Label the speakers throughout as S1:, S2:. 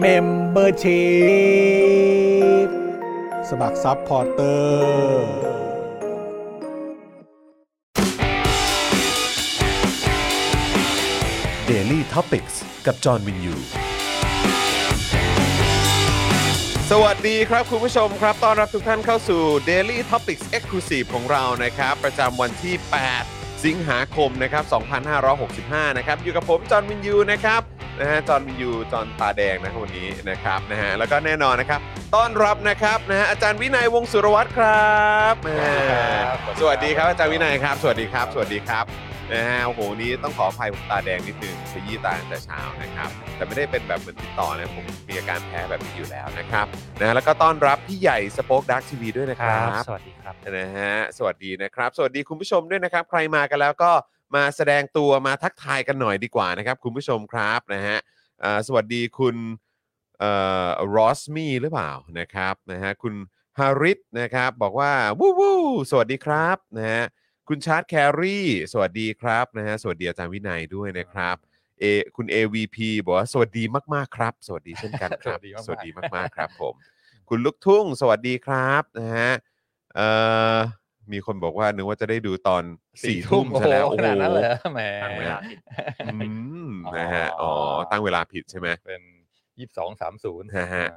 S1: เมมเบอร์ชีพสมัครซัพพอร์เตอร์
S2: Daily t o p i c กกับจอห์นวินยู
S3: สวัสดีครับคุณผู้ชมครับต้อนรับทุกท่านเข้าสู่ Daily Topics Exclusive ของเรานะครับ ประจำวันที่ 8 สิงหาคมนะครับ 2565 นะครับ อยู่กับผม จอห์นวินยูนะครับนะฮะจอห์นวินยูจอห์นตาแดงนะครับวันนี้นะครับนะฮะแล้วก็แน่นอนนะครับ ต้อนรับนะครับนะฮะอาจารย์วินัยวงศ์สุรวัตรครับแหม่สวัสดีครับอาจารย์วินัยครับ สวัสดีครับ สวัสดีครับนะฮะโอ้โหวันนี้ต้องขออภัยผมตาแดงนิดนึงขยี้ตาตั้งแต่เช้านะครับ แต่ไม่ได้เป็นแบบเหมือนติดต่อนะผมมีอาการแพ้แบบนี้อยู่แล้วนะครับ นะแล้วก็ต้อนรับพี่ใหญ่สป็อคดักทีวีด้วยนะครับ
S4: สวัสดีครับ
S3: นะฮะสวัสดีนะครับ สวัสดีคุณผู้ชมด้วยนะครับ ใครมากันแล้วก็มาแสดงตัวมาทักทายกันหน่อยดีกว่านะครับ คุณผู้ชมครับนะฮะเอ่อสวัสดีคุณเอ่อรอสมี่หรือเปล่านะครับนะฮะคุณฮาริสนะครับ บอกว่าวู้วู้สวัสดีครับนะฮะคุณชาร์ตแครี่ สวัสดีครับนะฮะสวัสดีอาจารย์วินัยด้วยนะครับเอคุณ AVP บอกว่าสวัสดีมากๆครับ สวัสดีเช่นกันครับ
S4: สวัสดีมา
S3: ส
S4: กๆ
S3: วัสดีมากๆครับผม คุณลูกทุ่งสวัสดีครับนะฮะ เอ่อมีคนบอกว่านึกว่าจะได้ดูตอนสี่ทุ่ม
S4: โอ้
S3: ซะ
S4: โห
S3: แล้ว
S4: ขนาดนั้นเลยแหม
S5: ตั้งเวลาผิด
S3: อืม
S4: อ๋อ
S3: นะฮะอ๋อ ตั้งเวลาผิดใช่ไหม
S4: เป็นยี่สิบสองสามศูนย์
S3: ฮะฮะ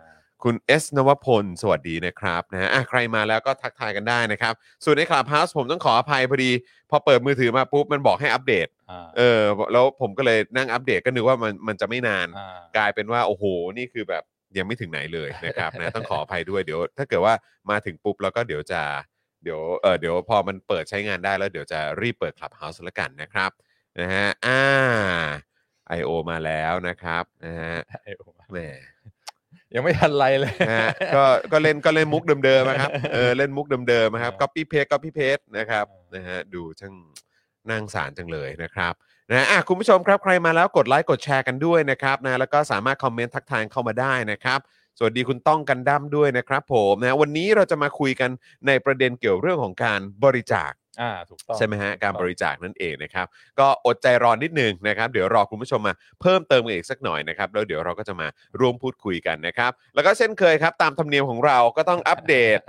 S3: คุณเอสนวพล สวัสดีนะครับนะฮะอ่ะใครมาแล้วก็ทักทายกันได้นะครับ ส่วนในคลับเฮาส์ผมต้องขออภัยพอดี พอเปิดมือถือมาปุ๊บ มันบอกให้อัปเดต เออ แล้วผมก็เลยนั่งอัปเดตก็นึกว่ามันมันจะไม่นาน กลายเป็นว่าโอ้โห นี่คือแบบยังไม่ถึงไหนเลยนะครับนะ ต้องขออภัยด้วยเดี๋ยว ถ้าเกิดว่ามาถึงปุ๊บแล้วก็เดี๋ยวจะเดี๋ยวเออเดี๋ยวพอมันเปิดใช้งานได้แล้วเดี๋ยวจะรีบเปิดคลับเฮาส์ละกันนะครับนะฮะอ่า I.O. มาแล้วนะครับนะฮะแหม
S4: ยังไม่ทันไรเลย
S3: นะฮะก็ก็เล่นก็เล่นมุกเดิมๆนะครับเออเล่นมุกเดิมๆนะครับ copy paste copy paste นะครับนะฮะดูช่างนั่งสารจังเลยนะครับ นะอ่ะคุณผู้ชมครับใครมาแล้วกดไลค์กดแชร์กันด้วยนะครับนะแล้วก็สามารถคอมเมนต์ทักทายเข้ามาได้นะครับ สวัสดีคุณต้องกันดั้มด้วยนะครับผมนะวันนี้เราจะมาคุยกันในประเด็นเกี่ยวเรื่องของการบริจาค
S4: อ่าถูกต้อง
S3: ใช่ไหมฮะการบริจาคนั่นเองนะครับ ก็อดใจรอนิดหนึงนะครับ เดี๋ยวรอคุณผู้ชมมาเพิ่มเติมกันอีกสักหน่อยนะครับแล้วเดี๋ยวเราก็จะมาร่วมพูดคุยกันนะครับ แล้วก็เช่นเคยครับ ตามธรรมเนียมของเราก็ต้องอัปเด ต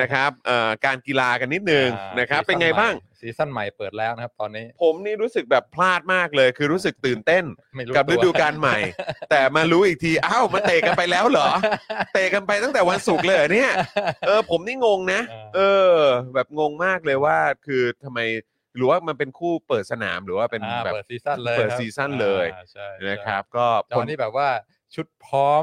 S3: นะครับเอ่อการกีฬากันนิดหนึง
S4: อ่า
S3: นะครับ
S4: ซี
S3: เป็นไง
S4: ซั่ใหม่
S3: บ้าง
S4: ซีซั่นใหม่เปิดแล้วนะครับ ตอนนี้
S3: ผมนี่รู้สึกแบบพลาดมากเลย คือรู้สึกตื่นเต้น
S4: ไม่รู้
S3: กับ
S4: ตัว
S3: ฤดูกาลใหม่ แต่มารู้อีกที อ้าวมันเตะกันไปแล้วเหรอ เตะกันไปตั้งแต่วันศุกร์เลยเหรอเนี่ย เออ ผมนี่งงนะ เออ แบบงงมากเลยว่า คือทำไมหรือว่ามันเป็นคู่เปิดสนามหรือว่าเป็น
S4: อ่า
S3: แบบ
S4: เปิดซีซั่นเลย
S3: เปิดซีซั่นเลย
S4: อ่าใช่
S3: นะครับ ก็
S4: ตอน
S3: ผล
S4: นี้แบบว่าชุดพร้อม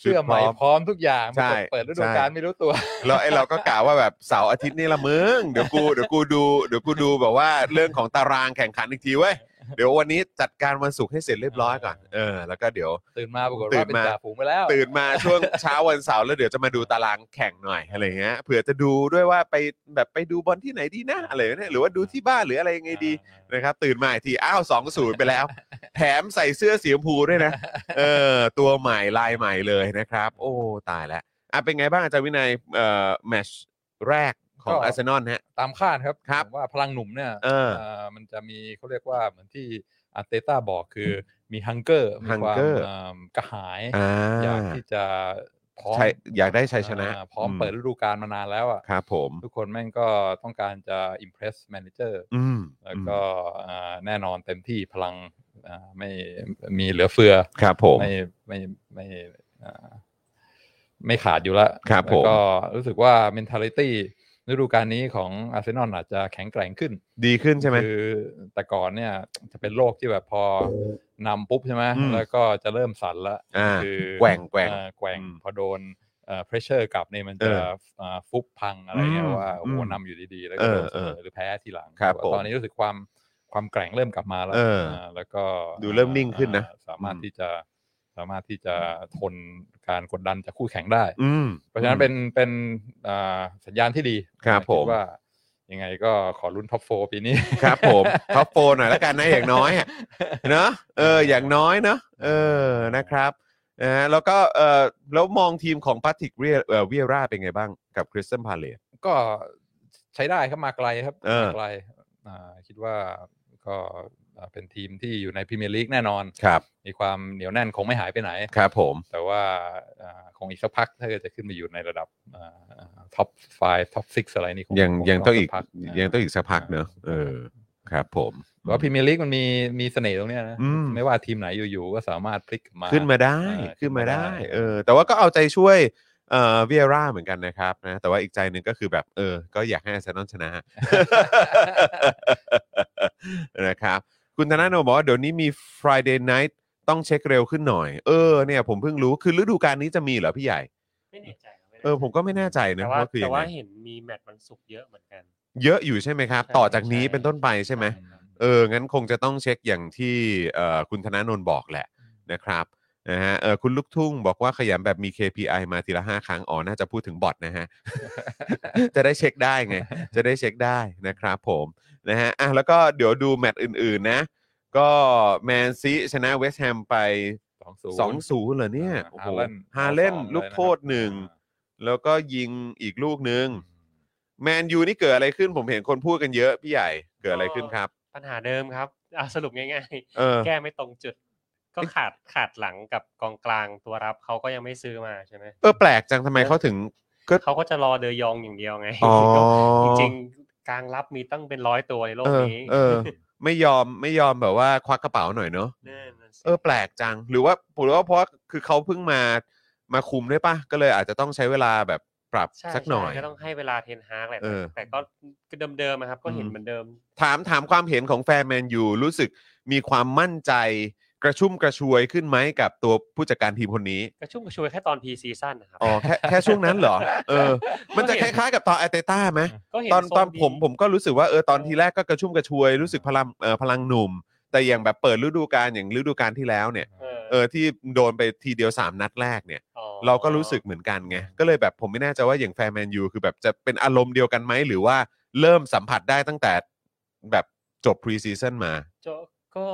S4: เสื้อใหม่
S3: ชุดพ
S4: พ
S3: ร้
S4: ร้
S3: อ
S4: อ
S3: ม
S4: มทุกอย่าง
S3: ใช่
S4: เปิดฤดู
S3: ใช่
S4: กาลไม่รู้ตัว
S3: แล้วไอ้เราก็กล่าวว่าแบบเสาร์อาทิตย์นี่ละมึงเดี๋ยวกูเดี๋ยวกูดูเดี๋ยวกูดูแบบว่าเรื่องของตารางแข่งขันอีกทีเว้ยเดี๋ยววันนี้จัดการวันศุกร์ให้เสร็จเรียบร้อยก่อนเออแล้วก็เดี๋ยว
S4: ตื่นมาปรากฏ
S3: ตื่
S4: ว่าน เป็น
S3: มา
S4: จ่าฝูงไปแล้ว
S3: ตื่นมาช่วงเช้าวันเสาร์แล้วเดี๋ยวจะมาดูตารางแข่งหน่อยอะไรเงี้ยเผื่อจะดูด้วยว่าไปแบบไปดูบอลที่ไหนดีนะอะไรเนี่ยหรือว่าดูที่บ้านหรืออะไรยังไงดีนะครับ ตื่นมาอีกทีอ้าวสองศูนย์ไปแล้ว แถมใส่เสื้อสีชมพูด้วยนะเออตัวใหม่ลายใหม่เลยนะครับ โอ้ตายแล้วอ่ะเป็นไงบ้างอาจารย์วินัยเอ่อแมตชแรกของ
S4: ก็
S3: อาร์เซนอลฮะ
S4: ตามคาดครับ
S3: ครับ
S4: ผมว่าพลังหนุ่มเนี่ย
S3: เออ
S4: เอ่อมันจะมีเขาเรียกว่าเหมือนที่อาร์เตต้าบอกคือมีฮังเกอร์มีความ
S3: hunger
S4: เอิ่มกระหาย
S3: อ่า
S4: อยากที่จะพร้อม
S3: ใช่อยากได้ชัยชนะ
S4: อ่าพร้อมเปิดฤดูกาลมานานแล้วอ่ะ
S3: ครับผม
S4: ทุกคนแม่งก็ต้องการจะอิมเพรสแมเนเจอร์
S3: อืม
S4: แล้วก็อ่าแน่นอนเต็มที่พลังอ่าไม่มีเหลือเฟือ
S3: ครับผม
S4: ไม่ไม่ไม่อ่า ไม่ขาดอยู่แล้ว
S3: ครับผม
S4: แล้วก็รู้สึกว่า mentality ฤดูกาลนี้ของอาร์เซนอลอาจจะแข็งแกร่งขึ้น
S3: ดีขึ้นใช่ไหม
S4: คือแต่ก่อนเนี่ยจะเป็นโรคที่แบบพอนำปุ๊บใช่ไหม
S3: อืม
S4: แล้วก็จะเริ่มสั่นละ
S3: อ่า
S4: คือ
S3: แกว่งแกว่ง
S4: อ่าแกว่ง
S3: อืม
S4: พอโดนเอ่อ pressure กลับเนี่ยมัน
S3: เออ
S4: จะเอ่อฟุบพังอะไรเงี้
S3: อื
S4: ย
S3: ม
S4: ว่าโอ้โห
S3: อืม
S4: นำอยู่ดีๆ แล้ว
S3: เอ
S4: ก็
S3: อ
S4: โดนเสม
S3: เอ
S4: อ
S3: อ
S4: หรือแพ้ทีหลัง
S3: ครับ
S4: แต่ว่าตอนนี้รู้สึกความความแกร่งเริ่มกลับมาแล้ว
S3: เอออ่
S4: าแล้วก็
S3: ดูเริ่มนิ่งขึ้นนะ
S4: อ่าสามารถ
S3: อืม
S4: ที่จะสามารถที่จะทนการกดดันจากคู่แข่งได้
S3: อืม
S4: เพราะฉะนั้นเป็นเป็นอ่าสัญญาณที่ดี
S3: ครับผม
S4: ดว่ายังไงก็ขอรุ่นท็อปโฟปีนี้
S3: ครับ ผม ท็อปโฟนหน่อยละกันนะอย่างน้อยอะเนอะเออ อย่างน้อยเนอะเออนะครับนะฮะแล้วก็เออแล้วมองทีมของพาติกเวียเอ่อเวียร่าเป็นไงบ้างกับคริสตันพาเลต
S4: ก็ใช้ได้ครับมาไกลครับ
S3: เออ
S4: มาไกลอ่าคิดว่าก็อ่าเป็นทีมที่อยู่ในพรีเมียร์ลีกแน่นอน
S3: ครับ
S4: มีความเหนียวแน่นคงไม่หายไปไหน
S3: ครับผม
S4: แต่ว่าอ่าคงอีกสักพักถ้าเกิดจะขึ้นมาอยู่ในระดับท็อป 5 ท็อป 6 อะไรนี่คง
S3: ยัง
S4: ค
S3: ยังต้องอีก
S4: สัพันะ
S3: ยังต้องอีกสักพักเนอะเออครับผม
S4: แต่ว่าพรีเมียร์ลีกมันมีมีเสน่ห์ตรงเนี้ยนะ
S3: อืม
S4: ไม่ว่าทีมไหนอยู่ๆก็สามารถพลิกมา
S3: ขึ้นมาได้
S4: เออขึ้
S3: ขึ้น
S4: น
S3: มา
S4: มาได้
S3: ได้เออแต่ว่าก็เอาใจช่วยเอ่อเวียร่าเหมือนกันนะครับนะแต่ว่าอีกใจหนึ่งก็คือแบบเออ ก็อยากให้อาร์เซนอลชนะ นะครับ คุณธนาโนบอกว่าเดี๋ยวนี้มี Friday Night ต้องเช็คเร็วขึ้นหน่อย เออเนี่ยผมเพิ่งรู้คือฤดูกาลนี้จะมีเหรอพี่ใหญ่
S5: ไม่แน่ใจครับ
S3: เออผมก็ไม่แน่ใจนะ
S5: แต่ว่า
S3: ว่าคือ
S5: แต่
S3: ยัง
S5: ว่า
S3: ไง
S5: เห็นมีแมตช์วันศุกร์เยอะเหมือนกัน
S3: เยอะอยู่ใช่ไหมครับ
S5: ใช่
S3: ต่อจากนี้
S5: ใช่
S3: เป็นต้นไปใช่ไหม เออ งั้นคงจะต้องเช็คอย่างที่เอ่อคุณธนาโนนบอกแหละนะครับนะฮะเออคุณลูกทุ่งบอกว่าขยันแบบมี KPI มาทีละ 5 ครั้ง อ๋อ น่าจะพูดถึงบอทนะฮะ จะได้เช็คได้ ไง จะได้เช็คได้นะครับผมนะฮะอ่ะแล้วก็เดี๋ยวดูแมตช์อื่น ๆ นะ ก็แมนซีชนะเวสต์แฮมไป
S4: สองศู
S3: 2-0
S4: นย์
S3: เหรอเนี่ยโอ้โห
S4: ฮาเลน
S3: ฮาเลน
S4: สอง
S3: ลูกโทษหนึ่ง แล้วก็ยิงอีกลูกหนึง
S4: อ่า
S3: แมนยูนี่เกิดอะไรขึ้นผมเห็นคนพูดกันเยอะพี่ใหญ่เกิดอะไรขึ้นครับ
S5: ปัญหาเดิมครับ อ่ะสรุปง่าย
S3: เออ
S5: ๆ แก้ไม่ตรงจุด ก็ขาดขาดหลังกับกองกลางตัวรับเขาก็ยังไม่ซื้อมาใช่ไหม
S3: เออแปลกจังทำไมเขาถึง ก็
S5: เขาก็จะรอเดยองอย่างเดียวไง
S3: อ๋อ
S5: จริงๆกลางรับมีตั้งเป็นร้อยตัวในโลก
S3: เออ
S5: นี้
S3: เออ ไม่ยอมไม่ยอมแบบว่าควักกระเป๋าหน่อยเนอะ
S5: นั่นน่ะสิ
S3: เออแปลกจัง หรือว่าผมว่าเพราะคือเขาเพิ่งมามาคุมด้วยปะก็เลยอาจจะต้องใช้เวลาแบบปรับ
S5: ใช่
S3: สักหน่อย
S5: ใช่ก็ต้องให้เวลาเทนฮาร์กแหละ
S3: เออ
S5: แต่ก็ก็เดิมๆนะครับ ก็เห็น
S3: อืม
S5: เหมือนเดิม
S3: ถามถามความเห็นของแฟนแมนยูรู้สึกมีความมั่นใจ กระชุ่มกระชวยขึ้นไหมกับตัวผู้จัดการทีมคนนี้
S5: กระชุ่มกระชวยแค่ตอนพีซีซั่นนะครับ
S3: อ๋อแค่แค่ช่วงนั้นเหรอ เออ มันจะคล้ายๆกับตอนอาร์เตต้าไหม
S5: ก็เห็
S3: ตอน
S5: ทรง
S3: ตอน
S5: ดี
S3: ผมผมก็รู้สึกว่าเออตอนทีแรกก็กระชุ่มกระชวย รู้สึกพลังเออพลังหนุ่ม แต่อย่างแบบเปิดฤดูกาลอย่างฤดูกาลที่แล้วเนี่ย
S5: เออ
S3: เออที่โดนไปทีเดียว 3 นัดแรกเนี่ย
S5: อ๋อ
S3: เราก็รู้สึกเหมือนกันไง ก็เลยแบบผมไม่แน่ใจว่าอย่างแฟนแมนยูคือแบบจะเป็นอารมณ์เดียวกันไหม หรือว่าเริ่มสัมผัสได้ตั้งแต่แบบจบพรีซีซั่นมา
S5: จะก็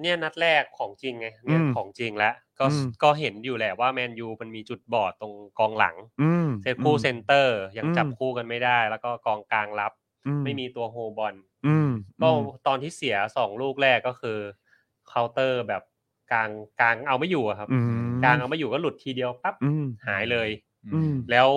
S5: เนี่ยนัดแรกของจริงไงเนี่ย
S3: อืม
S5: ของจริงแล้วก็
S3: อืม
S5: ก็เห็นอยู่แหละว่าแมนยูมันมีจุดบอดตรงกองหลัง
S3: อืม
S5: เซตคู่เซนเตอร์ยัง
S3: อืม
S5: จับคู่กันไม่ได้ แล้วก็กองกลางรับ
S3: อื
S5: ไม่มีตัวโฮบอล
S3: อืม
S5: ก็
S3: อืม
S5: ตอนที่เสียสองลูกแรกก็คือเคาน์เตอร์แบบกลางกลางเอาไม่อยู่อะครับ
S3: อืม
S5: กลางเอาไม่อยู่ก็หลุดทีเดียวปั๊บ
S3: อืม
S5: หายเลย
S3: อืม
S5: แล้ว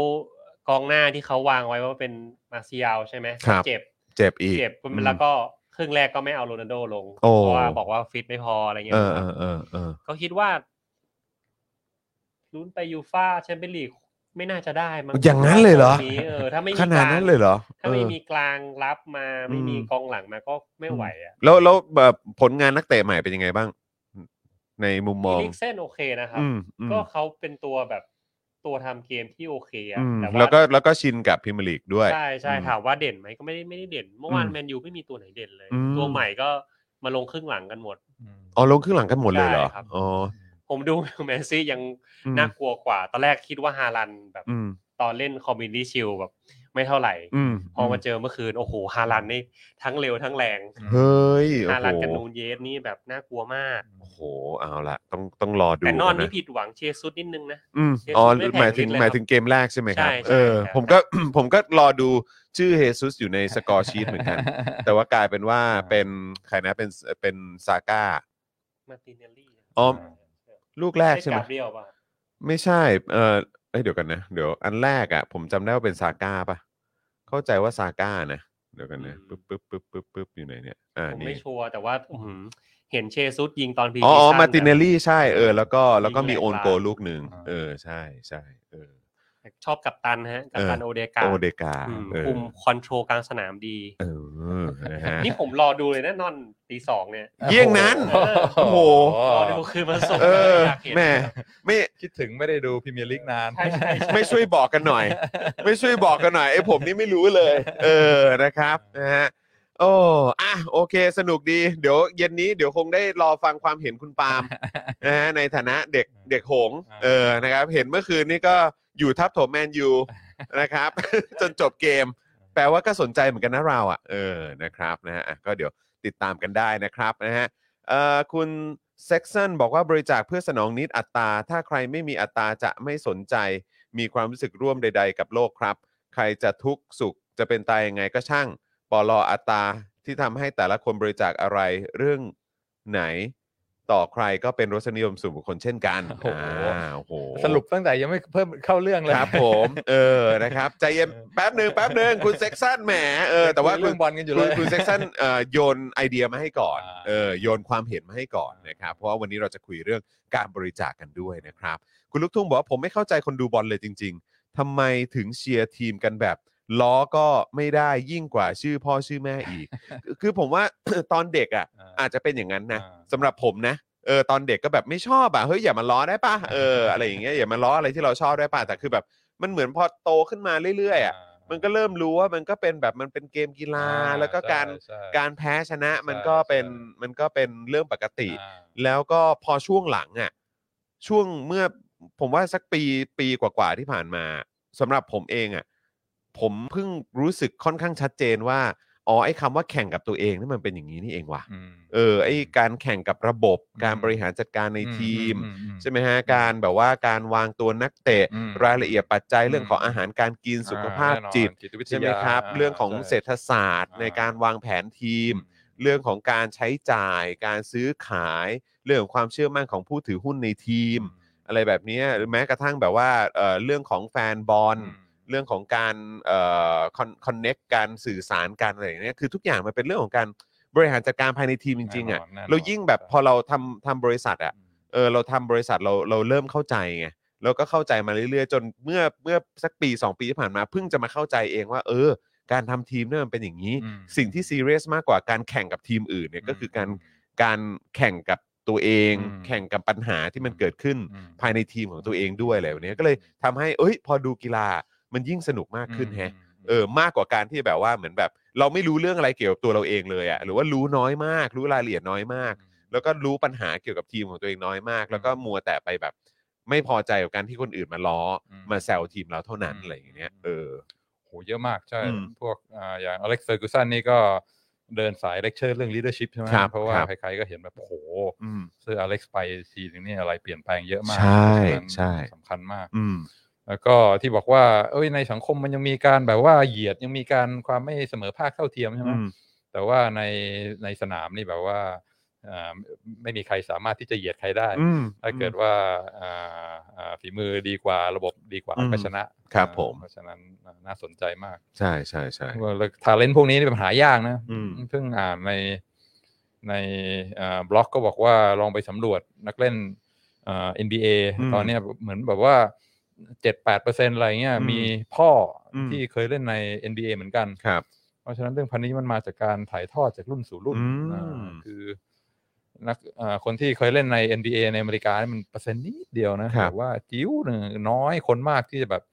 S5: กองหน้าที่เขาวางไว้ว่าเป็นมาเซียลใช่ไหม
S3: ครับ
S5: เจ็บ
S3: เจ็บอีก
S5: เจ็บ
S3: อืม
S5: แล้วก็ครึ่งแรกก็ไม่เอาโรนัลโดลง
S3: โอ้
S5: เพราะว่าบอกว่าฟิตไม่พออะไรเงี้
S3: เอย อเอ
S5: ครับ
S3: อเออเออ
S5: ก็คิดว่าลุ้นไปยูฟ่าแชมเปี้ยนลีกไม่น่าจะได้มั้ง
S3: อย่างนั้นเลยเหรอ
S5: ตงนี้เออถ้าไม่มี
S3: ขนาดนั้นเลยเหรอ
S5: ถ้าไม่
S3: เออ
S5: มีกลางรับมาไม่มี
S3: อืม
S5: กองหลังมาก็ไม่ไหวอ่ะ
S3: แล้วแล้วแบบผลงานนักเตะใหม่เป็นยังไงบ้าง ในมุมมอง
S5: อีลิกเซนโอเคนะครับ
S3: อืมอืม
S5: ก็เขาเป็นตัวแบบตัวทำเกมที่โอเคอะ
S3: อืม
S5: แต่
S3: แล้ว
S5: ว่า
S3: ก็แล้วก็ชินกับพรีเมียร์ลีกด้วย
S5: ใช่ใช่
S3: อืม
S5: ถามว่าเด่นไหมก็ไม่ได้ไม่ได้เด่น เมื่อวาน
S3: อืม
S5: แมนยูไม่มีตัวไหนเด่นเลย
S3: อืม
S5: ตัวใหม่ก็มาลงครึ่งหลังกันหมด
S3: อ๋อลงครึ่งหลังกันหมดเลยเหรอ
S5: ใช่ครับ
S3: อ๋อ
S5: ผมดู แมนซี่ยัง
S3: อืม
S5: น่ากลัวกว่า ตอนแรกคิดว่าฮาลันแบบ
S3: อืม
S5: ตอนเล่นคอมบินดี้ชิลแบบไม่เท่าไหร่
S3: อืม
S5: พอมาเจอเมื่อคืน โอ้โหฮาลันนี่ทั้งเร็วทั้งแรง
S3: เฮ้ยโอ้
S5: ฮา
S3: โห
S5: ลันกับนูนเยสนี่แบบน่ากลัวมาก
S3: โอ้โหเอาละต้องต้องรอดู
S5: แต่นอน
S3: นะ
S5: นี่ผิดหวังเชซุดนิดนึงนะ
S3: อืม
S5: เจสัน
S3: อ๋อ
S5: ไม่แข็ง
S3: หมายถึง
S5: นิดเลย
S3: หมายถึงเกมแรกใช่ไหมครับ
S5: ใช่ใช่
S3: เออ
S5: ครับ
S3: ผมก็ ผมก็รอดูชื่อเฮซุสอยู่ในสกอร์ชีตเหมือนกัน แต่ว่ากลายเป็นว่าเป็นใครนะเป็นเป็นซาก้า
S5: มาร์ติเนลลี่
S3: อ๋อ ลูกแรกใช่ไหม
S5: กาเบรียลป่ะ
S3: ไม่ใช่ เออเอ้ยเดี๋ยวกันนะ เดี๋ยวอันแรกอะ่ะ ผมจำได้ว่าเป็นซาก้าปะเข้าใจว่าซาก้านะ เดี๋ยวกันนะปึ๊บปึ๊บปึ๊บปึ๊บปึ๊บอยู่ไหนเนี่ย อ่า
S5: ผมไม่
S3: นี่
S5: ชัวร์แต่ว่าอื้อหือเห็นเชซุดยิงตอนพี
S3: อ๋ออ๋อ
S5: ซีซั่
S3: มาร์ตินเนลลี่ใช่ เออ แล้วก็
S5: ยิง
S3: แล้วก็มี
S5: ห
S3: โอน
S5: ลา
S3: โกลลูกหนึ่ง
S4: อ่า
S3: เออ ใช่ ใช่ เออ
S5: ชอบกัปตันฮะกัปตัน
S3: เออ
S5: โอเดกา
S3: โอเดกา
S5: อืม
S3: เออ
S5: คุมคอนโทรลกลางสนามดี
S3: เออนะฮะ
S5: นี่ผมรอดูเลยนะนอนตีสองเนี่ย
S3: เยี่ยงนั้น
S4: โอ้โห
S5: รอดูคืนวันศุกร์
S3: เออ
S5: อยากเห็น
S3: แหม่ไม่
S4: คิดถึงไม่ได้ดูพรีเมียร์ลีกนาน
S5: ใช่ใช่ใช่
S3: ไม่ช่วยบอกกันหน่อย ไม่ช่วยบอกกันหน่อยไอ้ผมนี่ไม่รู้เลย เออนะครับนะฮะโอ้อะโอเค สนุกดี เดี๋ยวเย็นนี้เดี๋ยวคงได้รอฟังความเห็นคุณปาล์ม นะฮะในฐานะเด็กเด็กหงส์
S4: อ่า
S3: เออนะครับ เห็นเมื่อคืนนี่ก็อยู่ทับถมแมน ยู นะครับ จนจบเกม แปลว่าก็สนใจเหมือนกันนะเราอ่ะเออนะครับนะฮะอ่ะก็เดี๋ยวติดตามกันได้นะครับนะฮะเอ่อคุณเซ็กซันบอกว่าบริจาคเพื่อสนองนิดอัตตา ถ้าใครไม่มีอัตตาจะไม่สนใจ มีความรู้สึกร่วมใด ๆ กับโลกครับ ใครจะทุกข์สุขจะเป็นตายยังไงก็ช่างปลออัตตาที่ทำให้แต่ละคนบริจาคอะไรเรื่องไหน ต่อใครก็เป็นรสนิยมส่วนบุคคลเช่นกัน
S4: โอ้โห
S3: อ่าโอ้โห
S4: สรุปตั้งแต่ยังไม่เพิ่มเข้าเรื่องเลย
S3: ครับผม เออนะครับใจเย็นแป๊บหนึ่งแป๊บหนึ่งคุณเซ็กซันแหมเออแต่ว่าคุ
S4: เรื่
S3: ณ
S4: องบอลกันอยู่
S3: คุ
S4: เล
S3: ณ
S4: ย
S3: คุณเซ็กซันเอ่อโยนไอเดียมาให้ก่อน
S4: อ่า
S3: เออโยนความเห็นมาให้ก่อนนะครับ เพราะว่าวันนี้เราจะคุยเรื่องการบริจาคกันด้วยนะครับ คุณลูกทุ่งบอกว่าผมไม่เข้าใจคนดูบอลเลยจริง ๆทำไมถึงเชียร์ทีมกันแบบ ล้อก็ไม่ได้ยิ่งกว่าชื่อพ่อชื่อแม่อีก คือผมว่า ตอนเด็กอ่ะ อาจจะเป็นอย่างนั้นนะ
S4: อ่า
S3: สำหรับผมนะเออตอนเด็กก็แบบไม่ชอบอ่ะเฮ้ยอย่ามาล้อได้ป่ะเอออะไรอย่างเงี้ยอย่ามาล้ออะไรที่เราชอบได้ป่ะแต่คือแบบ มันเหมือนพอโตขึ้นมาเรื่อยๆอ่ะมันก็เริ่มรู้ว่ามันก็เป็นแบบมันเป็นเกมกีฬา แล้วก็การ
S4: ใช่
S3: การแพ้ชนะมัน
S4: ใช่
S3: ก็เป็น
S4: ใช่
S3: มันก็เป็นเรื่องปกติ
S4: อ่า
S3: แล้วก็พอช่วงหลังอ่ะช่วงเมื่อผมว่าสักปีปีกว่าๆที่ผ่านมาสำหรับผมเองอ่ะผมเพิ่งรู้สึกค่อนข้างชัดเจนว่าอ๋อไอ้คำว่าแข่งกับตัวเองนี่มันเป็นอย่างนี้นี่เองว่ะ
S4: อืม
S3: เออไอการแข่งกับระบบ
S4: อืม
S3: การบริหารจัดการในทีม
S4: อือือื
S3: ใช่ไหมฮะการแบบว่าการวางตัวนักเตะ
S4: อืม
S3: รายละเอียดปัจจัยเรื่องของ
S4: อืม
S3: อาหารการกินสุขภาพ
S4: อ่แน่นอน
S3: จิต
S4: วิทยา
S3: ใช่ไหมครับ
S4: า
S3: เรื่องของ
S4: ใช่
S3: เศรษฐศาสตร์
S4: อ่า
S3: ในการวางแผนที
S4: อื
S3: ม เรื่องของการใช้จ่าย การซื้อขาย เรื่องของความเชื่อมั่นของผู้ถือหุ้นในทีม อะไรแบบเนี้ยหรือแม้กระทั่งแบบว่าเอ่อเรื่องของแฟนบอล
S4: อืม
S3: เรื่องของการเอ่อคอนเน็กการสื่อสารการอะไรอย่างเงี้ยคือทุกอย่างมันเป็นเรื่องของการบริหารจัดการภายในทีมจริงๆอ่ะ
S4: แน่นอนแน่นอน
S3: เรายิ่งแบบ
S4: ใช่
S3: พอเราทำทำบริษัทอ่ะเออเราทำบริษัทเราเราเริ่มเข้าใจไงเราก็เข้าใจมาเรื่อยๆ จนเมื่อเมื่อสักปี 2 ปีที่ผ่านมาเพิ่งจะมาเข้าใจเองว่า เออ การทำทีมเนี่ยมันเป็นอย่างนี้
S4: อืม
S3: สิ่งที่ซีเรียสมากกว่าการแข่งกับทีมอื่นเนี่ยก็คือการการแข่งกับตัวเอง
S4: อืม
S3: แข่งกับปัญหาที่มันเกิดขึ้น
S4: อืม
S3: ภายในทีมของตัวเองด้วยอะไรแบบนี้ก็เลยทำให้เอ้ย พอดูกีฬามันยิ่งสนุกมากขึ้นแฮะเออมากกว่าการที่แบบว่าเหมือนแบบ เราไม่รู้เรื่องอะไรเกี่ยวกับตัวเราเองเลยอะหรือว่ารู้น้อยมาก รู้รายละเอียดน้อยมาก แล้วก็รู้ปัญหาเกี่ยวกับทีมของตัวเองน้อยมาก แล้วก็มัวแต่ไปแบบ ไม่พอใจกับการที่คนอื่นมาล้ออ
S4: ม
S3: มาแซวทีมเราเท่านั้น
S4: อืม
S3: อะไรอย่างเงี้ยเออ
S4: โหเยอะมากใช่
S3: อืม
S4: พวกอ่าอย่างอเล็กซ์เซอร์กูสันนี่ก็เดินสายเลคเชอร์เรื่อง leadership ใช่ไหม
S3: ครับ
S4: เพราะว่า
S3: ครับ
S4: ใครๆก็เห็นแบบโอ้โห
S3: อืม
S4: ซึ่งอเล็กซ์ไปทีนึงเนี่ยอะไรเปลี่ยนแปลงเยอะมาก
S3: ใช่
S4: เพราะฉะนั้น
S3: ใช่
S4: สำคัญมาก
S3: อืม
S4: แล้วก็ที่บอกว่า เอ้ยในสังคมมันยังมีการแบบว่าเหยียดยังมีการความไม่เสมอภาคเท่าเทียมใช่ไหม
S3: อืม
S4: แต่ว่าในในสนามนี่แบบว่าอ่าไม่มีใครสามารถที่จะเหยียดใครได้
S3: อืม
S4: ถ้าเกิดว่าอ่าอ่าฝีมือดีกว่าระบบดีกว่า
S3: อืม
S4: ก็ชนะครับ
S3: ผม
S4: เพราะฉะนั้นน่าสนใจมาก
S3: ใช่ใช่ใช่
S4: แล้วทาเลนพวกนี้นี่เป็นหายากนะ
S3: อืม
S4: เพิ่งอ่านในในอ่าบล็อกก็บอกว่าลองไปสำรวจนักเล่นอ่า NBA
S3: อืม
S4: ตอนเนี้ยเหมือนแบบว่าเจ็ดแปดเปอร์เซ็นอะไรเงี้ย
S3: อืม
S4: มีพ่ออ
S3: ม
S4: ที่เคยเล่นใน NBA เหมือนกัน
S3: ครับ
S4: เพราะฉะนั้นเรื่องพันนี้มันมาจากการถ่ายทอดจากรุ่นสู่รุ่น
S3: อืม
S4: อ่าคือนักอ่าคนที่เคยเล่นใน NBA ในอเมริกานี่มันเปอร์เซ็นต์นิดเดียวนะแบบว่าจิ้วหนึ่งน้อยคนมากที่จะแบบ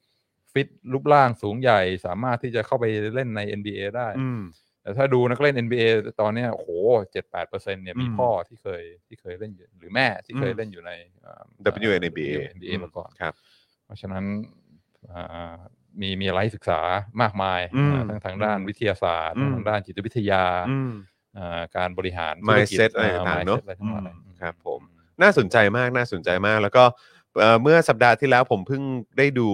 S4: ฟิตรูปร่างสูงใหญ่ สามารถที่จะเข้าไปเล่นใน NBA ได้
S3: อืม
S4: แต่ถ้าดูนักเล่น NBA ตอนเนี้ยโอ้โหเจ็ดแปดเปอร์เซ็นเนี่ยมี
S3: อืม
S4: พ่อที่เคยที่เคยเล่นอยู่หรือแม่ที่เคย
S3: อืม
S4: เล่นอยู่ในอ่า
S3: WNBA
S4: WNBA มาก่อน
S3: ครับ
S4: เพราะฉะนั้นอ่ามีมีอะไรให้ศึกษามากมาย
S3: อืม
S4: อ่าทั้งทางด้าน
S3: อืม
S4: วิทยาศาสตร์
S3: อืม
S4: ทั้งทางด้านจิตวิทยา
S3: อืม
S4: อ่าการบริหาร
S3: mindset
S4: ธุกิจ
S3: อะไรต่างๆเนอะ
S4: mindset อไรทั้งหมดเลย
S3: อืมครับผม น่าสนใจมากน่าสนใจมากแล้วก็เอ่อเมื่อสัปดาห์ที่แล้วผมเพิ่งได้ดู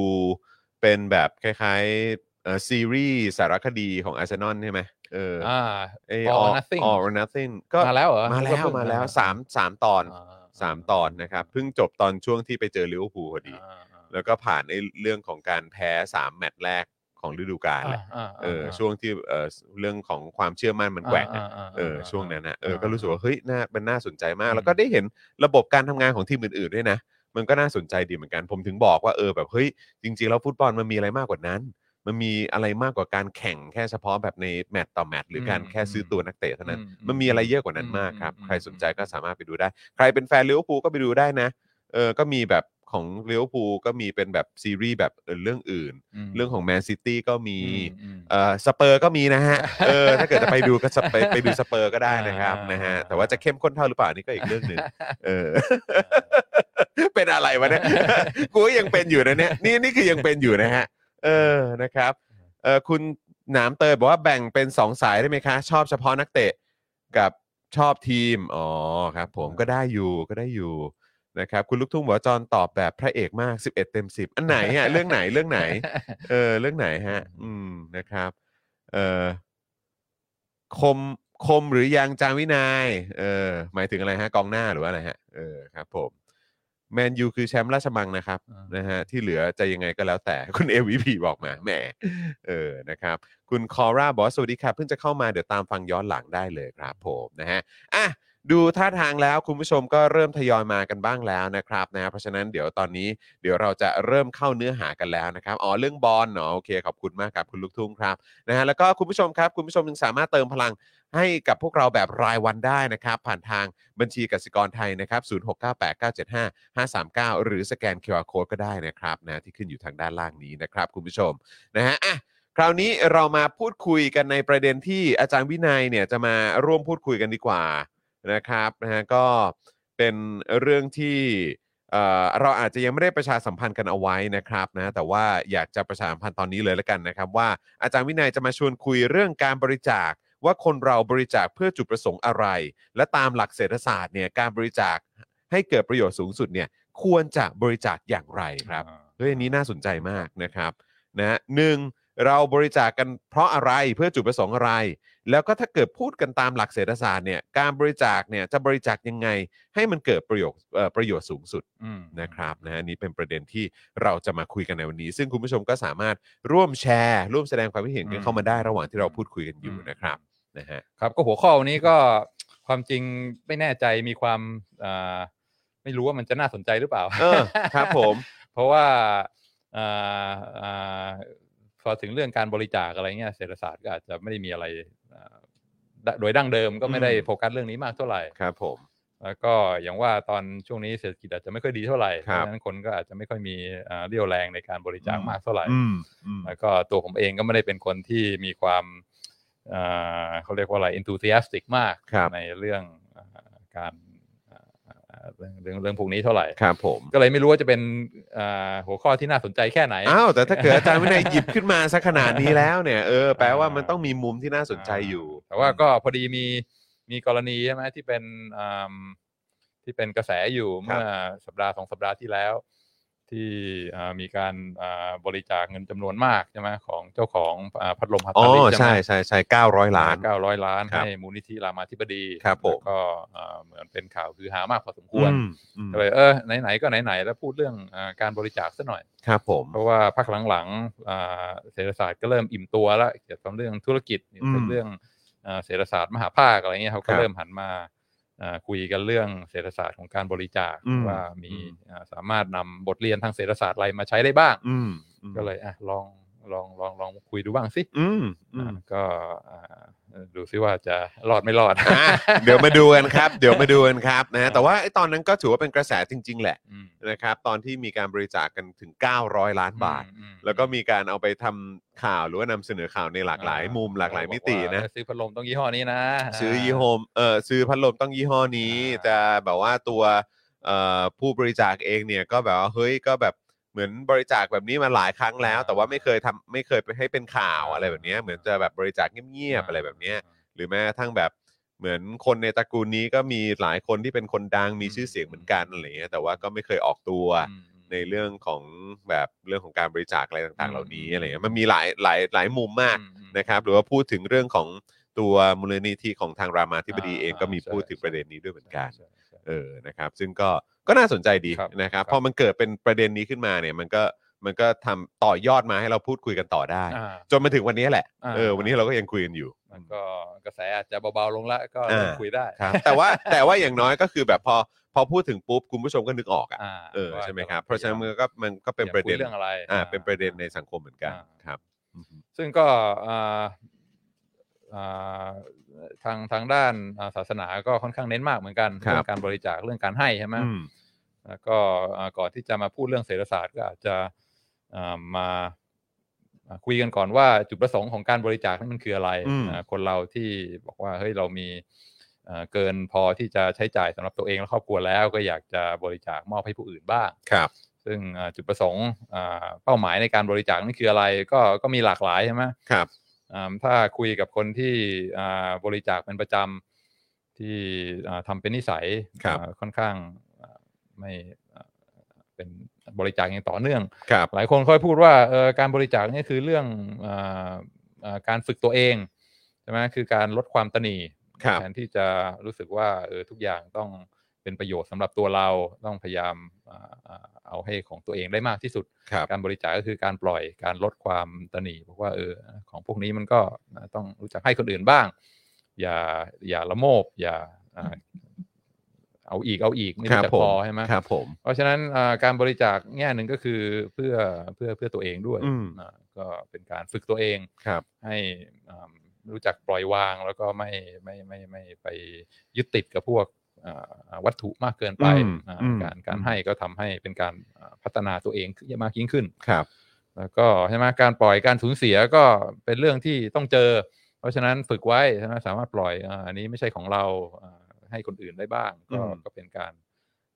S3: เป็นแบบคล้ายๆเอ่อซีรีส์สารคดีของอาร์เซนอลใช่ไหมเออ
S4: อ่า
S3: ไอ้
S4: All or
S3: All-
S4: Nothing
S3: All or Nothing ก็
S4: มาแล้วเหรอ
S3: มาแล้ว
S4: เพิ่ง
S3: มาแล้ว
S4: อ่
S3: สามสามตอน
S4: อ่
S3: สามตอนนะครับเพิ่งจบตอนช่วงที่ไปเจอลิเวอร์พูลพอดี
S4: อ่าอ่า
S3: แล้วก็ผ่านไอ้เรื่องของการแพ้สามแมตช์แรกของฤดูกาลแหละ
S4: าา
S3: เอออา ช่วงที่เออเรื่องของความเชื่อมั่นมันแกว่งอะ
S4: าาา
S3: เออช่วงนั้นนะเอออา ก็รู้สึกว่าเฮ้ยน่ามันน่าสนใจมาก
S4: อืม
S3: แล้วก็ได้เห็นระบบการทำงานของทีมอื่นๆด้วยนะ มันก็น่าสนใจดีเหมือนกัน ผมถึงบอกว่าเออแบบเฮ้ยจริง ๆ แล้วฟุตบอลมันมีอะไรมากกว่านั้น มันมีอะไรมากกว่าการแข่งแค่เฉพาะแบบในแมตต์ต่อแมตต์หรือการ
S4: อืม
S3: แค่ซื้อตัวนักเตะเท่านั้น
S4: อืม
S3: มันมีอะไรเยอะกว่านั้น
S4: อืม
S3: มากครับ
S4: อืม
S3: ใครสนใจก็สามารถไปดูได้ ใครเป็นแฟนลิเวอร์พูลก็ไปดูได้นะเออก็มีแบบของลิเวอร์พูลก็มีเป็นแบบซีรีส์แบบเออเรื่องอื่น เรื่องของแมนซิตี้ก็มี เอ่อสเปอร์ก็มีนะฮะ เออถ้าเกิดจะไปดูก็สเปอร์ไปดูสเปอร์ก็ได้นะครับ
S4: อ่าน
S3: นะฮะแต่ว่าจะเข้มข้นเท่าหรือเปล่านี่ก็อีกเรื่องหนึ่งเออ เป็นอะไรวะเนี่ย กูก็ยังเป็นอยู่นะเนี่ยนี่นี่คือยังเป็นอยู่นะฮะ เออนะครับเออคุณหนามเตยบอกว่าแบ่งเป็นสองสายได้ไหมคะ ชอบเฉพาะนักเตะกับชอบทีมอ๋อครับ ผมก็ได้อยู่ก็ได้อยู่นะครับคุณลูกทุ่งบอกว่าจอนตอบแบบพระเอกมาก 11 เต็ม 10 อันไหนอ่ะเรื่องไหนเรื่องไหน เออเรื่องไหนฮะ อืมนะครับ เออคมคมหรือยังจางวินายเออหมายถึงอะไรฮะกองหน้าหรือว่าอะไรฮะเออครับ ผมแมนยูคือแชมป์ราชมังนะครับ
S4: อ่าน
S3: นะฮะที่เหลือจะยังไงก็แล้วแต่ คุณ MVP บอกมาแหมเออนะครับ คุณคอร่าบอกว่าสวัสดีค่ะเพิ่งจะเข้ามาเดี๋ยวตามฟังย้อนหลังได้เลยครับผมนะฮะอ่ะดูท่าทางแล้วคุณผู้ชมก็เริ่มทยอยมากันบ้างแล้วนะครับนะฮะเพราะฉะนั้นเดี๋ยวตอนนี้เดี๋ยวเราจะเริ่มเข้าเนื้อหากันแล้วนะครับอ๋อเรื่องบอลเนาะโอเคขอบคุณมากครับคุณลูกทุ่งครับนะฮะแล้วก็คุณผู้ชมครับ คุณผู้ชมยังสามารถเติมพลัง ให้กับพวกเราแบบรายวันได้นะครับ ผ่านทางบัญชีกสิกรไทยนะครับ 0698975539 หรือสแกน QR Code ก็ได้นะครับนะที่ขึ้นอยู่ทางด้านล่างนี้นะครับ คุณผู้ชมนะฮะอ่ะคราวนี้เรามาพูดคุยกันในประเด็นที่อาจารย์วินัยเนี่ยจะมาร่วมพูดคุยกันดีกว่านะครับนะฮะก็เป็นเรื่องที่เอ่อเราอาจจะยังไม่ได้ประชาสัมพันธ์กันเอาไว้นะครับนะแต่ว่าอยากจะประชาสัมพันธ์ตอนนี้เลยละกันนะครับว่า อาจารย์วินัยจะมาชวนคุยเรื่องการบริจาค ว่าคนเราบริจาคเพื่อจุดประสงค์อะไร และตามหลักเศรษฐศาสตร์เนี่ยการบริจาคให้เกิดประโยชน์สูงสุดเนี่ยควรจะบริจาคอย่างไรครับเฮ้ยอันนี้น่าสนใจมากนะครับนะหนึ่งเราบริจาคกันเพราะอะไรเพื่อจุดประสงค์อะไร แล้วก็ถ้าเกิดพูดกันตามหลักเศรษฐศาสตร์เนี่ยการบริจาคเนี่ยจะบริจาคยังไง ให้มันเกิดประโยชน์เอ่อประโยชน์สูงสุด นะครับนะฮะอันนี้เป็นประเด็นที่เราจะมาคุยกันในวันนี้ ซึ่งคุณผู้ชมก็สามารถร่วมแชร์ ร่วมแสดงความคิดเห็นกัน
S4: อืม
S3: เข้ามาได้ระหว่างที่เราพูดคุยกันอยู่นะครับนะฮะ
S4: ครับก็หัวข้อวันนี้ก็ความจริงไม่แน่ใจมีความอ่าไม่รู้ว่ามันจะน่าสนใจหรือเปล่า
S3: เออครับผม
S4: เพราะว่าอ่าอ่าพอถึงเรื่องการบริจาคอะไรเงี้ยเศรษฐศาสตร์ก็อาจจะไม่ได้มีอะไรอ่าโดยดั้งเดิมก็ไม่ได้โฟกัสเรื่องนี้มากเท่าไหร่
S3: ครับผม
S4: แล้วก็อย่างว่าตอนช่วงนี้เศรษฐกิจอาจจะไม่ค่อยดีเท่าไหร่เพ
S3: ครับ
S4: ราะฉะนั้นคนก็อาจจะไม่ค่อยมีอ่าเรี่ยวแรงในการบริจาค
S3: อืม
S4: มากเท่าไหร่
S3: อืมอืม
S4: แล้วก็ตัวผมเองก็ไม่ได้เป็นคนที่มีความอ่าเขาเรียกว่าอะไร enthusiastic มาก
S3: ครับ
S4: ในเรื่องอ่าการอ่าเรื่องเรื่องเรื่องพวกนี้เท่าไหร่
S3: ครับผม
S4: ก็เลยไม่รู้ว่าจะเป็นอ่าหัวข้อที่น่าสนใจแค่ไหน
S3: อ้าวแต่ถ้าเกิดอาจารย์วินัยหยิบขึ้นมาสักขนาดนี้แล้วเนี่ย เออแปลว่ามันต้องมีมุมที่น่าสนใจอยู่
S4: าแต่ว่าก็พอดีมีมีกรณีใช่ไหมที่เป็นอืมที่เป็นกระแสอยู่
S3: ครับ
S4: เมื่อสัปดาห์สองสัปดาห์ที่แล้ว ที่อ่ามีการอ่าบริจาคเงินจำนวนมากใช่ไหมของเจ้าของอ่าพัดลมฮัต
S3: อ๋อ
S4: ตาลิ
S3: ใช่ใช่ใช่900ล้าน
S4: เก้าร้อยล้าน
S3: ครับ
S4: ให้มูลนิธิรามาธิบดี
S3: ครับผม
S4: แล้วก็อ่าเหมือนเป็นข่าวคือหามากพอสมควร
S3: อืมอืม
S4: ก็เลยเออไหนๆก็ไหนๆแล้วพูดเรื่องอ่าการบริจาคซะหน่อย
S3: ครับผม
S4: เพราะว่าพักหลังๆอ่าเศรษฐศาสตร์ก็เริ่มอิ่มตัวแล้วเกี่ยวกับเรื่องธุรกิจเกี่ยวกับ
S3: อืม
S4: เรื่องอ่าเศรษฐศาสตร์มหาภาคอะไรเงี้ยเขา
S3: ค
S4: ก็
S3: รับ
S4: เริ่มหันมาอ่าคุยกันเรื่องเศรษฐศาสตร์ของการบริจาค
S3: อืม
S4: ว่ามี
S3: อืม
S4: อ่าสามารถนำบทเรียนทางเศรษฐศาสตร์อะไรมาใช้ได้บ้าง
S3: อืมอืม
S4: ก็เลยอ่ะลองลองลองลองคุยดูบ้างสิ
S3: อืมอื
S4: อ่าม ก็อ่าดูซิว่าจะรอดไม่รอด
S3: อ่ะเดี๋ยวมาดูกันครับ เดี๋ยวมาดูกันครับนะฮะแต่ว่าไอ้ตอนนั้นก็ถือว่าเป็นกระแสจริง ๆ แหละ
S4: อืม
S3: นะครับ ตอนที่มีการบริจาคกันถึง 900 ล้านบาท
S4: อืม
S3: แล้วก็มีการเอาไปทำข่าวหรือว่านำเสนอข่าวในหลากหลายมุมหลากหลายมิติ
S4: บอกว่า
S3: นะ
S4: ถ้าซื้อพัดลมต้องยี่ห้อนี้นะ
S3: ซื้อยี่ห้อเออซื้อพัดลมต้องยี่ห้อนี้
S4: อ่า
S3: จะแบบว่าตัวเอ่อผู้บริจาคเองเนี่ยก็แบบว่าเฮ้ยก็แบบเหมือนบริจาคแบบนี้มาหลายครั้งแล้ว แต่ว่าไม่เคยทำไม่เคยไปให้เป็นข่าวอะไรแบบเนี้ยเหมือนจะแบบบริจาคเงียบๆอะไรแบบเนี้ย หรือแม้กระทั่งแบบเหมือนคนในตระกูลนี้ก็มีหลายคนที่เป็นคนดังมีชื่อเสียงเหมือนกันอะไรเงี้ยแต่ว่าก็ไม่เคยออกตัว
S4: อืม
S3: ในเรื่องของแบบเรื่องของการบริจาคอะไรต่างๆ
S4: อืม
S3: เหล่านี้อะไรเงี้ยมันมีหลายหลายหลายมุมมาก
S4: อืมอืม
S3: นะครับ หรือว่าพูดถึงเรื่องของตัวมูลนิธิของทางรามาธิบดี
S4: อ่า
S3: เองก็มี
S4: ใช่
S3: พูดถึง
S4: ใช่
S3: ประเด็นนี้ด้วยเหมือนกัน
S4: ใช่ใช่
S3: เออ นะครับ ซึ่งก็ก็น่าสนใจดี
S4: ครับ
S3: นะครับ
S4: ครับ
S3: พอมันเกิดเป็นประเด็นนี้ขึ้นมาเนี่ยมันก็มันก็ทำต่อยอดมาให้เราพูดคุยกันต่อได้
S4: อ่า
S3: จนมาถึงวันนี้แหละ
S4: อ่า
S3: เออวันนี้เราก็ยังคุยกันอยู่
S4: มันก็กระแสอาจจะเบาๆลงละก็เริ่ม
S3: อ่า
S4: คุยได้
S3: แต่ว่าแต่ว่าอย่างน้อยก็คือแบบพอ พอพูดถึงปุ๊บคุณผู้ชมก็นึกออกอ่ะ
S4: อ่า
S3: เออ
S4: ว่า
S3: ใช่ไหมครับ เพราะฉะนั้นมันก็มันก็เป็น
S4: อยาก
S3: ประเด็น
S4: คุยเรื่องอะไร
S3: อ่าเป็นประเด็นในสังคมเหมือนกัน
S4: อ่า
S3: ครับ
S4: ซึ่งก็อ่าอ่าทางทางด้านอ่าศาสนาก็ค่อนข้างเน้นมากเหมือนกัน
S3: ครับ
S4: เรื่องการบริจาคเรื่องการให้ใช่ไหม
S3: อืม
S4: แล้วก็อ่าก่อนที่จะมาพูดเรื่องเศรษฐศาสตร์ก็อาจจะอ่ามาอ่าคุยกันก่อนว่าจุดประสงค์ของการบริจาคนั้นมันคืออะไร
S2: อืม
S4: อ่าคนเราที่บอกว่าเฮ้ยเรามีอ่าเกินพอที่จะใช้จ่ายสำหรับตัวเองและครอบครัวแล้วก็อยากจะบริจาคมอบให้ผู้อื่นบ้าง
S3: ครับ
S4: ซึ่งอ่าจุดประสงค์อ่าเป้าหมายในการบริจาคนั่นคืออะไรก็ก็มีหลากหลายใช่ไหม
S3: ครับ
S4: อ่าถ้าคุยกับคนที่อ่าบริจาคเป็นประจำที่อ่าทำเป็นนิสัย
S3: ครับ
S4: อ่าค่อนข้างอ่าไม่อ่าเป็นบริจาคอย่างต่อเนื่อง
S3: ครับ
S4: หลายคนค่อยพูดว่าเออการบริจาคเนี่ยคือเรื่องอาอ่าการฝึกตัวเองใช่ไหมคือการลดความตนี
S3: ครับ
S4: แทนที่จะรู้สึกว่าเออทุกอย่างต้องเป็นประโยชน์สำหรับตัวเราต้องพยายามอ่าอ่าเอาให้ของตัวเองได้มากที่สุด
S3: ครับ
S4: การบริจาคก็คือการปล่อยการลดความตนีบอกว่าเออของพวกนี้มันก็ต้องรู้จักให้คนอื่นบ้าง อย่าอย่าละโมบ อย่าอ่าเอาอีกเอาอีกไม่
S3: ค
S4: รู้
S3: รับ
S4: จัก
S3: ผม
S4: พอใช่ไหม
S3: ครับผม
S4: เพราะฉะนั้นอ่าการบริจาคแง่หนึ่งก็คือเพื่อเพื่อเพื่อตัวเองด้วย
S3: อืม
S4: อ่าก็เป็นการฝึกตัวเอง
S3: ครับ
S4: ให้อ่ารู้จักปล่อยวางแล้วก็ไม่ไม่ไม่ไม่ไม่ไปยึดติดกับพวกอ่าวัตถุมากเกินไป
S2: อืม
S4: อ่า
S2: อืม
S4: การการให้ก็ทำให้เป็นการอ่าพัฒนาตัวเองขึ้นมากยิ่งขึ้น
S3: ครับ
S4: แล้วก็ใช่ไหมการปล่อยการสูญเสียก็เป็นเรื่องที่ต้องเจอ เพราะฉะนั้นฝึกไว้ใช่ไหมสามารถปล่อยอาอันนี้ไม่ใช่ของเราอ่าให้คนอื่นได้บ้าง ก็
S3: อืม
S4: ก็เป็นการ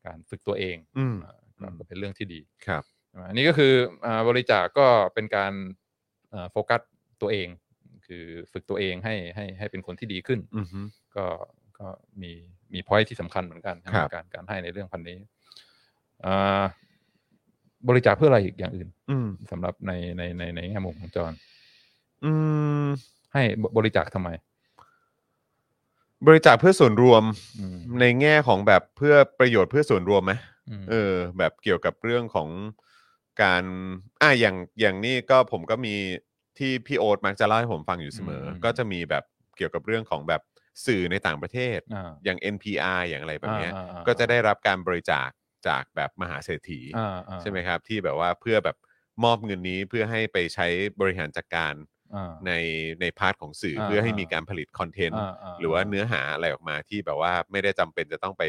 S4: การฝึกตัวเอง
S3: อืม
S4: อ่าก็
S3: อืม
S4: ก็เป็นเรื่องที่ดี
S3: ครับ
S4: ใช่ไหมอันนี้ก็คืออ่าบริจาคก็เป็นการอ่าโฟกัสตัวเอง คือฝึกตัวเองให้ให้ให้เป็นคนที่ดีขึ้น
S3: อือฮึ
S4: ก็ก็มีมีพอยที่สำคัญเหมือนกันนะครับ การการให้ในเรื่องพันนี้อ่าบริจาคเพื่ออะไรอีกอย่างอื่น
S3: อืม
S4: สำหรับในในในในแง่มุมของจอห์น
S3: อืม
S4: ให้บบริจาคทำไม
S3: บริจาคเพื่อส่วนรวม
S4: อืม
S3: ในแง่ของแบบเพื่อประโยชน์เพื่อส่วนรวมไหม
S4: อืม
S3: เออแบบเกี่ยวกับเรื่องของการอ่ะอย่างอย่างนี้ก็ผมก็มีที่พี่โอ๊ตมักจะเล่าให้ผมฟังอยู่เสมออ
S4: ม
S3: ก็จะมีแบบเกี่ยวกับเรื่องของแบบสื่อในต่างประเทศ
S4: อ่า
S3: อย่าง NPR อย่างอะไรแบบเนี้ย
S4: อ่าอ่า
S3: ก็จะได้รับการบริจาคจากแบบมหาเศรษฐี
S4: อ่าอ่า
S3: ใช่ไหมครับ ที่แบบว่าเพื่อแบบมอบเงินนี้เพื่อให้ไปใช้บริหารจัดการ
S4: อ่า
S3: ในในพาร์ทของสื่ออา เพื่อให้
S4: อ่ามี
S3: มีการผลิตคอนเทนต์
S4: อ่าา
S3: หรือว่าเนื้อหาอะไรออกมาที่แบบว่าไม่ได้จำเป็นจะต้องไป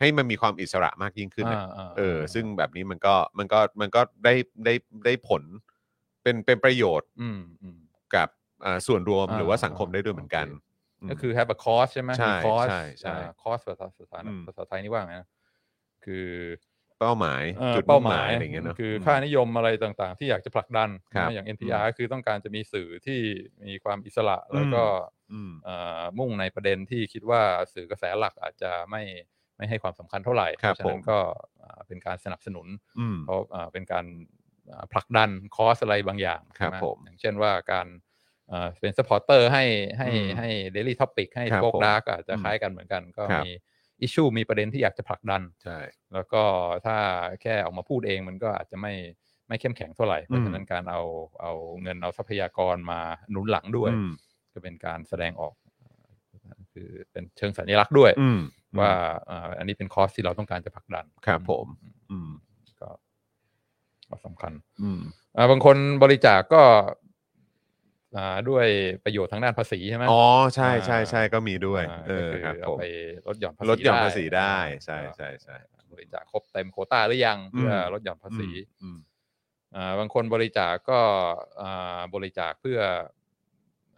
S3: ให้มันมีความอิสระมากยิ่งขึ้นน่ะ
S4: าา
S3: เออ
S4: า
S3: ซึ่งแบบนี้มันก็มันก็มันก็ได้ได้ได้ผลเป็นเป็นประโยชน์
S4: อืมอืม
S3: กับอ่าส่วนรวม
S4: อ่า
S3: หรือว่าสังคมได้ด้วย
S4: อ่า
S3: เหมือนกัน
S4: โก็คือ have a cost ใช่ไหม
S3: ใช่
S4: มี cost
S3: ใช่ใช่
S4: อ่า cost ภาษาภาษา
S3: อืม
S4: ภาษาไทยนี่ว่าไงนะคือ
S3: เป้าหมาย
S4: เอ่อ
S3: จุด
S4: เป้า
S3: มุ่ง
S4: หมา
S3: หา
S4: ม
S3: ย
S4: ย
S3: อะไรอย่างเงี้ยเนอะ
S4: คือค่านิยมอะไรต่างๆ ที่อยากจะผลักดัน
S3: ครับ
S4: นะอย่าง NPR คือต้องการจะมีสื่อที่มีความอิสระแล้วก็
S3: อืม
S4: เอ่อมุ่งในประเด็นที่คิดว่าสื่อกระแสหลักอาจจะไม่ไม่ให้ความสำคัญเท่าไหร่เพราะฉะนั้นก็อ่าเป็นการสนับสนุน
S3: อืม
S4: เพราะอ่าเป็นการอ่าผลักดันคอสอะไรบางอย่าง
S3: ครับ
S4: ใช่ไห
S3: ผม
S4: อย่างเช่นว่าการอ่าเป็นสปอร์เตอร์ให้ให้
S3: อืม
S4: ให้เดลี่ท็อปิกให้
S3: ครับ
S4: โฟก
S3: ผม
S4: ดาร์กอาจจะ
S3: อืม
S4: คล้ายกันเหมือนกัน ก็
S3: ครับ
S4: มีอิชชูมีประเด็นที่อยากจะผลักดัน
S3: ใช่
S4: แล้วก็ถ้าแค่ออกมาพูดเองมันก็อาจจะไม่ไม่เข้มแข็งเท่าไหร่ เพราะฉะนั้นการเอาเอาเงินเอาทรัพยากรมาหนุนหลังด้วย
S3: อืม
S4: ก็เป็นการแสดงออกคือเป็นเชิงสัญลักษณ์ด้วย
S3: อืม
S4: ว่าอ่าอันนี้เป็นคอสที่เราต้องการจะผลักดัน
S3: ครับผมอืม
S4: ก็ก็สำคัญ
S3: อืม
S4: อ่าบางคนบริจาคกก็อ่าด้วยประโยชน์ทางด้านภาษีใช่ไหม
S3: อ๋อใช่ใช่ใช่ก็มีด้วย
S4: อ่า
S3: เออ
S4: ก็คือ
S3: ครับผ
S4: เอา
S3: ม
S4: ไปลดหย่อนภาษี
S3: ลดหย่อนภาษีได้
S4: อ่า
S3: ใช่ใช่ใช่
S4: บริจาคครบเต็มโควต้าหรือยังเพื่ออ
S3: ม
S4: ลดหย่อนภาษี
S3: อืม
S4: อ่าบางคนบริจาคกก็อ่าบริจาคเพื่อ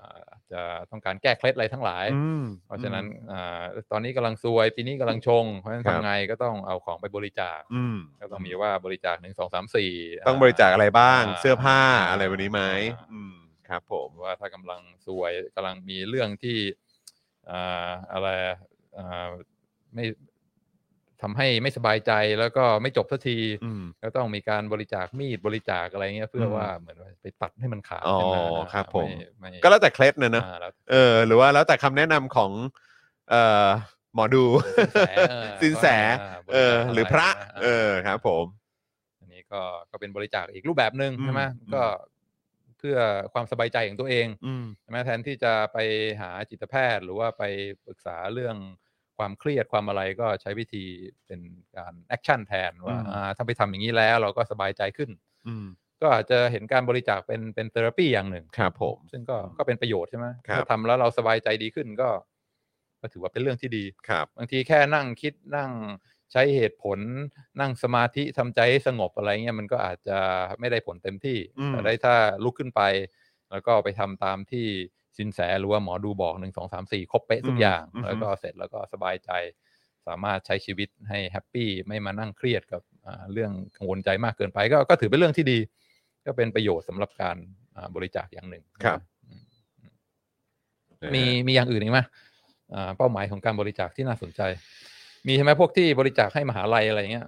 S4: อ่าจะต้องการแก้เคล็ดอะไรทั้งหลาย
S3: อืม
S4: เพราะฉะนั้นอ่าตอนนี้กำลังซวยปีนี้กำลังชง เพราะฉะนั้น
S3: ครับ
S4: ทำไงก็ต้องเอาของไปบริจาค
S3: อืม
S4: ก็ต้องมีว่าบริจาคหนึ่งสองสามสี่
S3: ต้องบริจาคอะไรบ้าง
S4: อ่า
S3: เสื้อผ้า
S4: อ่า
S3: อะไรวันนี้ไหม
S4: อ่า
S3: อืมครับผม
S4: ว่าถ้ากำลังซวยกำลังมีเรื่องที่อ่าอะไรอ่าไม่ทำให้ไม่สบายใจแล้วก็ไม่จบสักที
S3: อืม
S4: ก็ต้องมีการบริจาคมีดบริจาคอะไรเงี้ยเพื่ออ
S3: ม
S4: ว่าเหมือนว่าไปตัดให้มันขาด
S3: อ๋อ
S4: ขึ้นมา
S3: ครับผม
S4: ไม่ไม่
S3: ก็แล้วแต่เคล็ดนะเนอะ
S4: อ่าแล้ว
S3: เออหรือว่าแล้วแต่คำแนะนำของเอ่อหมอดูสิน แส
S4: เออ
S3: เออ
S4: ว่า
S3: หรือพระ
S4: อะไรนะ
S3: เออครับผม
S4: อันนี้ก็ก็เป็นบริจาคอีกรูปแบบหนึ่ง
S3: อืม
S4: ใช่ไหม
S3: อืม
S4: ก็เพื่อความสบายใจของตัวเอง
S3: อืม
S4: ใช่ไหมแทนที่จะไปหาจิตแพทย์ หรือว่าไปปรึกษาเรื่อง ความเครียดความอะไรก็ใช้วิธีเป็นการแอคชั่นแทนว่า
S3: อืม
S4: อ่าถ้าไปทำอย่างนี้แล้วเราก็สบายใจขึ้น
S3: อืม
S4: ก็อาจจะเห็นการบริจาคเป็นเป็นเทอราปีอย่างหนึ่ง
S3: ครับผม
S4: ซึ่งก็ก็เป็นประโยชน์ใช่ไหม
S3: ครับ
S4: ถ้าทำแล้วเราสบายใจดีขึ้นก็ ก็ถือว่าเป็นเรื่องที่ดี
S3: ครับ
S4: บางทีแค่นั่งคิดนั่งใช้เหตุผลนั่งสมาธิทำใจให้สงบอะไรเงี้ยมันก็อาจจะไม่ได้ผลเต็มที่
S3: อืม
S4: แต่ได้ถ้าลุกขึ้นไป แล้วก็ไปทำตามที่สินแสหรือว่าหมอดูบอกหนึ่งสองสามสี่ครบเป๊ะทุกอย่าง แล้วก็เสร็จแล้วก็สบายใจ สามารถใช้ชีวิตให้แฮปปี้ไม่มานั่งเครียดกับอ่าเรื่องกังวลใจมากเกินไปก็ก็ถือเป็นเรื่องที่ดี ก็เป็นประโยชน์สำหรับการอ่าบริจาคอย่างหนึ่ง
S3: ครับ
S4: อืมมีมีอย่างอื่นอีกไหมอ่าเป้าหมายของการบริจาคที่น่าสนใจ มีใช่ไหมพวกที่บริจาคให้มหาลัยอะไรเงี้ย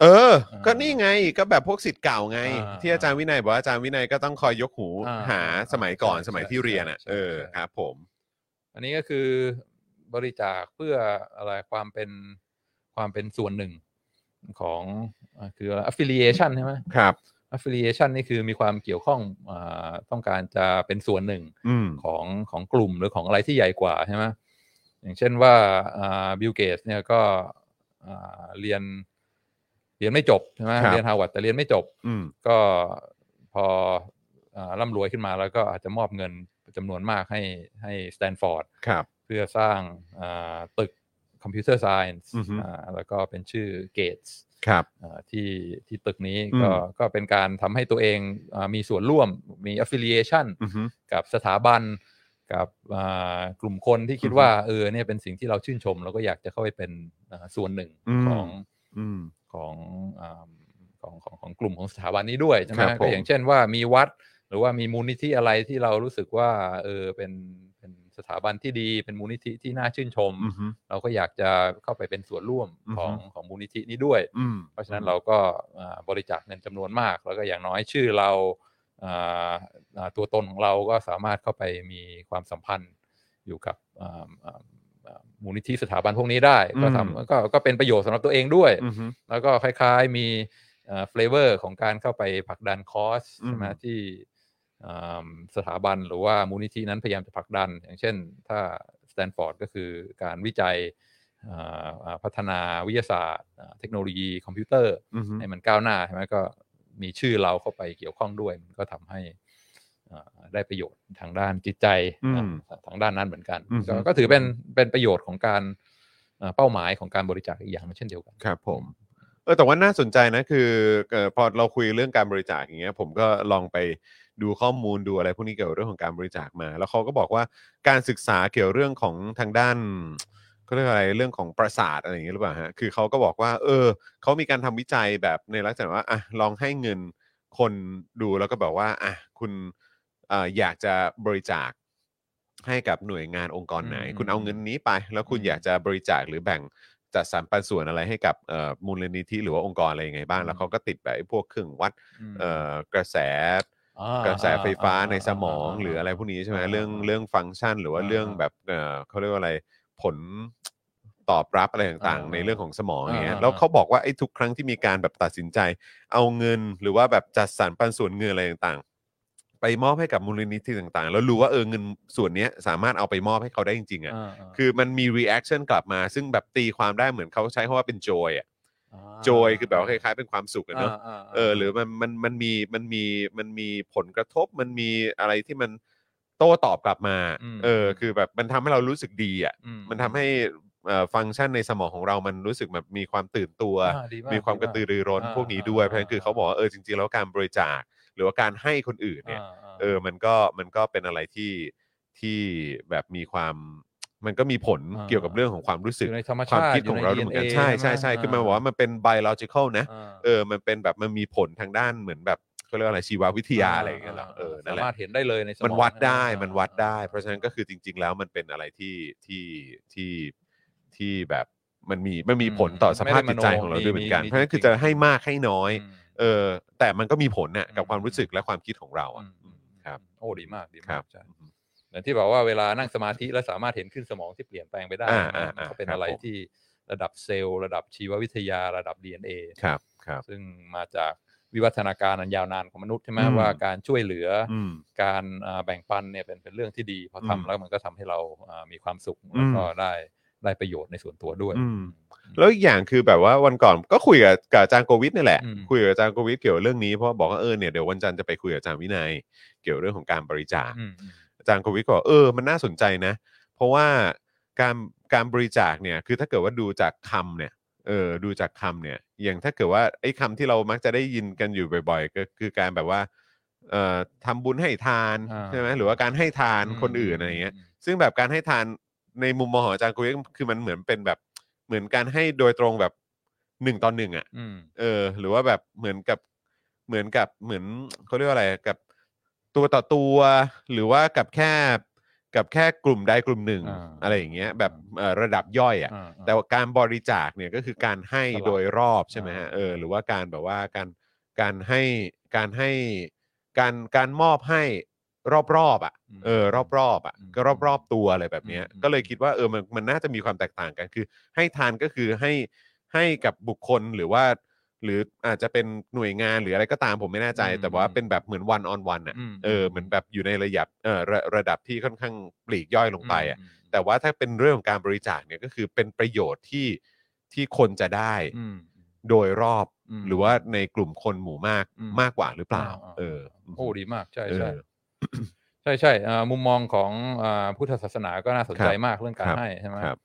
S3: เออ
S4: อ่า
S3: ก็นี่ไงก็แบบพวกสิทธิ์เก่าไง
S4: อ่า
S3: ที่อาจารย์วินัยบอกว่าอาจารย์วินัยก็ต้องคอยยกหู
S4: อ่า
S3: หาสมัยก่อน
S4: ใช่
S3: สมัยที่เรียนอ่ะ
S4: ใช่
S3: เออ
S4: ใช่
S3: ครับผม
S4: อันนี้ก็คือบริจาคเพื่ออะไรความเป็นความเป็นส่วนหนึ่งของอาคืออะไร affiliation ใช่ไหม
S3: ครับ
S4: affiliation นี่คือมีความเกี่ยวข้องอาต้องการจะเป็นส่วนหนึ่ง
S3: อืม
S4: ของของกลุ่มหรือของอะไรที่ใหญ่กว่าใช่ไหมอย่างเช่นว่าบิลเกสเนี่ยก็อ่าเรียนเรียนไม่จบใช่ไหม
S3: ครับ
S4: เรียนฮาวาดแต่เรียนไม่จบ
S3: อืม
S4: ก็พออาร่ำรวยขึ้นมาแล้วก็อาจจะมอบเงินจำนวนมากให้ให้สแตนฟอร์ด
S3: ครับ
S4: เพื่อสร้างอ่าตึกคอมพิวเตอร์ไซน์
S3: อือฮึ
S4: แล้วก็เป็นชื่อเกตส์
S3: ครับ
S4: อ่าที่ที่ตึกนี้
S3: อืม
S4: ก็ก็เป็นการทำให้ตัวเองอ่ามีส่วนร่วมมี affiliation
S3: อือฮึ
S4: กับสถาบันกับอ่ากลุ่มคนที่คิด
S3: อือฮึ
S4: ว่าเออเนี่ยเป็นสิ่งที่เราชื่นชม แล้วก็อยากจะเข้าไปเป็นอ่าส่วนหนึ่ง
S3: อืม
S4: ของ
S3: อืม
S4: ของอ่าของของของกลุ่มของสถาบันนี้ด้วยใช่ไหม
S3: ครับผม
S4: ก็อย่างเช่นว่ามีวัดหรือว่ามีมูลนิธิอะไรที่เรารู้สึกว่าเออเป็นเป็นสถาบันที่ดีเป็นมูลนิธิที่น่าชื่นชม
S3: อือฮึ
S4: เราก็อยากจะเข้าไปเป็นส่วนร่วมของ
S3: อือฮึ
S4: ของมูลนิธินี้ด้วย
S3: อืม
S4: เพราะฉะนั้นเราก็อ่าบริจาคเงินจำนวนมาก แล้วก็อย่างน้อยชื่อเราอ่าอ่าตัวตนของเราก็สามารถเข้าไปมีความสัมพันธ์อยู่กับอ่าอ่าอ่ามูลนิธิสถาบันพวกนี้ได้ ก็
S3: อืม
S4: ทำก็ก็เป็นประโยชน์สำหรับตัวเองด้วย
S3: อือฮึ
S4: แล้วก็คล้ายๆมีเฟลเวอร์ของการเข้าไปผลักดันคอส
S3: อืม
S4: ใช่ไหมที่อ่าสถาบันหรือว่ามูลนิธินั้นพยายามจะผลักดัน อย่างเช่น ถ้าสแตนฟอร์ดก็คือการวิจัยอ่าอ่าพัฒนาวิทยาศาสตร์อ่าเทคโนโลยีคอมพิวเตอร์
S3: อือฮึ
S4: ให้มันก้าวหน้าใช่ไหมก็มีชื่อเราเข้าไปเกี่ยวข้องด้วย มันก็ทำให้อ่าได้ประโยชน์ทางด้านจิตใจ
S3: อืม
S4: อ่าทางด้านนั้นเหมือนกัน
S3: อือฮึ
S4: ก็ก็ถือเป็นเป็นประโยชน์ของการอ่าเป้าหมายของการบริจาคอีกอย่างหนึ่งเช่นเดียวกัน
S3: ครับผม เออแต่ว่าน่าสนใจนะคือเอ่อพอเราคุยเรื่องการบริจาคอย่างเงี้ยผมก็ลองไปดูข้อมูลดูอะไรพวกนี้เกี่ยวกับเรื่องของการบริจาคมา แล้วเขาก็บอกว่าการศึกษาเกี่ยวเรื่องของทางด้านเขาเรียกอะไรเรื่องของประสาทอะไรอย่างเงี้ยหรือเปล่าฮะคือเขาก็บอกว่า เออเขามีการทำวิจัยแบบในลักษณะว่าอ่ะลองให้เงินคนดูแล้วก็แบบว่าอ่ะคุณเอ่ออยากจะบริจาคให้กับหน่วยงานองค์กรไหน
S4: อืม
S3: คุณเอาเงินนี้ไป แล้วคุณอยากจะบริจาคหรือแบ่ง จัดสรรปันส่วนอะไรให้กับเอ่อมูลนิธิหรือว่าองค์กรอะไรยังไงบ้าง
S4: อืม
S3: แล้วเขาก็ติดแบบไอ้พวกเครื่องวัด
S4: อืม
S3: เอ่อกระแส
S4: อ่าก
S3: ระแสไฟฟ้าในสมอง
S4: า
S3: หรืออะไรพวกนี้ใช่ไหม
S4: อ่า
S3: เรื่องเรื่องฟังก์ชัน หรือว่า
S4: อ่า
S3: เรื่องแบบเอ่อเขาเรียกว่าอะไรผลตอบรับอะไรต่างๆ
S4: อ่า
S3: ในเรื่องของสมองอย่างเงี้ย
S4: อ่า
S3: แล้วเขาบอกว่าไอ้ทุกครั้งที่มีการแบบตัดสินใจ เอาเงินหรือว่าแบบจัดสรรปันส่วนเงินอะไรต่างๆ ไปมอบให้กับมูลนิธิต่างๆ แล้วรู้ว่าเออเงินส่วนเนี้ยสามารถเอาไปมอบให้เขาได้จริงๆอ่ะ
S4: อ่า
S3: คือมันมี reaction กลับมา ซึ่งแบบตีความได้เหมือนเขาใช้คำว่าเป็น joy อะ
S4: า
S3: joy คือแบบว่าคล้ายๆเป็นความสุขอะเนอะ
S4: าา
S3: เออหรือมันมันมันมีมันมีมันมีผลกระทบมันมีอะไรที่มันโต้ตอบกลับมา
S4: อืม
S3: เออคือแบบมันทำให้เรารู้สึกดีอ่ะ
S4: ม
S3: มันทำให้เอ่อฟังก์ชันในสมองของเรามันรู้สึกแบบมีความตื่นตัว
S4: อ่ดี
S3: มีความกระตือรือร้นพวกนี้ด้วยเพราะฉะนั้นคือเขาบอกว่าเออจริงๆแล้วการบริจาค หรือว่าการให้คนอื่นเนี่ย
S4: าา
S3: เออ มันก็ มันก็เป็นอะไรที่ ที่แบบมีความ มันก็มีผล
S4: อ่า
S3: เกี่ยวกับเรื่องของความรู้สึ
S4: อก ยู่ในธรรม
S3: ควา
S4: ชาม ติ
S3: คิดของเราด้วยเหมือนกัน ใช่ใช่ใช่คือมันบอกว่ามันเป็น biological นะ เออ มันเป็นแบบ มันมีผลทางด้านเหมือนแบบเขาเรียกว่าอะไรชีววิทยาอะไรอย่างเงี้ยเหรอเออ นั่นแห
S4: สา
S3: ละ
S4: มารถเห็นได้เลยในสมอง
S3: มันวัดได้
S4: อ่า
S3: มันวัดได้
S4: อ่า
S3: เพราะฉะนั้นก็คือจริง ๆ แล้วมันเป็นอะไรที่ ที่ ที่ ที่แบบ มันมี มันมีผลต่อสภาพจิตใจของเราด้วยเหมือนกัน เพราะฉะนั้นคือจะให้มากให้น้อย
S4: ม
S3: เออ แต่มันก็มีผลน่ะกับความ
S4: อืม
S3: รู้สึกและความคิดของเราอ่ะ
S4: อืมอืม
S3: ครับ
S4: โอ้ดีมากดี
S3: ครั
S4: มา
S3: บ
S4: กใช่เหมือนที่บอกว่าเวลานั่งสมาธิแล้วสามารถเห็นขึ้นสมองที่เปลี่ยนแปลงไปได้
S3: อ่า
S4: ใช่
S3: อ่า
S4: ไหม
S3: อ่า
S4: ก็เป็น
S3: ครับ
S4: อะไร
S3: ผม
S4: ที่ระดับเซลล์ระดับชีววิทยาระดับ DNA
S3: ครับ ครับ
S4: ซึ่งมาจากวิวัฒนาการอันยาวนานของมนุษย์ใช่ไหม
S3: อืม
S4: ว่าการช่วยเหลืออ
S3: อืม
S4: การอ่าแบ่งปันเนี่ยเป็นเป็นเรื่องที่ดีพอ
S3: อื
S4: ทำ
S3: ม
S4: แล้วมันก็ทำให้เราอ่ามีความสุข
S3: อืม
S4: แล้วก็ได้ ได้ประโยชน์ในส่วนตัวด้วย
S3: อืม แล้วอีกอย่างคือแบบว่าวันก่อนก็คุยกับกับอาจารย์โควิดนี่แหละ
S4: อืม
S3: คุยกับอาจารย์โควิดเกี่ยวเรื่องนี้เพราะบอกว่าเออเนี่ยเดี๋ยววันจันทร์จะไปคุยกับอาจารย์วินัย เกี่ยวเรื่องของการบริจาค
S4: อืมอืม
S3: อาจารย์โควิดก็บอกเออมันน่าสนใจนะ เพราะว่าการการบริจาคเนี่ยคือถ้าเกิดว่าดูจากคำเนี่ยเออดูจากคำเนี่ยอย่างถ้าเกิดว่าไอ้คำที่เรามักจะได้ยินกันอยู่บ่อยๆ ก็คือการแบบว่าเอ่อทำบุญให้ทาน
S4: อ่า
S3: ใช่ไหมหรือว่าการให้ทานคนอื่นอะไรอย่างเงี้ย ซึ่งแบบการให้ทานในมุมมองของอาจารย์กุยคือมันเหมือนเป็นแบบเหมือนการให้โดยตรงแบบหนึ่งต่อหนึ่งอ่ะ
S4: อืม
S3: เออ หรือว่าแบบเหมือนกับเหมือนกับเหมือนเขาเรียกว่าอะไรกับตัวต่อตัว หรือว่ากับแค่กับแค่กลุ่มใดกลุ่มหนึ่ง
S4: อ่า
S3: อะไรอย่างเงี้ยแบบเอ่อระดับย่อยอ่ะ
S4: อ่า
S3: แต่ว่าการบริจาคเนี่ยก็คือการให้
S4: สละ
S3: โดยรอบใช่ไหมฮะ
S4: อ่า
S3: เออหรือว่าการแบบว่าการการให้การให้การการมอบให้รอบๆอ่ะ
S4: ม
S3: เออรอบๆอ่ะ
S4: อืม
S3: ก็รอบๆตัวอะไรแบบเนี้ย
S4: อืม
S3: ก็เลยคิดว่าเออมันมันน่าจะมีความแตกต่างกันคือ ให้ทานก็คือให้ให้กับบุคคลหรือว่า หรืออาจจะเป็นหน่วยงานหรืออะไรก็ตามผมไม่แน่ใจ แต่ว่าเป็นแบบเหมือนวันออนวันอ่ะ
S4: ม
S3: เออเหมือนแบบอยู่ในระยับเออระระดับที่ค่อนข้างปลีกย่อยลงไปอ่ะ
S4: มม
S3: แต่ว่าถ้าเป็นเรื่องของการบริจาคเนี่ยก็คือเป็นประโยชน์ที่ที่คนจะได้
S4: อืม
S3: โดยรอบ
S4: อืม
S3: หรือว่าในกลุ่มคนหมู่มาก
S4: อืม
S3: มากกว่าหรือเปล่า
S4: อ่าๆ
S3: เออ
S4: โอ้ดีมากใช่
S3: เออ
S4: ใช่ใช่ใช่อ่ามุมมองของอ่าพุทธศาสนาก็น่าสน
S3: ค
S4: ใจ
S3: รับ
S4: มากเรื่องกา
S3: ค
S4: ร
S3: รับ
S4: ให้ใช่ไหม
S3: ครับ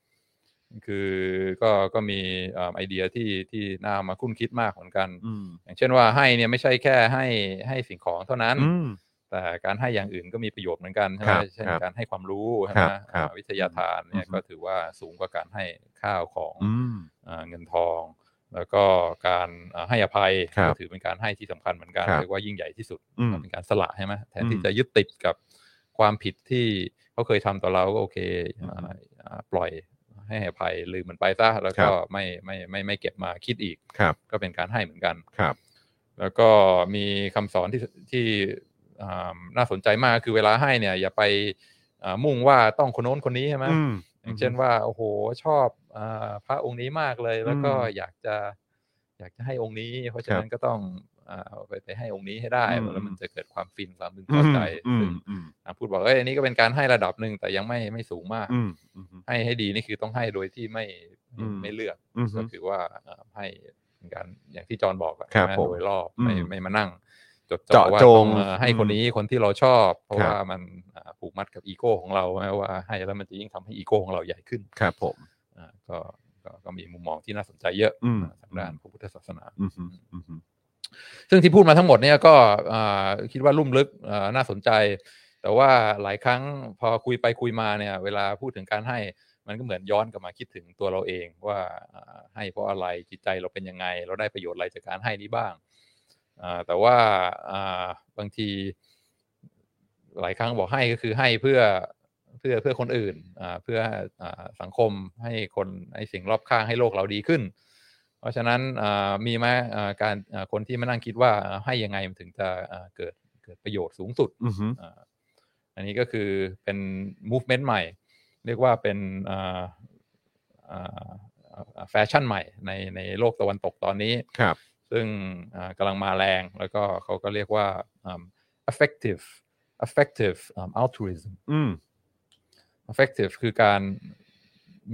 S4: คือก็ก็มีอ่าไอเดียที่ที่น่ามาคุ้นคิดมากเหมือนกัน
S3: อืม
S4: อย่างเช่นว่าให้เนี่ยไม่ใช่แค่ให้ให้สิ่งของเท่านั้น
S3: อืม
S4: แต่การให้อย่างอื่นก็มีประโยชน์เหมือนกันใช่ไห
S3: ค
S4: ม
S3: รับ
S4: เช่น
S3: ครับ
S4: การให้ความรู้ใช่
S3: ครั
S4: ไห
S3: บ
S4: ม
S3: ครับ
S4: อ่าวิทยาทานเนี่ย
S3: อืม
S4: ก็ถือว่าสูงกว่าการให้ข้าวของ
S3: อืม
S4: อ่าเงินทอง แล้วก็การอ่าให้อภัย
S3: ครับ
S4: ก็ถือเป็นการให้ที่สำคัญเหมือนกัน
S3: ครับ
S4: เรียกว่ายิ่งใหญ่ที่สุด
S3: อืม
S4: เป็นการสละใช่ไหมแทน
S3: อื
S4: ที่
S3: ม
S4: จะยึดติดกับความผิดที่เขาเคยทำต่อเราก็โอเค
S3: อืม
S4: อ่าอ่าปล่อยให้อภัยลืมมันไปซะแล้ว
S3: ครั
S4: ก็
S3: บ
S4: ไม่ไม่ไม่ไม่เก็บมาคิดอีก
S3: ครับ
S4: ก็เป็นการให้เหมือนกัน
S3: ครับ
S4: แล้วก็มีคำสอนที่ที่อ่าน่าสนใจมากคือเวลาให้เนี่ย อย่าไปอ่ามุ่งว่าต้องคนโน้นคนนี้ใช่ไหม
S3: อืม
S4: อย่างเช่นว่าโอ้โหชอบอาพระองค์นี้มากเลย แล้วก็
S3: อืม
S4: อยากจะ อยากจะให้องค์นี้ เพราะ
S3: ค
S4: ฉะ
S3: รับ
S4: นั้นก็ต้องอาเอาไปไปให้องค์นี้ให้ได้
S3: อืม
S4: แล้วมันจะเกิดความฟินความพึงพอใจ
S3: อื
S4: ซึ่
S3: ม
S4: ง
S3: อืม
S4: อ่าพูดบอกเอ้ยอันนี้ก็เป็นการให้ระดับหนึ่งแต่ยังไม่ไม่สูงมาก
S3: อืมอืม
S4: ให้ให้ดีนี่คือต้องให้โดยที่ไม่
S3: อืม
S4: ไม่เลือก
S3: อืม
S4: ก็คือว่าเอ่อให้เป็นการอย่างที่จอห์นบอกอะ
S3: ครับ
S4: ใช่ไหม
S3: ผม
S4: โดยรอบ
S3: อืม
S4: ไม่ไม่มานั่ง จด
S3: เจาะ
S4: ว่า
S3: จ
S4: ต้อง งเอ่อให้
S3: อืม
S4: คนนี้คนที่เราชอบ เพราะ
S3: ครับ
S4: ว่ามันอ่าผูกมัดกับอีโก้ของเราไหมว่าให้แล้วมันจะยิ่งทำให้อีโก้ของเราใหญ่ขึ้น
S3: ครับผม
S4: อ่าก็ก็ก็มีมุมมองที่น่าสนใจเยอะ
S3: อืม
S4: อ่าทางด้านพระพุทธศาสนา
S3: อืมอืมอืม
S4: ซึ่งที่พูดมาทั้งหมดเนี่ยก็อ่าคิดว่าลุ่มลึกอ่าน่าสนใจ แต่ว่าหลายครั้งพอคุยไปคุยมาเนี่ยเวลาพูดถึงการให้มันก็เหมือนย้อนกลับมาคิดถึงตัวเราเองว่าอ่าให้เพราะอะไรจิตใจเราเป็นยังไง เราได้ประโยชน์อะไรจากการให้นี้บ้างอ่าแต่ว่าอ่าบางที หลายครั้งบอกให้ก็คือให้เพื่อเพื่อเพื่อคนอื่นอ่าเพื่ออ่าสังคมให้คนให้สิ่งรอบข้างให้โลกเราดีขึ้น เพราะฉะนั้นอ่ามีไหมอ่าการอ่าคนที่มานั่งคิดว่าอ่าให้ยังไงมันถึงจะอ่าเกิดเกิดประโยชน์สูงสุด
S3: อืม
S4: อ่าอันนี้ก็คือเป็น movement ใหม่ เรียกว่าเป็นแฟชั่นใหม่ในในโลกตะวันตกตอนนี้
S3: ครับ
S4: ซึ่งอ่ากำลังมาแรงแล้วก็เขาก็เรียกว่าอืม affective affective อืม altruism
S3: อืม
S4: affective คือการ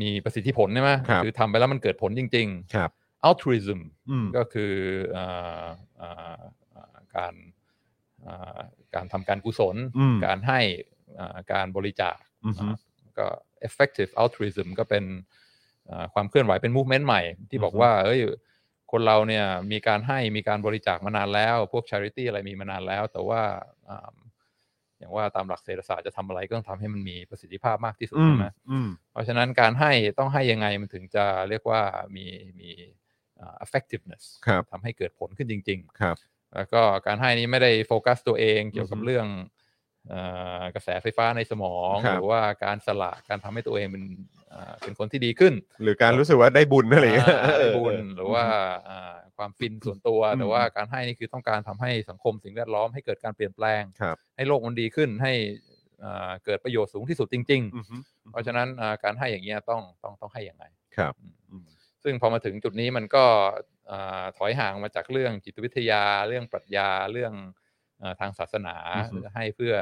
S4: มีประสิทธิผลใช่ไหม
S3: ครับ
S4: อทำไปแล้วมันเกิดผลจริงๆ
S3: ครับ
S4: altruism
S3: อืม
S4: ก็คืออ่าอ่าอ่าการอ่าการทำการกุศล
S3: อืม
S4: การให้อ่าการบริจาค
S3: อือฮึ
S4: อ่าก็ effective altruism ก็เป็นอ่าความเคลื่อนไหวเป็น movement ใหม่ ที่บอก
S3: อือฮึ
S4: ว่าเอ้ยคนเราเนี่ยมีการให้มีการบริจาคมานานแล้ว พวก charity อะไรมีมานานแล้ว แต่ว่าอ่าอย่างว่าตามหลักเศรษฐศาสตร์จะทำอะไรก็ต้องทำให้มันมีประสิทธิภาพมากที่สุด
S3: อืม
S4: ใช่ไหม
S3: อืม
S4: เพราะฉะนั้นการให้ต้องให้ยังไงมันถึงจะเรียกว่ามีมีอ่า effectiveness
S3: ครับ
S4: ทำให้เกิดผลขึ้นจริงๆ
S3: ครับ
S4: แล้วก็การให้นี้ไม่ได้โฟกัสตัวเองเกี่ยวกับ
S3: อือฮึ
S4: เรื่องเอ่อกระแสไฟฟ้าในสมอง
S3: ครับ
S4: หรือว่าการสละการทำให้ตัวเองเป็นอ่าเป็นคนที่ดีขึ้น
S3: หรือการรู้สึกว่าได้บุญอะไรอย่างเงี้ย
S4: อ่าได้บุญหรือว่าอ่าความฟินส่วนตัว
S3: อืม
S4: แต่ว่าการให้นี่คือต้องการทำให้สังคมสิ่งแวดล้อมให้เกิดการเปลี่ยนแปลง
S3: ครับ
S4: ให้โลกมันดีขึ้นให้อ่าเกิดประโยชน์สูงที่สุดจริง ๆ
S3: อืมอืม
S4: เพราะฉะนั้นอ่าการให้อย่างเงี้ยต้องต้องต้องให้อย่างไง
S3: ครับ
S4: อืม
S3: อืม
S4: ซึ่งพอมาถึงจุดนี้มันก็อ่าถอยห่างมาจากเรื่องจิตวิทยา เรื่องปรัชญาเรื่องอ่าทางศาสนา
S3: อือฮึ
S4: ให้เพื่อ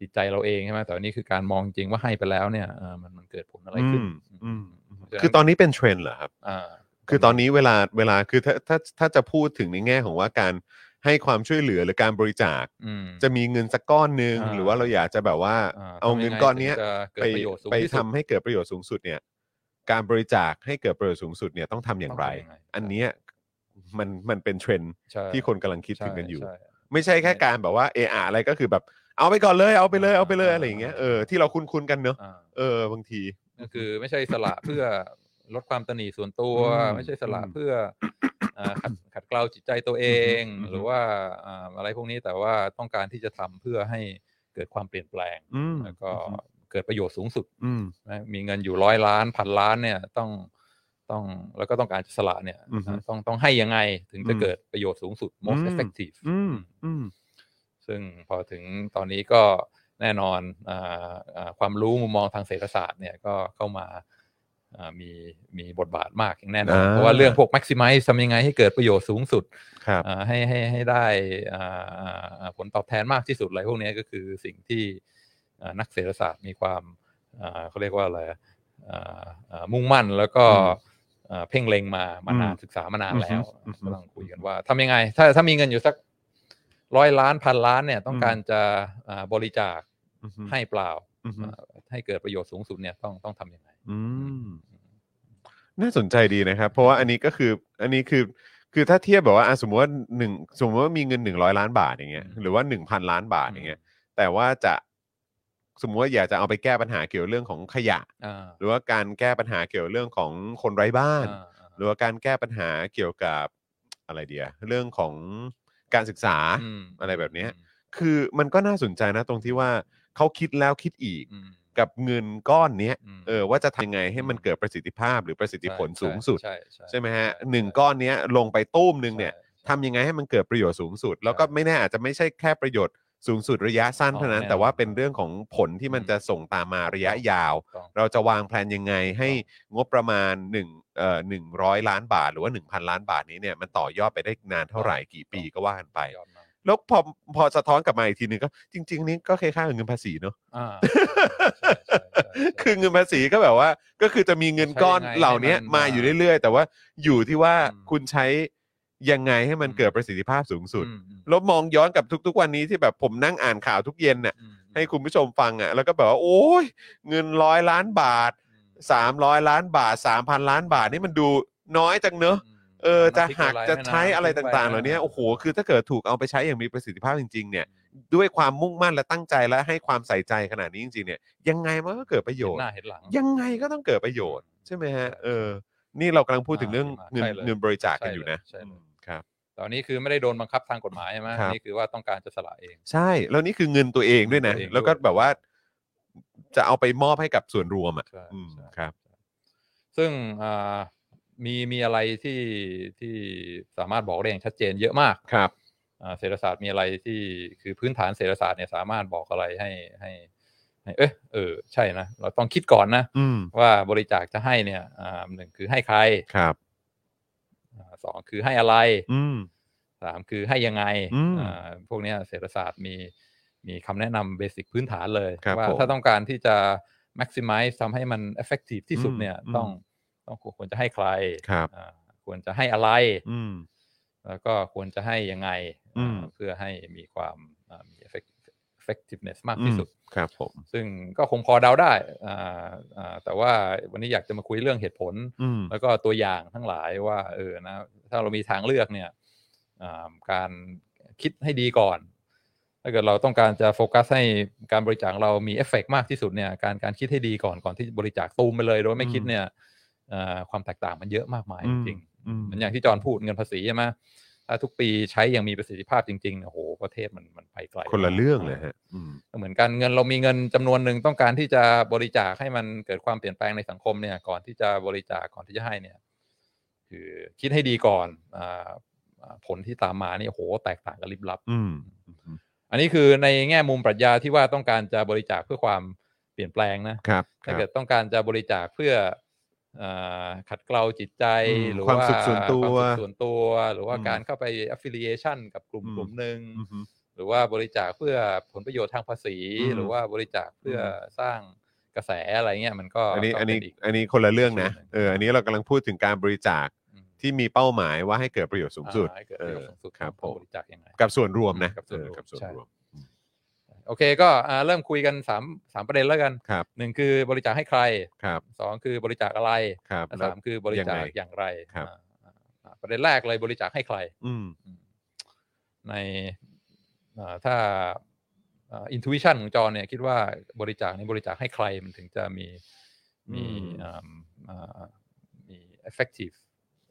S4: จิตใจเราเองใช่ไหมแต่อันนี้คือการมองจริงว่าให้ไปแล้วเนี่ยอ่ามันมันเกิดผลอะไรขึ้น
S3: อืมอืมอืม คือตอนนี้เป็นเทรนด์เหรอครับ
S4: อ่า
S3: คือตอนนี้เวลาเวลาคือถ้าถ้าถ้าจะพูดถึงในแง่ของว่าการให้ความช่วยเหลือหรือการบริจาค
S4: อืม
S3: จะมีเงินสักก้อนหนึ่ง
S4: อ่า
S3: หรือว่าเราอยากจะแบบว่า เอาเงิน
S4: ทำยัไ
S3: ก้อนเนี้ย
S4: ถึงจะเกิด
S3: ไป
S4: ประโยชน์สูง
S3: ไป
S4: ที่สุด
S3: ทำให้เกิดประโยชน์สูงสุดเนี่ย การบริจาคให้เกิดประโยชน์สูงสุดเนี่ยต้องทำอย่างไร
S4: ต้ทำยั
S3: อันเนี้ยมันมันเป็นเทรนด์
S4: ใช่
S3: ที่คนกำลังคิด
S4: ใช่
S3: ถึงกันอยู่
S4: ใช่
S3: ไม่ใช่แค่การแบบว่าเอออะไรก็คือแบบ เอาไปก่อนเลยเอาไปเลยเอาไปเลย
S4: อ่า
S3: อะไรอย่างเงี้ยเออที่เราคุ้นๆกันเนอะ
S4: อ่า
S3: เออบางที
S4: ก็คือไม่ใช่สละเพื่อลดความตนีส่วนตัว
S3: อืม
S4: ไม่ใช่สละ
S3: อืม
S4: เพื่อ อ่าขัดขัดเกลาจิตใจตัวเอง
S3: อืม
S4: หรือว่าอ่าอะไรพวกนี้แต่ว่าต้องการที่จะทำเพื่อให้เกิดความเปลี่ยนแปลง
S3: อืม
S4: แล้วก็เกิดประโยชน์สูงสุด
S3: อืม
S4: นะมีเงินอยู่ร้อยล้านพันล้านเนี่ยต้องต้องแล้วก็ต้องการจะสละเนี่ย
S3: อือฮึ
S4: นะต้องต้องให้ยังไงถึงจะ
S3: อืม
S4: เกิดประโยชน์สูงสุด
S3: อื
S4: most
S3: ม
S4: effective
S3: อืมอืม
S4: ซึ่งพอถึงตอนนี้ก็แน่นอนอ่าอ่าความรู้มุมมองทางเศรษฐศาสตร์เนี่ยก็เข้ามาอ่ามีมีบทบาทมากอย่างแน่นอน
S3: อ่า
S4: เพราะว่าเรื่องพวก maximize ทำยังไงให้เกิดประโยชน์สูงสุด
S3: ครับ
S4: อ่าให้ให้ให้ได้อ่าอ่าอ่าผลตอบแทนมากที่สุดอะไรพวกนี้ก็คือสิ่งที่อ่านักเศรษฐศาสตร์มีความอ่าเขาเรียกว่าอะไรอ่าอ่ามุ่งมั่นแล้วก็
S3: อืม
S4: อ่าเพ่งเล็งมามานาน
S3: อืม
S4: ศึกษามานานแล้ว
S3: อือฮึ
S4: ก็ต้องคุยกันว่าทำยังไง ถ้าถ้ามีเงินอยู่สัก ร้อยล้านพันล้านเนี่ยต้องการจะอ่าบริจาค
S3: อืม
S4: ให้เปล่า
S3: อืม
S4: อ่าให้เกิดประโยชน์สูงสุดเนี่ยต้องต้องทำยังไง
S3: อืม น่าสนใจดีนะครับ เพราะว่าอันนี้ก็คืออันนี้คือคือถ้าเทียบแบบว่าอ่ะสมมติว่าหนึ่งสมมติว่ามีเงินหนึ่งร้อยล้านบาทอย่างเงี้ย
S4: อืม
S3: หรือว่าหนึ่งพันล้านบาทอย่างเงี้ยแต่ว่าจะสมมติว่าอยากจะเอาไปแก้ปัญหาเกี่ยวเรื่องของขยะ
S4: อ่า
S3: หรือว่าการแก้ปัญหาเกี่ยวเรื่องของคนไร้บ้าน
S4: อ่าอ่า
S3: หรือว่าการแก้ปัญหาเกี่ยวกับอะไรเดียเรื่องของการศึกษา
S4: ม
S3: อะไรแบบเนี้ย คือมันก็น่าสนใจนะตรงที่ว่าเขาคิดแล้วคิดอีก
S4: อืม
S3: กับเงินก้อนเนี้ย
S4: ม
S3: เออว่าจะทำยังไงให้มันเกิดประสิทธิภาพหรือประสิทธิผลสูงสุด
S4: ใช่ใช่
S3: ใช่ไหมฮะ
S4: ใช่
S3: หนึ่งก้อนเนี้ยลงไปตู้มหนึ่งเนี่ย
S4: ใช่ใช่
S3: ทำยังไงให้มันเกิดประโยชน์สูงสุด แล้วก็
S4: ใช่
S3: ไม่แน่อาจจะไม่ใช่แค่ประโยชน์สูงสุดระยะสั้น
S4: อ๋อ
S3: เท่านั้น
S4: แน่นอน
S3: แต่ว่าเป็นเรื่องของผลที่มัน
S4: อืม
S3: จะส่งตามมาระยะยาว
S4: ถูกต้อง
S3: เราจะวางแผนยังไงให้งบประมาณ1เอ่อหนึ่งร้อยล้านบาท หรือว่า 1,000 ล้านบาทนี้เนี่ยมันต่อยอดไปได้นานเท่าไหร่กี่ปี
S4: ถูก
S3: ก็ว่ากันไป
S4: ยอดมาก
S3: แล้วพอพอสะท้อนกลับมาอีกทีหนึงก็จริง ๆ นี่ก็คล้ายๆกับเงินภาษีเนอะ
S4: อ่าใช่ใช่ใช่ใช่
S3: คือเงินภาษีก็แบบว่า ก็คือจะมีเงินก้อน
S4: ใช้ยังไง
S3: เหล่านี้
S4: ให้มัน
S3: มาอยู่เรื่อยๆ แต่ว่าอยู่ที่ว่า
S4: อืม
S3: คุณใช้ยังไงให้มันเกิดประสิทธิภาพสูงสุด
S4: อืมอืม
S3: แล้วมองย้อนกับทุกๆวันนี้ที่แบบผมนั่งอ่านข่าวทุกเย็นน่ะ
S4: อืม
S3: ให้คุณผู้ชมฟังอ่ะแล้วก็แบบว่า โอ้ยเงินร้อยล้านบาท
S4: อืม
S3: 300 ล้านบาท 3,000 ล้านบาทนี่มันดูน้อยจังเนอะ
S4: ม
S3: เออจะ
S4: น้ำพริ
S3: หัก
S4: ลาย
S3: จะ
S4: แม่น้ำ
S3: ใช้อะไร
S4: ทิ้ป
S3: ต่างๆ เหล่านี้โอ้โหคือถ้าเกิดถูกเอาไปใช้อย่างมีประสิทธิภาพจริงๆเนี่ย ด้วยความมุ่งมั่นและตั้งใจและให้ความใส่ใจขนาดนี้จริงๆเนี่ยยังไงมันก็เกิดประโยชน์
S4: เห็นหน้าเห็นหลัง
S3: ยังไงก็ต้องเกิดประโยชน์ใช่ไหมฮะ
S4: ใช่
S3: เออ นี่เรากำลังพูดถึงเรื่อง
S4: อ่า
S3: เงิน
S4: ใช่เลย
S3: เงินบริจาคกันอยู่นะ
S4: ใช่เล
S3: อื
S4: ย
S3: มครับ
S4: ตอนนี้คือไม่ได้โดนบังคับทางกฎหมายใช่ไหม
S3: ครับ
S4: นี่คือว่าต้องการจะสละเอง
S3: ใช่ แล้วนี่คือเงินตัวเองด้วยนะ
S4: เงินตัวเอง
S3: แล้วก็
S4: ด้วย
S3: แบบว่า จะเอาไปมอบให้กับส่วนรวมอ่ะ
S4: ใช่
S3: อืม
S4: ใช่
S3: ครับ
S4: ซึ่งอ่ามีมีอะไรที่ที่สามารถบอกได้อย่างชัดเจนเยอะมาก
S3: ครับ
S4: อ่าเศรษฐศาสตร์มีอะไรที่คือพื้นฐานเศรษฐศาสตร์เนี่ยสามารถบอกอะไรให้ให้ให้เออเออใช่นะเราต้องคิดก่อนนะ
S3: อืม
S4: ว่าบริจาคจะให้เนี่ยอ่าหนึ่งคือให้ใคร
S3: ครับ
S4: อ่าสองคือให้อะไร
S3: อืม
S4: สามคือให้ยังไง
S3: อืม
S4: อ่าพวกเนี้ยเศรษฐศาสตร์มีมีคำแนะนำเบสิกพื้นฐานเลย
S3: ครับ
S4: ว่า
S3: ผม
S4: ถ้าต้องการที่จะ maximize ทำให้มัน effective ที่สุด
S3: อืม
S4: เนี่ย
S3: อืม
S4: ต้องต้องควรจะให้ใคร
S3: ครับ
S4: อ่าควรจะให้อะไร
S3: อืม
S4: แล้วก็ควรจะให้ยังไง
S3: อืม
S4: อ่าเพื่อให้มีความอ่ามี effect- effectiveness มากที่สุด
S3: อืมครับผม
S4: ซึ่งก็คงพอเดาได้อ่าอ่าแต่ว่าวันนี้อยากจะมาคุยเรื่องเหตุผล
S3: อืม
S4: แล้วก็ตัวอย่างทั้งหลายว่าเออนะถ้าเรามีทางเลือกเนี่ยอ่าการคิดให้ดีก่อน ถ้าเกิดเราต้องการจะโฟกัสให้การบริจาคเรามีเอฟเฟกมากที่สุดเนี่ยการการคิดให้ดีก่อนก่อนที่บริจาคตูมไปเลย โดยไม่คิดเนี่ยอ่าความแตกต่างมันเยอะมากมาย
S3: อืม
S4: จริง
S3: อืม
S4: เหมือนอย่างที่จอห์นพูดเงินภาษีใช่ไหมถ้าทุกปีใช้อย่างมีประสิทธิภาพจริงๆเนี่ยโอ้โหประเทศมันมันไปไกล
S3: คนละเรื่องเลยฮะ อืม
S4: เหมือนกันเงินเรามีเงินจำนวนหนึ่งต้องการที่จะบริจาคให้มันเกิดความเปลี่ยนแปลงในสังคมเนี่ย ก่อนที่จะบริจาคก่อนที่จะให้เนี่ย คือคิดให้ดีก่อนอ่าอ่าผลที่ตามมานี่โอ้โหแตกต่างกันลิบลับ
S3: อืม
S4: อันนี้คือในแง่มุมปรัชญาที่ว่าต้องการจะบริจาคเพื่อความเปลี่ยนแปลงนะ
S3: ครับ
S4: ถ้า
S3: ค
S4: เกิ
S3: รับ
S4: ดต้องการจะบริจาคเพื่อเอ่อขัดเกลาจิตใจ
S3: อืม
S4: หรือ
S3: ความ
S4: ว่า
S3: สุขส่วนตัว
S4: ความสุขส่วนตัว หรือว่า
S3: อืม
S4: การเข้าไป affiliation กับกลุ่ม
S3: อืม
S4: กลุ่มหนึ่ง
S3: อืมอืม
S4: หรือว่าบริจาคเพื่อผลประโยชน์ทางภาษี
S3: อืม
S4: หรือว่าบริจาคเพื่ออสร้าง กระแสอะไรเงี้ยมันก็
S3: อันนี้
S4: ก็
S3: อัน
S4: เป็
S3: นี้
S4: ก
S3: อันนี้คนละเรื่องนะ
S4: ส่วนหนึ่ง
S3: เอออันนี้เรากำลังพูดถึงการบริจาค
S4: อืม
S3: ที่มีเป้าหมายว่าให้เกิดประโยชน์สูงสุด
S4: อ่าให้เกิด
S3: เอ
S4: ประโย
S3: อ
S4: ชน์สูงสุด
S3: ครับผม
S4: บริจาคยังไง
S3: กับส่วนรวมนะ
S4: กับส่วนรว
S3: เออ
S4: ม
S3: กับส่วน
S4: ใช่
S3: รวม
S4: โอเคก็อ่าเริ่มคุยกันสามสามประเด็นแล้วกัน
S3: ครับ
S4: หนึ่งคือบริจาคให้ใคร
S3: ครับ
S4: สองคือบริจาคอะไร
S3: ครับ
S4: และ
S3: แล้ว
S4: สามคือบริจา
S3: ยัง
S4: ค
S3: ไง
S4: อย่างไร
S3: ครับ
S4: อ่าอ่าอ่าประเด็นแรกเลยบริจาคให้ใคร
S3: อืม
S4: ในเอ่อถ้าอินทิวชันของจอเนี่ยคิดว่าบริจาคในบริจาคให้ใครมันถึงจะมีมี
S3: อืม
S4: เอิ่มเอ่อมี effective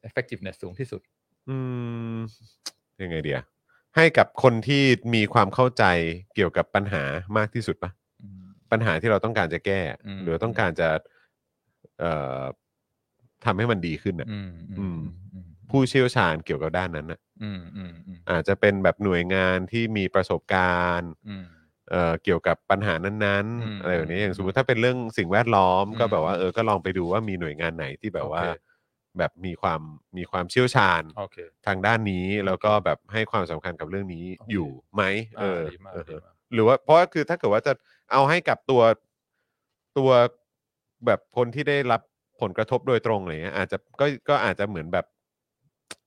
S4: effectiveness สูงที่สุด
S3: อืมยังไงเดียให้กับคนที่มีความเข้าใจเกี่ยวกับปัญหามากที่สุดปะปัญหาที่เราต้องการจะแก้
S4: อืม
S3: หรือต้องการจะ เอ่อทำให้มันดีขึ้นน่ะ
S4: อืม
S3: อื
S4: อื
S3: ม
S4: มอืม
S3: ผู้เชี่ยวชาญเกี่ยวกับด้านนั้นน่ะ
S4: อืมอืมอืม
S3: อาจจะเป็นแบบหน่วยงานที่มีประสบการณ์
S4: อืม
S3: เอ่อเกี่ยวกับปัญหานั้น
S4: อืม
S3: ๆอะไรแบบนี้อย่าง
S4: อืม
S3: สมมติถ้าเป็นเรื่องสิ่งแวดล้อม
S4: อืม
S3: ก็แบบว่าเออก็ลองไปดูว่ามีหน่วยงานไหนที่แบบว่า
S4: โอเค
S3: แบบมีความมีความเชี่ยวชาญ
S4: โอเค
S3: ทางด้านนี้แล้วก็แบบให้ความสำคัญกับเรื่องนี้
S4: โอเค
S3: อยู่ไหมเออ
S4: ดีมาก
S3: เออ
S4: ดีมาก
S3: หรือว่าเพราะว่าคือถ้าเกิดว่าจะเอาให้กับตัวตัวแบบคนที่ได้รับผลกระทบโดยตรงอะไรเงี้ยอาจจะก็ก็อาจจะเหมือนแบบ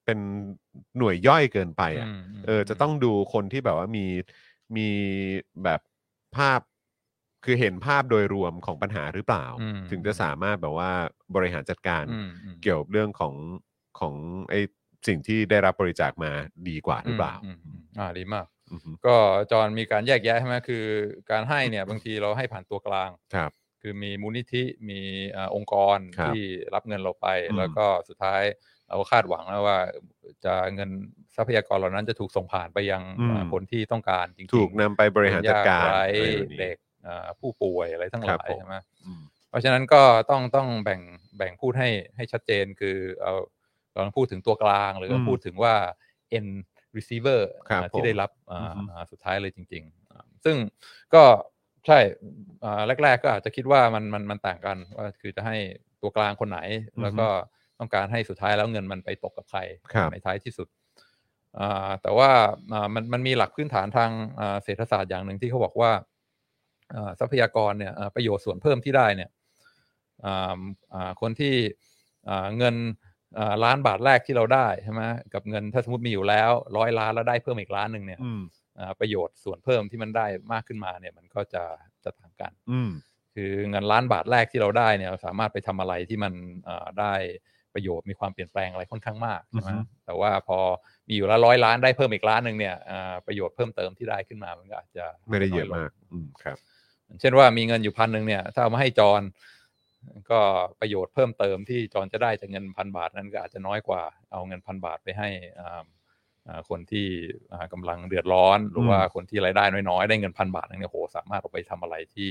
S3: เป็นหน่วยย่อยเกินไปอ่ะ
S4: มม
S3: เออจะต้องดูคนที่แบบว่ามีมีแบบภาพคือเห็นภาพโดยรวมของปัญหาหรือเปล่า
S4: อืม
S3: ถึงจะสามารถแบบว่าบริหารจัดการ
S4: อืมอืม
S3: เกี่ยวกับเรื่องของของไอสิ่งที่ได้รับบริจาคมาดีกว่าหรือเปล่า
S4: มอืมอ่าดีมาก
S3: อืม
S4: ก็จอห์นมีการแยกแยะใช่ไหมคือ การให้เนี่ยบางทีเราให้ผ่านตัวกลาง
S3: ครับ
S4: คือมีมูลนิธิมีเอ่อองค์กร
S3: ครับ
S4: ที่รับเงินเราไป
S3: อืม
S4: แล้วก็สุดท้ายเราก็คาดหวังแล้วว่าจะเงินทรัพยากรเหล่านั้นจะถูกส่งผ่านไปยังเอ่อคนที่ต้องการจริงๆ
S3: ถูกนำไปบริหารจัดการ
S4: คนยไร้
S3: อะไรแบบนี้
S4: เด็กเอ่อผู้ป่วยอะไรทั้งห
S3: ครั
S4: ลา
S3: บผ
S4: ย
S3: ม
S4: ใช่ไหม
S3: อืม
S4: เพราะฉะนั้นก็ต้องต้องแบ่งแบ่งพูดให้ให้ชัดเจนคือเอาเราพูดถึงตัวกลางหรือ
S3: อืม
S4: พูดถึงว่า end receiver
S3: ครับ
S4: อ่า
S3: ผม
S4: ที่ได้รับอ่า
S3: อือฮึ
S4: อ่าสุดท้ายเลยจริงๆอ่าซึ่งก็ใช่อ่าแรก ๆ ก็อาจจะคิดว่ามันมันมันต่างกันว่าคือจะให้ตัวกลางคนไหน
S3: อือฮึ
S4: แล้วก็ต้องการให้สุดท้ายแล้วเงินมันไปตกกับใคร
S3: ครับ
S4: ในท้ายที่สุดอ่าแต่ว่าอ่ามันมันมีหลักพื้นฐานทางอ่าเศรษฐศาสตร์อย่างหนึ่งที่เขาบอกว่า เอ่อทรัพยากรเนี่ยเอ่อประโยชน์ส่วนเพิ่มที่ได้เนี่ยอ่าอ่าคนที่อ่าเงินอ่าล้านบาทแรกที่เราได้ใช่ไหมกับเงินถ้าสมมติมีอยู่แล้วร้อยล้านแล้วได้เพิ่มอีกล้านหนึ่งเนี่ย
S3: อืม
S4: อ่าประโยชน์ส่วนเพิ่มที่มันได้มากขึ้นมาเนี่ยมันก็จะจะต่างกัน
S3: อืม
S4: คือเงินล้านบาทแรกที่เราได้เนี่ยเราสามารถไปทำอะไรที่มันเอ่อได้ประโยชน์มีความเปลี่ยนแปลงอะไรค่อนข้างมากใช่ไหม
S3: อือฮึ
S4: แต่ว่าพอมีอยู่แล้วร้อยล้านได้เพิ่มอีกล้านหนึ่งเนี่ยอ่าประโยชน์เพิ่มเติมที่ได้ขึ้นมามันก็อาจจะ
S3: ไม่ได้เยอะ
S4: น้ลง
S3: มาก อืมครับ
S4: เช่นว่ามีเงินอยู่พันหนึ่งเนี่ย ถ้าเอามาให้จรก็ประโยชน์เพิ่มเติมที่จรจะได้จากเงินพันบาทนั้นก็อาจจะน้อยกว่าเอาเงินพันบาทไปให้อ่าอ่าคนที่อ่ากำลังเดือดร้อน หรือว่าคนที่รายได้น้อยๆ ได้เงินพันบาทนึงเนี่ยโหสามารถเอาไปทำอะไรที่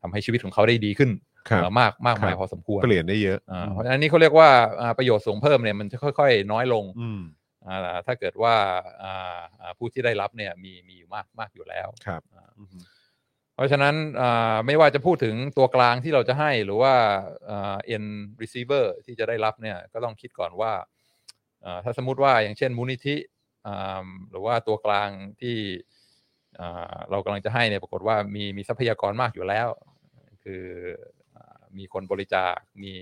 S4: ทำให้ชีวิตของเขาได้ดีขึ้น
S3: ครับ
S4: เอ่อมากมากมาย
S3: ครับ
S4: พอสมควร
S3: เปลี่ยนได้เยอะ
S4: อ่าเพราะฉะนั้นนี่เขาเรียกว่าอ่าประโยชน์สูงเพิ่มเนี่ยมันจะค่อย ๆ น้อยลง
S3: อืม
S4: อ่าถ้าเกิดว่าอ่าอ่าผู้ที่ได้รับเนี่ยมีมีอยู่มากมากอยู่แล้ว
S3: ครับ
S4: อ่าเพราะฉะนั้นอ่าไม่ว่าจะพูดถึงตัวกลางที่เราจะให้หรือว่าอ่า end receiver ที่จะได้รับเนี่ยก็ต้องคิดก่อนว่าอ่าถ้าสมมติว่าอย่างเช่นมูลนิธิอ่าหรือว่าตัวกลางที่อ่าเรากำลังจะให้เนี่ยปรากฏว่ามีมีทรัพยากรมากอยู่แล้ว คืออ่ามีคนบริจาค มี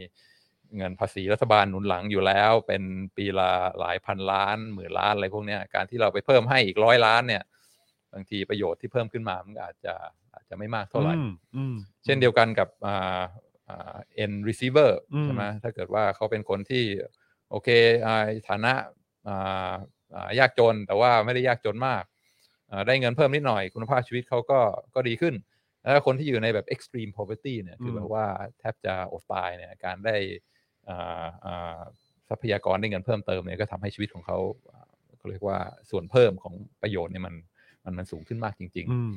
S4: เงินภาษีรัฐบาลหนุนหลังอยู่แล้ว เป็นปีละหลายพันล้านหมื่นล้านอะไรพวกเนี้ยการที่เราไปเพิ่มให้อีกร้อยล้านเนี่ย บางทีประโยชน์ที่เพิ่มขึ้นมามันก็อาจจะอาจจะไม่มากเท่าไหร่
S3: อืมอืม
S4: เช่นเดียวกันกับอ่าอ่า end receiver
S3: อืม
S4: ใช่ไหมถ้าเกิดว่าเขาเป็นคนที่โอเคอ่าฐานะอ่าอ่ายากจนแต่ว่าไม่ได้ยากจนมากอ่าได้เงินเพิ่มนิดหน่อยคุณภาพชีวิตเขาก็ก็ดีขึ้น แล้วคนที่อยู่ในแบบ extreme poverty เนี่ยคือแบบว่าแทบจะอดตายเนี่ยการได้อ่าอ่าทรัพยากรได้เงินเพิ่มเติมเนี่ยก็ทำให้ชีวิตของเขาอ่าเขาเรียกว่าส่วนเพิ่มของประโยชน์เนี่ยมันมันมันสูงขึ้นมากจริง ๆ
S3: อืม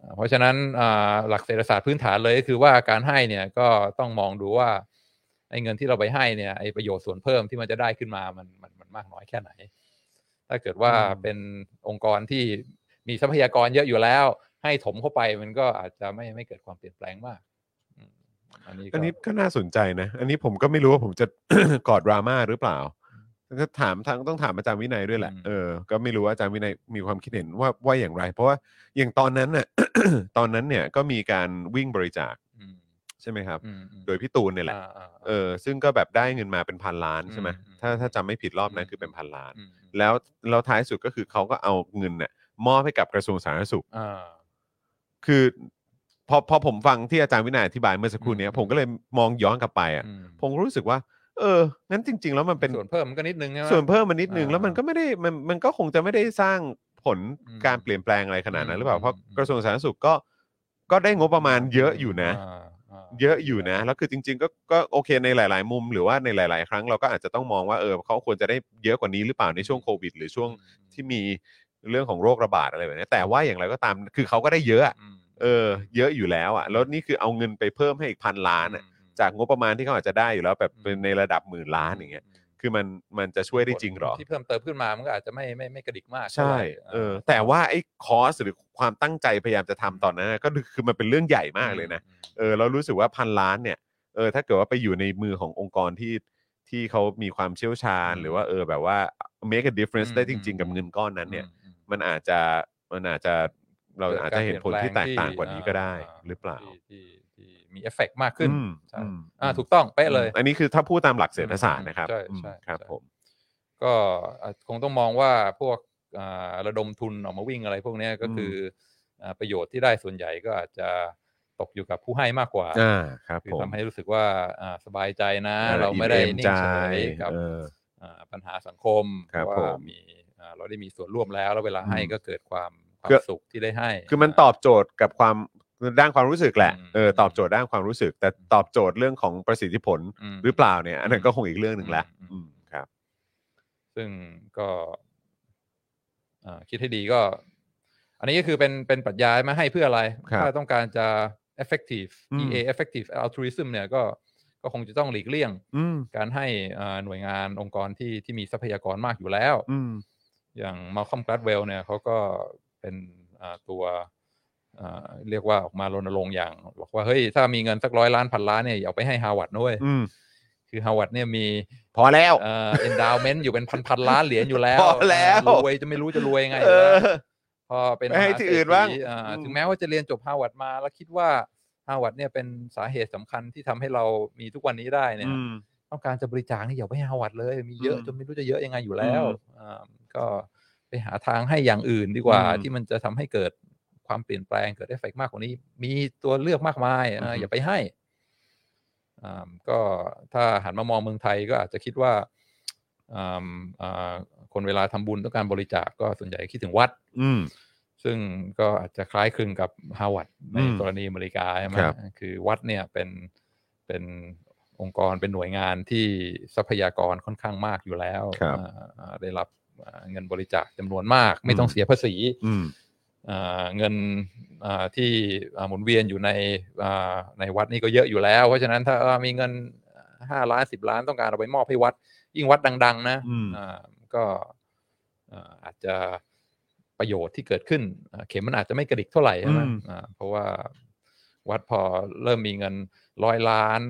S4: อ่าเพราะฉะนั้นอ่าหลักเศรษฐศาสตร์พื้นฐานเลยก็คือว่าการให้เนี่ยก็ต้องมองดูว่าไอ้เงินที่เราไปให้เนี่ยไอ้ประโยชน์ส่วนเพิ่มที่มันจะได้ขึ้นมามันมันมันมากน้อยแค่ไหน ถ้าเกิดว่า
S3: อืม
S4: เป็นองค์กรที่มีทรัพยากรเยอะอยู่แล้ว ให้ถมเข้าไปมันก็อาจจะไม่ไม่เกิดความเปลี่ยนแปลงมากอืมอันนี้ก็
S3: อันนี้ก็น่าสนใจนะ อันนี้ผมก็ไม่รู้ว่าผมจะ กอดดราม่าหรือเปล่าก็ถามทางต้องถามอาจารย์วินัยด้วยแหละ เออ ก็ไม่รู้ว่าอาจารย์วินัยมีความคิดเห็นว่าว่า อย่างไร เพราะว่าอย่างตอนนั้นน่ะ ตอนนั้นเนี่ยก็มีการวิ่งบริจาค
S4: อืม
S3: ใช่ไหมครับ
S4: อืมอืม
S3: โดยพี่ตูนเนี่ยแหละ
S4: อ่าๆๆ
S3: เออซึ่งก็แบบได้เงินมาเป็นพันล้านใช่ไหม
S4: อืมอืม
S3: ถ้าถ้าจำไม่ผิดรอบนั้น
S4: อืม
S3: คือเป็นพันล้าน
S4: ม
S3: แล้วแล้วท้ายสุดก็คือเขาก็เอาเงินเนี่ยมอบให้กับกระทรวงสาธารณสุข
S4: อ่า
S3: คือพอพอผมฟังที่อาจารย์วินัยอธิบายเมื่อสักครู่เนี้ย
S4: อืม
S3: ผมก็เลยมองย้อนกลับไปอ่ะ
S4: อืม
S3: ผมรู้สึกว่า เอองั้นจริง ๆ แล้วมันเป็น
S4: ส่วนเพิ่มมันก็นิดนึงใช่ไหม
S3: ส่วนเพิ่มมานิดนึง
S4: อ่า
S3: แล้วมันก็ไม่ได้มันมันก็คงจะไม่ได้สร้างผล
S4: อืม
S3: การเปลี่ยนแปลงอะไรขนาดนั้นหรือเปล่า
S4: อืม
S3: เพราะกระทรวงสาธารณสุขก็ก็ได้งบประมาณเยอะอยู่นะ
S4: าา
S3: เยอะอยู่นะ แล้วคือจริง ๆ ก็ก็โอเคในหลาย ๆ มุมหรือว่าในหลาย ๆ ครั้งเราก็อาจจะต้องมองว่าเออเขาควรจะได้เยอะกว่านี้หรือเปล่าในช่วงโควิด หรือช่วงที่มีเรื่องของโรคระบาดอะไรแบบนี้แต่ว่าอย่างไรก็ตามคือเขาก็ได้เยอะอะ
S4: อืม
S3: เออ เยอะอยู่แล้วอ่ะแล้วนี่คือเอาเงินไปเพิ่มให้อีกพันล้านอะ
S4: อืม
S3: จากงบประมาณที่เขาอาจจะได้อยู่แล้วแบบเป็น
S4: อืม
S3: ในระดับหมื่นล้านอย่างเงี้ยคือมันมันจะช่วยได้จริงเหรอ
S4: ที่เพิ่มเติมขึ้นมามันก็อาจจะไม่ไม่ไม่กระดิกมาก
S3: ใช่เออแต่ว่าไอ้คอสหรือความตั้งใจพยายามจะทำตอนนั้นน่ะก็คือมันเป็นเรื่องใหญ่มากเลยนะ เออเรารู้สึกว่าพันล้านเนี่ยเออถ้าเกิดว่าไปอยู่ในมือขององค์กรที่ที่เขามีความเชี่ยวชาญ หรือว่าเออแบบว่า make a difference ได้จริง ๆ กับเงินก้อนนั้นเนี่ย มันอาจจะมันอาจจะเราอาจจะเห็นผลที่แตกต่างกว่านี้ก็ได้ หรือเปล่า
S4: ที่ที่มีเอฟเฟกมากขึ้น
S3: อืม
S4: ใช่
S3: อืม
S4: อ่าถูกต้องเป๊ะเลย
S3: อันนี้คือถ้าพูดตามหลักเศรษฐศาสตร์นะครับ
S4: ใช่
S3: อืม
S4: ใช่
S3: ครับ
S4: ใช่
S3: ผม
S4: ก็อ่ะคงต้องมองว่าพวกอ่าระดมทุนออกมาวิ่งอะไรพวกเนี้ยก็คืออ่าประโยชน์ที่ได้ส่วนใหญ่ก็อาจจะตกอยู่กับผู้ให้มากกว่า
S3: อ่าครับ
S4: คือ
S3: ผม
S4: ทำให้รู้สึกว่าอ่าสบายใจนะ
S3: อ่
S4: เราไม่ได้
S3: อิ่
S4: นิ่
S3: ใจ
S4: งเฉยกับ
S3: เออ
S4: อ่าปัญหาสังคม
S3: ครับ
S4: ว่า
S3: ผม
S4: มีอ่าเราได้มีส่วนร่วมแล้ว แล้วเวลาให้
S3: อืม
S4: ก็เกิดความควา
S3: คื
S4: ม
S3: อ
S4: สุขที่ได้ให้
S3: คือมันตอบโจทย์กับความด้านความรู้สึกแหละ
S4: อืม
S3: เออตอบโจทย์ด้านความรู้สึก แต่ตอบโจทย์เรื่องของประสิทธิผล
S4: ม
S3: หรือเปล่าเนี่ยอันนั้นก็คงอีกเรื่องหนึ่งละ
S4: อื
S3: อืม
S4: ม
S3: ครับ
S4: ซึ่งก็อ่าคิดให้ดีก็ อันนี้ก็คือเป็นเป็นปรัชญามาให้เพื่ออะไร
S3: ครับ
S4: ถ้าต้องการจะ effective
S3: อืม
S4: EA effective altruism เนี่ยก็ก็คงจะต้องหลีกเลี่ยง
S3: อืม
S4: การให้อ่าหน่วยงานองค์กรที่ที่มีทรัพยากรมากอยู่แล้ว
S3: อืม
S4: อย่างมาคอมกลัดเวลเนี่ยเขาก็เป็นอ่าตัวอ่าเรียกว่าออกมารณรงค์อย่าง บอกว่าเฮ้ยถ้ามีเงินสักร้อยล้านพันล้านเนี่ยอย่าเอาไปให้ฮาวาดด้วย
S3: อืม
S4: คือฮาวาดเนี่ยมี
S3: พอแล้ว
S4: เอ็นดาวเมนต์อยู่เป็นพันพันล้านเหรียญอยู่แล้ว
S3: พอแล้ว
S4: รวยจะไม่รู้จะรวยยังไง
S3: เอ
S4: อยู่แล้ว
S3: อ
S4: พอเป็น
S3: ไปให้ที่อื่นบ้าง
S4: มหเศรษฐีอ่
S3: อืม
S4: ถึงแม้ว่าจะเรียนจบฮาวาดมา แล้วคิดว่าฮาวาดเนี่ยเป็นสาเหตุสำคัญที่ทำให้เรามีทุกวันนี้ได้เนี่ย
S3: อืม
S4: ต้องการจะบริจาคนี่อย่าไปให้ฮาวาดเลย มีเยอะ
S3: อืม
S4: จนไม่รู้จะเยอะยังไงอยู่แล้ว
S3: อืม
S4: อ่าก็ไปหาทางให้อย่างอื่นดีกว่า
S3: อืม
S4: ที่มันจะทำให้เกิดความเปลี่ยนแปลงเกิดเอฟเฟกมากกว่านี้ มีตัวเลือกมากมาย
S3: อือ
S4: อ่า
S3: ฮึ
S4: อย่าไปให้อ่าก็ถ้าหันมามองเมืองไทยก็อาจจะคิดว่าอ่าอ่าคนเวลาทำบุญต้องการบริจาคก็ส่วนใหญ่คิดถึงวัด
S3: อืม
S4: ซึ่งก็อาจจะคล้ายคลึงกับฮาวาดใน
S3: อืม
S4: กรณีอเมริกาใช่ไหม
S3: ครับ
S4: คือวัดเนี่ยเป็นเป็นองค์กรเป็นหน่วยงานที่ทรัพยากรค่อนข้างมากอยู่แล้ว
S3: ครับ
S4: อ่าอ่าได้รับอ่าเงินบริจาคจำนวนมาก ไม่ต้อง
S3: อืม
S4: เสียภาษี
S3: อืม
S4: อ่าเงินอ่าที่อ่าหมุนเวียนอยู่ในอ่าในวัดนี่ก็เยอะอยู่แล้ว เพราะฉะนั้นถ้ามีเงินห้าล้านสิบล้านต้องการเอาไปมอบให้วัด ยิ่งวัดดัง ๆ นะ
S3: อืม
S4: อ่าก็อ่าอาจจะประโยชน์ที่เกิดขึ้นอ่าเข็มมันอาจจะไม่กระดิกเท่าไหร่ใช่ไหม
S3: อืม
S4: อ่าเพราะว่าวัดพอเริ่มมีเงินร้อยล้าน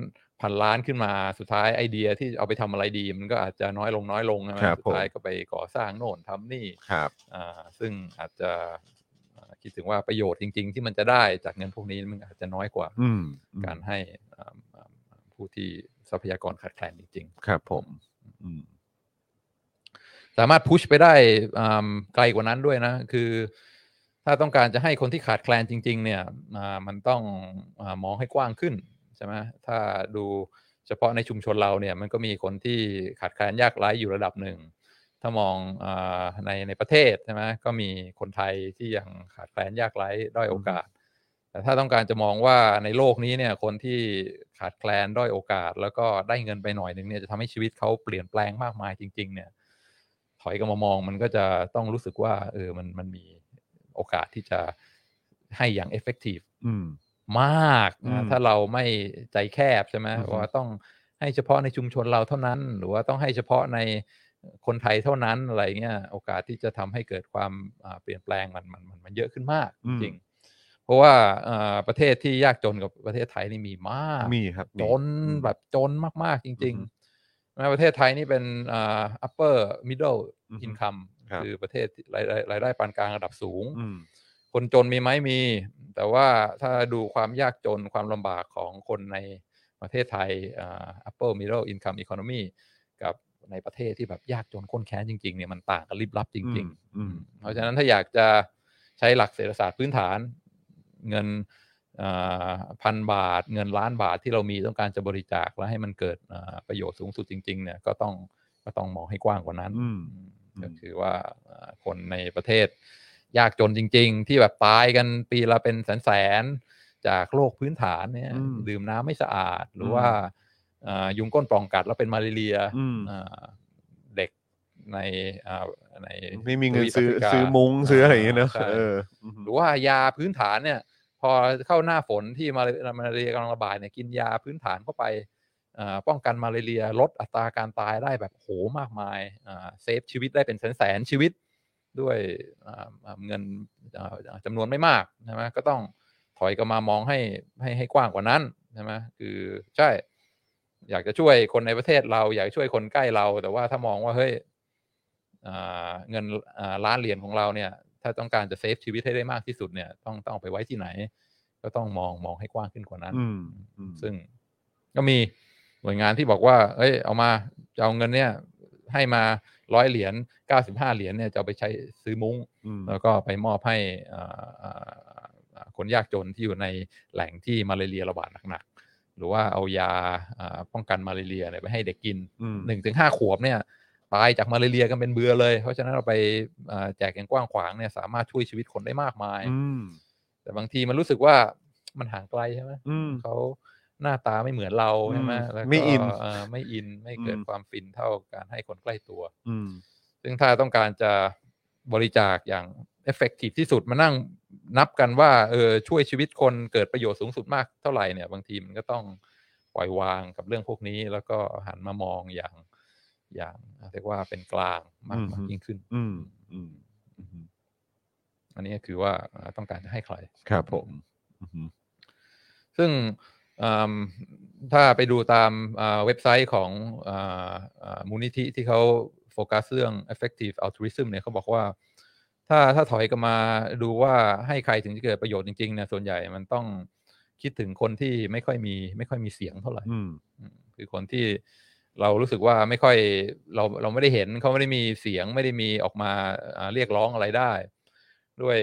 S4: พันล้านขึ้นมาสุดท้ายไอเดียที่เอาไปทำอะไรดี มันก็อาจจะน้อยลงน้อยลงใช่ไหม
S3: ครับ
S4: สุดท้าย
S3: ผม
S4: ก็ไปก่อสร้างโน่นทำนี่
S3: ครับ
S4: อ่าซึ่งอาจจะอ่าคิดถึงว่าประโยชน์จริง ๆ ที่มันจะได้จากเงินพวกนี้มันอาจจะน้อยกว่า
S3: อืมอืม
S4: การให้อ่าอ่าผู้ที่ทรัพยากรขาดแคลนจริง ๆ
S3: ครับผมอืม
S4: สามารถพุชไปได้อ่าไกลกว่านั้นด้วยนะ คือ ถ้าต้องการจะให้คนที่ขาดแคลนจริง ๆ เนี่ยอ่ามันต้องอามองให้กว้างขึ้นใช่ไหมถ้าดูเฉพาะในชุมชนเราเนี่ยมันก็มีคนที่ขาดแคลนยากไร้อยู่ระดับหนึ่ง ถ้ามองอาในในประเทศใช่ไหมก็มีคนไทยที่ยังขาดแคลนยากไร้ด้อยโอกาส แต่ถ้าต้องการจะมองว่าในโลกนี้เนี่ยคนที่ขาดแคลนด้อยโอกาส แล้วก็ได้เงินไปหน่อยหนึงเนี่ยจะทำให้ชีวิตเขาเปลี่ยนแปลงมากมายจริง ๆ เนี่ย ถอยกลับมามองมันก็จะต้องรู้สึกว่าเออมันมันมีโอกาสที่จะให้อย่าง effective
S3: อืม
S4: มากนะ
S3: อืม
S4: ถ้าเราไม่ใจแคบใช่ไหม
S3: อือฮึ
S4: ว่าต้องให้เฉพาะในชุมชนเราเท่านั้น หรือว่าต้องให้เฉพาะในคนไทยเท่านั้นอะไรเงี้ยโอกาสที่จะทำให้เกิดความอ่าเปลี่ยนแปลงมันมันมันมันเยอะขึ้นมาก
S3: อืม
S4: จริงๆเพราะว่าอ่าประเทศที่ยากจนกับประเทศไทยนี่มีมาก
S3: มีครับมี
S4: จน
S3: อืม
S4: แบบจนมาก ๆ จริง
S3: อือฮึ
S4: ๆนะประเทศไทยนี่เป็นอ่า upper middle
S3: อือฮึ
S4: income
S3: ครับ
S4: คือประเทศที่รายได้รายได้ปานกลางระดับสูง
S3: อืม
S4: คนจนมีไหมมี แต่ว่าถ้าดูความยากจนความลำบากของคนในประเทศไทยอ่า Apple Middle Income Economy กับในประเทศที่แบบยากจนข้นแค้นจริงๆเนี่ยมันต่างกันลิบลับจริง ๆ
S3: อืม
S4: เพราะฉะนั้นถ้าอยากจะใช้หลักเศรษฐศาสตร์พื้นฐาน เงินพันบาท เงินล้านบาทที่เรามีต้องการจะบริจาคแล้วให้มันเกิดอ่าประโยชน์สูงสุดจริง ๆ เนี่ยก็ต้องก็ต้องมองให้กว้างกว่านั้น
S3: อืม
S4: อืม
S3: อืม
S4: ก็คือว่าอ่าคนในประเทศ ยากจนจริง ๆ ที่แบบตายกันปีละเป็นแสนๆจากโรคพื้นฐานเนี่ย
S3: อืม
S4: ดื่มน้ำไม่สะอาด หรืออ
S3: ม
S4: ว่าอ่ายุงก้นปล่องกัดแล้วเป็นมาเรีย
S3: อืม
S4: อ่าเด็กในอ่าใน
S3: ไม่มีเงินซื้อ
S4: ทวีปแฟริกา
S3: ซื้อมุ้งซื้ออะไรอย่างเงี้ยเนอะ
S4: ใช่
S3: เออ
S4: หรือว่ายาพื้นฐานเนี่ย พอเข้าหน้าฝนที่มาเลมาเลเรียกำลังระบาดเนี่ยกินยาพื้นฐานเข้าไปอ่าป้องกันมาเลเรียลดอัตราการตายได้แบบโหมากมายอ่าเซฟชีวิตได้เป็นแสนแสนๆชีวิตด้วยอ่าอ่าเงินอ่าจำนวนไม่มากใช่ไหมก็ต้องถอยกลับมามองให้ให้ให้กว้างกว่านั้นใช่ไหมคือใช่ อยากจะช่วยคนในประเทศเรา อยากช่วยคนใกล้เรา แต่ว่าถ้ามองว่าเฮ้ยอ่าเงินอ่าล้านเหรียญของเราเนี่ย ถ้าต้องการจะเซฟชีวิตให้ได้มากที่สุดเนี่ย ต้องต้องเอาไปไว้ที่ไหน ก็ต้องมองมองให้กว้างขึ้นกว่านั้น
S3: อืมอืม
S4: ซึ่งก็มีหน่วยงานที่บอกว่า เอ้ย เอามาจะเอาเงินเนี่ย ให้มาร้อยเหรียญเก้าสิบห้าเหรียญเนี่ยจะเอาไปใช้ซื้อมุ้ง
S3: อืม
S4: แล้วก็ไปมอบให้อ่าอ่าอ่าคนยากจนที่อยู่ในแหล่งที่มาเลเรียระบาดหนักๆ หรือว่าเอายาอ่าป้องกันมาเลเรียเนี่ยไปให้เด็กกิน
S3: อืม
S4: หนึ่งถึงห้าขวบเนี่ยตายจากมาเลเรียกันเป็นเบือเลย เพราะฉะนั้นเราไปอ่าแจกอย่างกว้างขวางเนี่ยสามารถช่วยชีวิตคนได้มากมาย
S3: อืม
S4: แต่บางทีมันรู้สึกว่ามันห่างไกลใช่ไหม
S3: อืม
S4: เขาหน้าตาไม่เหมือนเราใช่ไหม
S3: อืม
S4: แล้วก็
S3: ไม่อิน
S4: เอ่อไม่อินไม่เกิด
S3: อืม
S4: ความฟินเท่าการให้คนใกล้ตัว
S3: อืม
S4: ซึ่งถ้าต้องการจะบริจาคอย่าง effective ที่สุดมานั่งนับกันว่าเออช่วยชีวิตคนเกิดประโยชน์สูงสุดมากเท่าไหร่เนี่ย บางทีมันก็ต้องปล่อยวางกับเรื่องพวกนี้ แล้วก็หันมามองอย่างอย่างเรียกว่าเป็นกลางมาก
S3: อืม
S4: มากยิ่งขึ้น
S3: อืมอืมอืม
S4: อันนี้ก็คือว่าเอ่อต้องการจะให้ใคร
S3: ครับผมอืม
S4: ซึ่งอืมถ้าไปดูตามอ่าเว็บไซต์ของอ่าอ่ามูลนิธิที่เขาโฟกัสเรื่อง effective altruism เนี่ยเขาบอกว่า ถ้าถ้าถอยกลับมาดูว่าให้ใครถึงจะเกิดประโยชน์จริงๆเนี่ยส่วนใหญ่มันต้องคิดถึงคนที่ไม่ค่อยมีไม่ค่อยมีเสียงเท่าไหร่
S3: อืม
S4: อืมคือคนที่เรารู้สึกว่าไม่ค่อยเราเราไม่ได้เห็นเขาไม่ได้มีเสียงไม่ได้มีออกมาอ่าเรียกร้องอะไรได้ ด้วย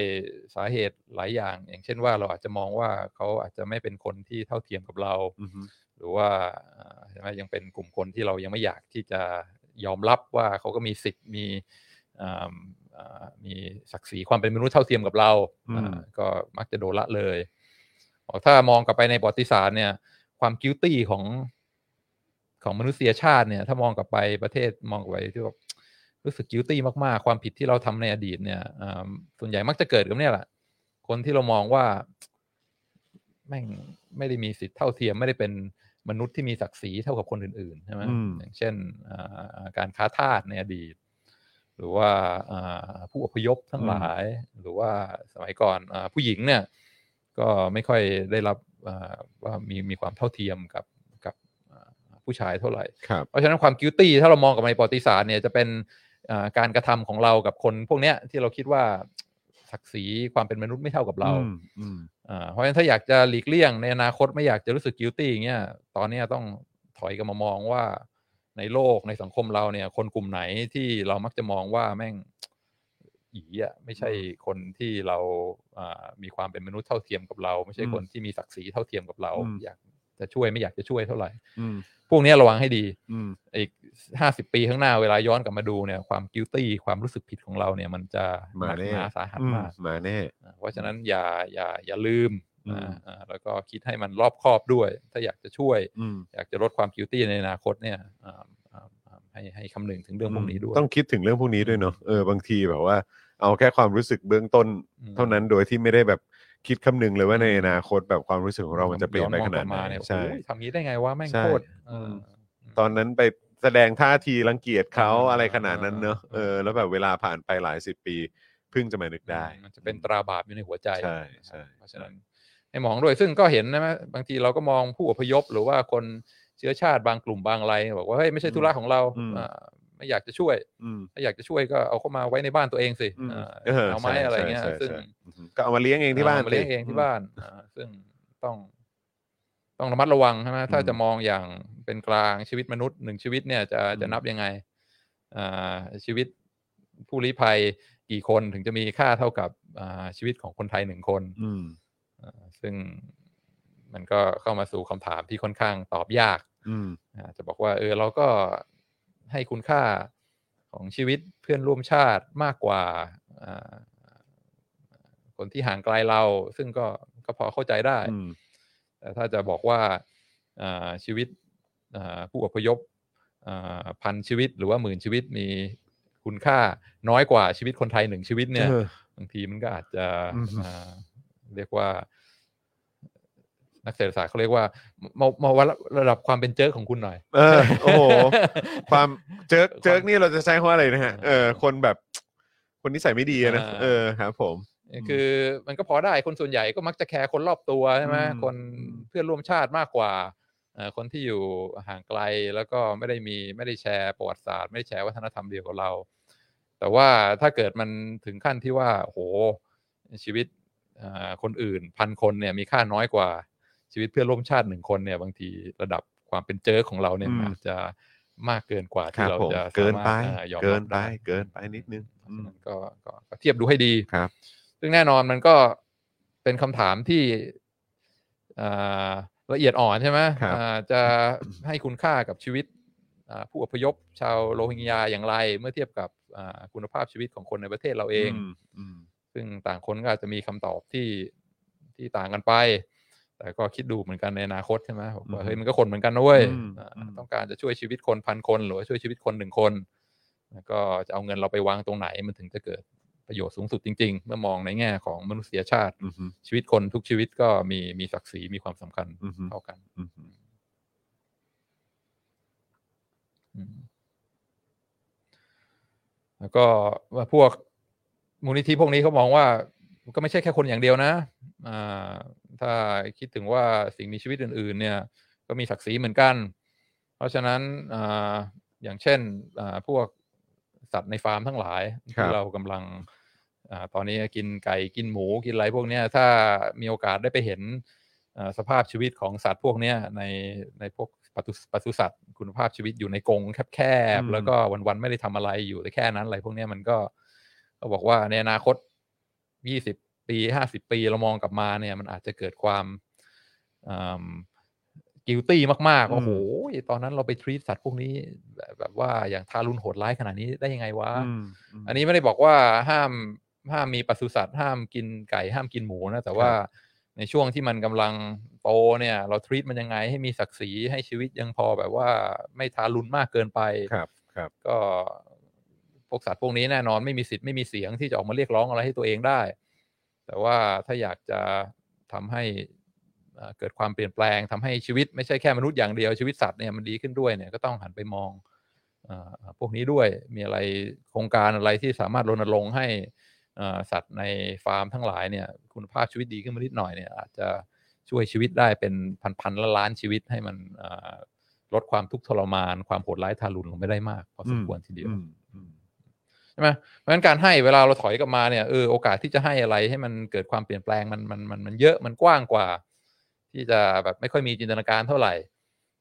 S4: สาเหตุหลายอย่าง อย่างเช่นว่าเราอาจจะมองว่าเขาอาจจะไม่เป็นคนที่เท่าเทียมกับเรา
S3: อืม
S4: หรือว่าอ่าใช่ไหมยังเป็นกลุ่มคนที่เรายังไม่อยากที่จะยอมรับว่าเขาก็มีสิทธิ์มีอ่าอ่ามีศักดิ์ศรีความเป็นมนุษย์เท่าเทียมกับเรา
S3: อืม
S4: อ่าก็มักจะโดนละเลยอ๋อถ้ามองกลับไปในประวัติศาสตร์เนี่ย ความกิ i ตี้ของของมนุษยชาติเนี่ยถ้ามองกลับไปประเทศมองกลับไปที่แบบรู้สึกกิ i ตี้มากๆ ความผิดที่เราทำในอดีตเนี่ยอ่าส่วนใหญ่มักจะเกิดกับเนี่ยแหละ คนที่เรามองว่า แม่งไม่ได้มีสิทธิ์เท่าเทียม ไม่ได้เป็นมนุษย์ที่มีศักดิ์ศรีเท่ากับคนอื่นๆใช่ไหม
S3: อืม
S4: อย่างเช่นอ่าการค้าทาสในอดีต หรือว่าอ่าผู้อพยพทั้งหลาย หรือว่าสมัยก่อนอาผู้หญิงเนี่ย ก็ไม่ค่อยได้รับอ่าว่ามีมีความเท่าเทียมกับกับอ่าผู้ชายเท่าไหร่
S3: ครับ
S4: เพราะฉะนั้นความกิ i ตี้ถ้าเรามองกลับมาในประวัติศาสตร์เนี่ยจะเป็นอ่าการกระทำของเรากับคนพวกเนี้ยที่เราคิดว่าศักดิ์ศรีความเป็นมนุษย์ไม่เท่ากับเรา
S3: อืมอืม
S4: อ่าเพราะฉะนั้นถ้าอยากจะหลีกเลี่ยงในอนาคตไม่อยากจะรู้สึกกิ i ตี้อย่างเงี้ยตอนเนี้ยต้องถอยกลับมามองว่าในโลกในสังคมเราเนี่ย คนกลุ่มไหนที่เรามักจะมองว่าแม่งอีอ่ะไม่ใช่คนที่เราอ่ามีความเป็นมนุษย์เท่าเทียมกับเรา ไม่ใช่
S3: อืม
S4: คนที่มีศักดิ์ศรีเท่าเทียมกับเรา
S3: อืม
S4: อยากจะช่วยไม่อยากจะช่วยเท่าไหร่
S3: อืม
S4: พวกเนี้ยระวังให้ดี
S3: อืม
S4: อีกห้าสิบปีข้างหน้าเวลาย้อนกลับมาดูเนี่ยความกิ i ตี้ความรู้สึกผิดของเราเนี่ย มันจะหนั
S3: มาก แน่
S4: หนาสาหัส
S3: อืม
S4: มาก
S3: มาแน่
S4: อ่าเพราะฉะนั้นอย่าอย่าอย่าลืม
S3: อืม
S4: อ่าอ่าแล้วก็คิดให้มันรอบคอบด้วย ถ้าอยากจะช่วย
S3: อืม
S4: อยากจะลดความกิวตี้ในอนาคตเนี่ยอ่าอ่าอ่าให้ให้คำนึงถึงเรื่องพวกนี้ด้วย
S3: ต้องคิดถึงเรื่องพวกนี้ด้วยเนาะเออบางทีแบบว่า เอาแค่ความรู้สึกเบื้องต้น
S4: อืม
S3: เท่านั้นโดยที่ไม่ได้แบบคิดคำนึงเลยว่าในอนาคตแบบความรู้สึกของเรามันจะเปลี่ยนไปขนาดไหน
S4: ย้อมองกลับมเนี่ย
S3: ใช่
S4: โอ้ยทำงี้ได้ไงวะแม่ง
S3: ใช่
S4: โคตรเออ
S3: ตอนนั้นไปแสดงท่าทีรังเกียจเขา
S4: อ่า
S3: อะไรขนาดนั้นเนอะ
S4: อ่า
S3: เออแล้วแบบเวลาผ่านไปหลายสิบปีเพิ่งจะมานึกได้
S4: มันจะเป็นตราบาปอยู่ในหัวใจ
S3: ใช่ใช่
S4: เพราะฉะนั้นให้มองด้วยซึ่งก็เห็นนะบางทีเราก็มองผู้อพยพหรือว่าคนเชื้อชาติบางกลุ่มบางอะไรบอกว่าเฮ้ยไม่ใช่ธุระของเรา
S3: อืม
S4: อ่า ไม่อยากจะช่วย
S3: อืม
S4: ถ้าอยากจะช่วยก็เอาเข้ามาไว้ในบ้านตัวเองสิ
S3: อืม
S4: อ่า
S3: เออ
S4: เอาไหม้
S3: ใช่
S4: อะไรเงี้ย
S3: ใช่
S4: ซึ่ง
S3: ใช่ ก็เอามาเลี้ยงเองที่บ้าน
S4: มเลี้ยงเองที่บ้านอ่าซึ่งต้อง ต้องระมัดระวังใช่ไหมถ้าจะมองอย่างเป็นกลางชีวิตมนุษย์หนึ่งชีวิตเนี่ยจะจะนับยังไงอ่าชีวิตผู้ลี้ภัยกี่คนถึงจะมีค่าเท่ากับอ่าชีวิตของคนไทยหนึ่งคน
S3: อืม
S4: อ่าซึ่งมันก็เข้ามาสู่คำถามที่ค่อนข้างตอบยาก
S3: อืม
S4: อ่าจะบอกว่าเออเราก็ให้คุณค่าของชีวิตเพื่อนร่วมชาติมากกว่าอ่าคนที่ห่างไกลเรา ซึ่งก็ก็พอเข้าใจได้
S3: อืม
S4: แต่ถ้าจะบอกว่าอ่าชีวิตอ่าผู้อพยพอ่าพันชีวิตหรือว่าหมื่นชีวิตมีคุณค่าน้อยกว่าชีวิตคนไทยหนึ่งชีวิตเนี่ย
S3: เออ
S4: บางทีมันก็อาจจะ
S3: อืม
S4: อ่าเรียกว่า นักเศรษฐศาสตร์เขาเรียกว่า มามาวัดระดับความเป็นเจอของคุณหน่อย
S3: เออโอ้โห ความเจิกเจิกนี่เราจะใช้คำว่าอะไรนะฮะเออคนแบบ คนนิสัยไม่ดีอะนะ
S4: อ่า
S3: เออครับผม
S4: คือมันก็พอได้คนส่วนใหญ่ก็มักจะแคร์คนรอบตัวใช่ไหม
S3: อืม
S4: คนเพื่อนร่วมชาติมากกว่าเอ่อคนที่อยู่ห่างไกลแล้วก็ไม่ได้มีไม่ได้แชร์ประวัติศาสตร์ ไม่ได้แชร์วัฒนธรรมเดียวกับเรา แต่ว่าถ้าเกิดมันถึงขั้นที่ว่าโอ้โหชีวิตเอ่อคนอื่นพันคนเนี่ยมีค่าน้อยกว่าชีวิตเพื่อนร่วมชาติหนึ่งคนเนี่ยบางทีระดับความเป็นเจอของเราเนี่ย
S3: อืม
S4: มันอาจจะมากเกินกว่า
S3: ค
S4: ที่
S3: รับ
S4: เรา
S3: ผม
S4: จะ
S3: เกินไป
S4: สามารถอ่อยอม
S3: เกิ
S4: รับ
S3: นไป
S4: ด้
S3: เกินไปนิดนึง
S4: เพ
S3: อื
S4: ราะฉะ
S3: ม
S4: นั้นก็ก็ก็เทียบดูให้ดี
S3: ครับ
S4: ซึ่งแน่นอนมันก็เป็นคำถามที่อ่าละเอียดอ่อนใช่ไหม
S3: ครับ
S4: อ่าจะให้คุณค่ากับชีวิตอ่าผู้อพยพชาวโรฮิงญาอย่างไร เมื่อเทียบกับอ่าคุณภาพชีวิตของคนในประเทศเราเอง
S3: อืมอืม
S4: ซึ่งต่างคนก็อาจจะมีคำตอบที่ที่ต่างกันไป แต่ก็คิดดูเหมือนกันในอนาคตใช่ไหมบอกว่า
S3: อืม
S4: เฮ้ยมันก็คนเหมือนกันนะเว้ย
S3: อืม
S4: อ่า
S3: อืม
S4: ต้องการจะช่วยชีวิตคนพันคน หรือว่าช่วยชีวิตคนหนึ่งคน แล้วก็จะเอาเงินเราไปวางตรงไหน มันถึงจะเกิดประโยชน์สูงสุดจริง ๆ เมื่อมองในแง่ของมนุษยชาติ
S3: อืมอืม
S4: ชีวิตคนทุกชีวิตก็มีมีศักดิ์ศรีมีความสำคัญ
S3: อืม
S4: เท่ากัน
S3: อืม
S4: อืมแล้วก็ว่าพวกมูลนิธิพวกนี้เขามองว่า ก็ไม่ใช่แค่คนอย่างเดียวนะอ่าถ้าคิดถึงว่าสิ่งมีชีวิตอื่น ๆ เนี่ย ก็มีศักดิ์ศรีเหมือนกัน เพราะฉะนั้นอ่าอย่างเช่นอ่าพวกสัตว์ในฟาร์มทั้งหลาย
S3: ครับ
S4: ที่เรากำลังอาตอนนี้กินไก่กินหมูกินอะไรพวกเนี้ยถ้ามีโอกาสได้ไปเห็นอ่าสภาพชีวิตของสัตว์พวกเนี้ยในในพวกปศุปศุสัตว์ คุณภาพชีวิตอยู่ในกรงแคบ
S3: อืม
S4: ๆแล้วก็วันๆไม่ได้ทำอะไรอยู่แต่แค่นั้นอะไรพวกเนี้ยมันก็ก็บอกว่าในอนาคตยี่สิบปีห้าสิบปีเรามองกลับมาเนี่ย มันอาจจะเกิดความกิลตี้มากๆว่า
S3: อืม
S4: โอ้โห ตอนนั้นเราไปทรีตสัตว์พวกนี้แบบแบบว่าอย่างทารุณโหดร้ายขนาดนี้ได้ยังไงวะ
S3: อืมม
S4: อันนี้ไม่ได้บอกว่าห้ามห้ามมีปศุสัตว์ห้ามกินไก่ห้ามกินหมูนะแต่ว่าในช่วงที่มันกำลังโตเนี่ย เราทรีตมันยังไงให้มีศักดิ์ศรีให้ชีวิตยังพอแบบว่าไม่ทารุณมากเกินไป
S3: ครับครับ
S4: ก็พวกสัตว์พวกนี้แน่นอนไม่มีสิทธิ์ไม่มีเสียงที่จะออกมาเรียกร้องอะไรให้ตัวเองได้ แต่ว่าถ้าอยากจะทำให้เอ่อเกิดความเปลี่ยนแปลงทำให้ชีวิตไม่ใช่แค่มนุษย์อย่างเดียวชีวิตสัตว์เนี่ยมันดีขึ้นด้วยเนี่ยก็ต้องหันไปมองเออพวกนี้ด้วยมีอะไรโครงการอะไรที่สามารถรณรงค์ให้เอ่อสัตว์ในฟาร์มทั้งหลายเนี่ยคุณภาพชีวิตดีขึ้นมานิดหน่อยเนี่ยอาจจะช่วยชีวิตได้เป็นพันๆละล้านชีวิตให้มันเอ่อลดความทุกข์ทรมาน ความโหดร้ายทารุณลงไปได้มากพอสมควรทีเดียว
S3: อืมอืม
S4: ใช่ไหมเพราะฉะนั้นการให้เวลาเราถอยกลับมาเนี่ยเออโอกาสที่จะให้อะไรให้มันเกิดความเปลี่ยนแปลงมันมันมันมันเยอะมันกว้างกว่า ที่จะแบบไม่ค่อยมีจินตนาการเท่าไหร่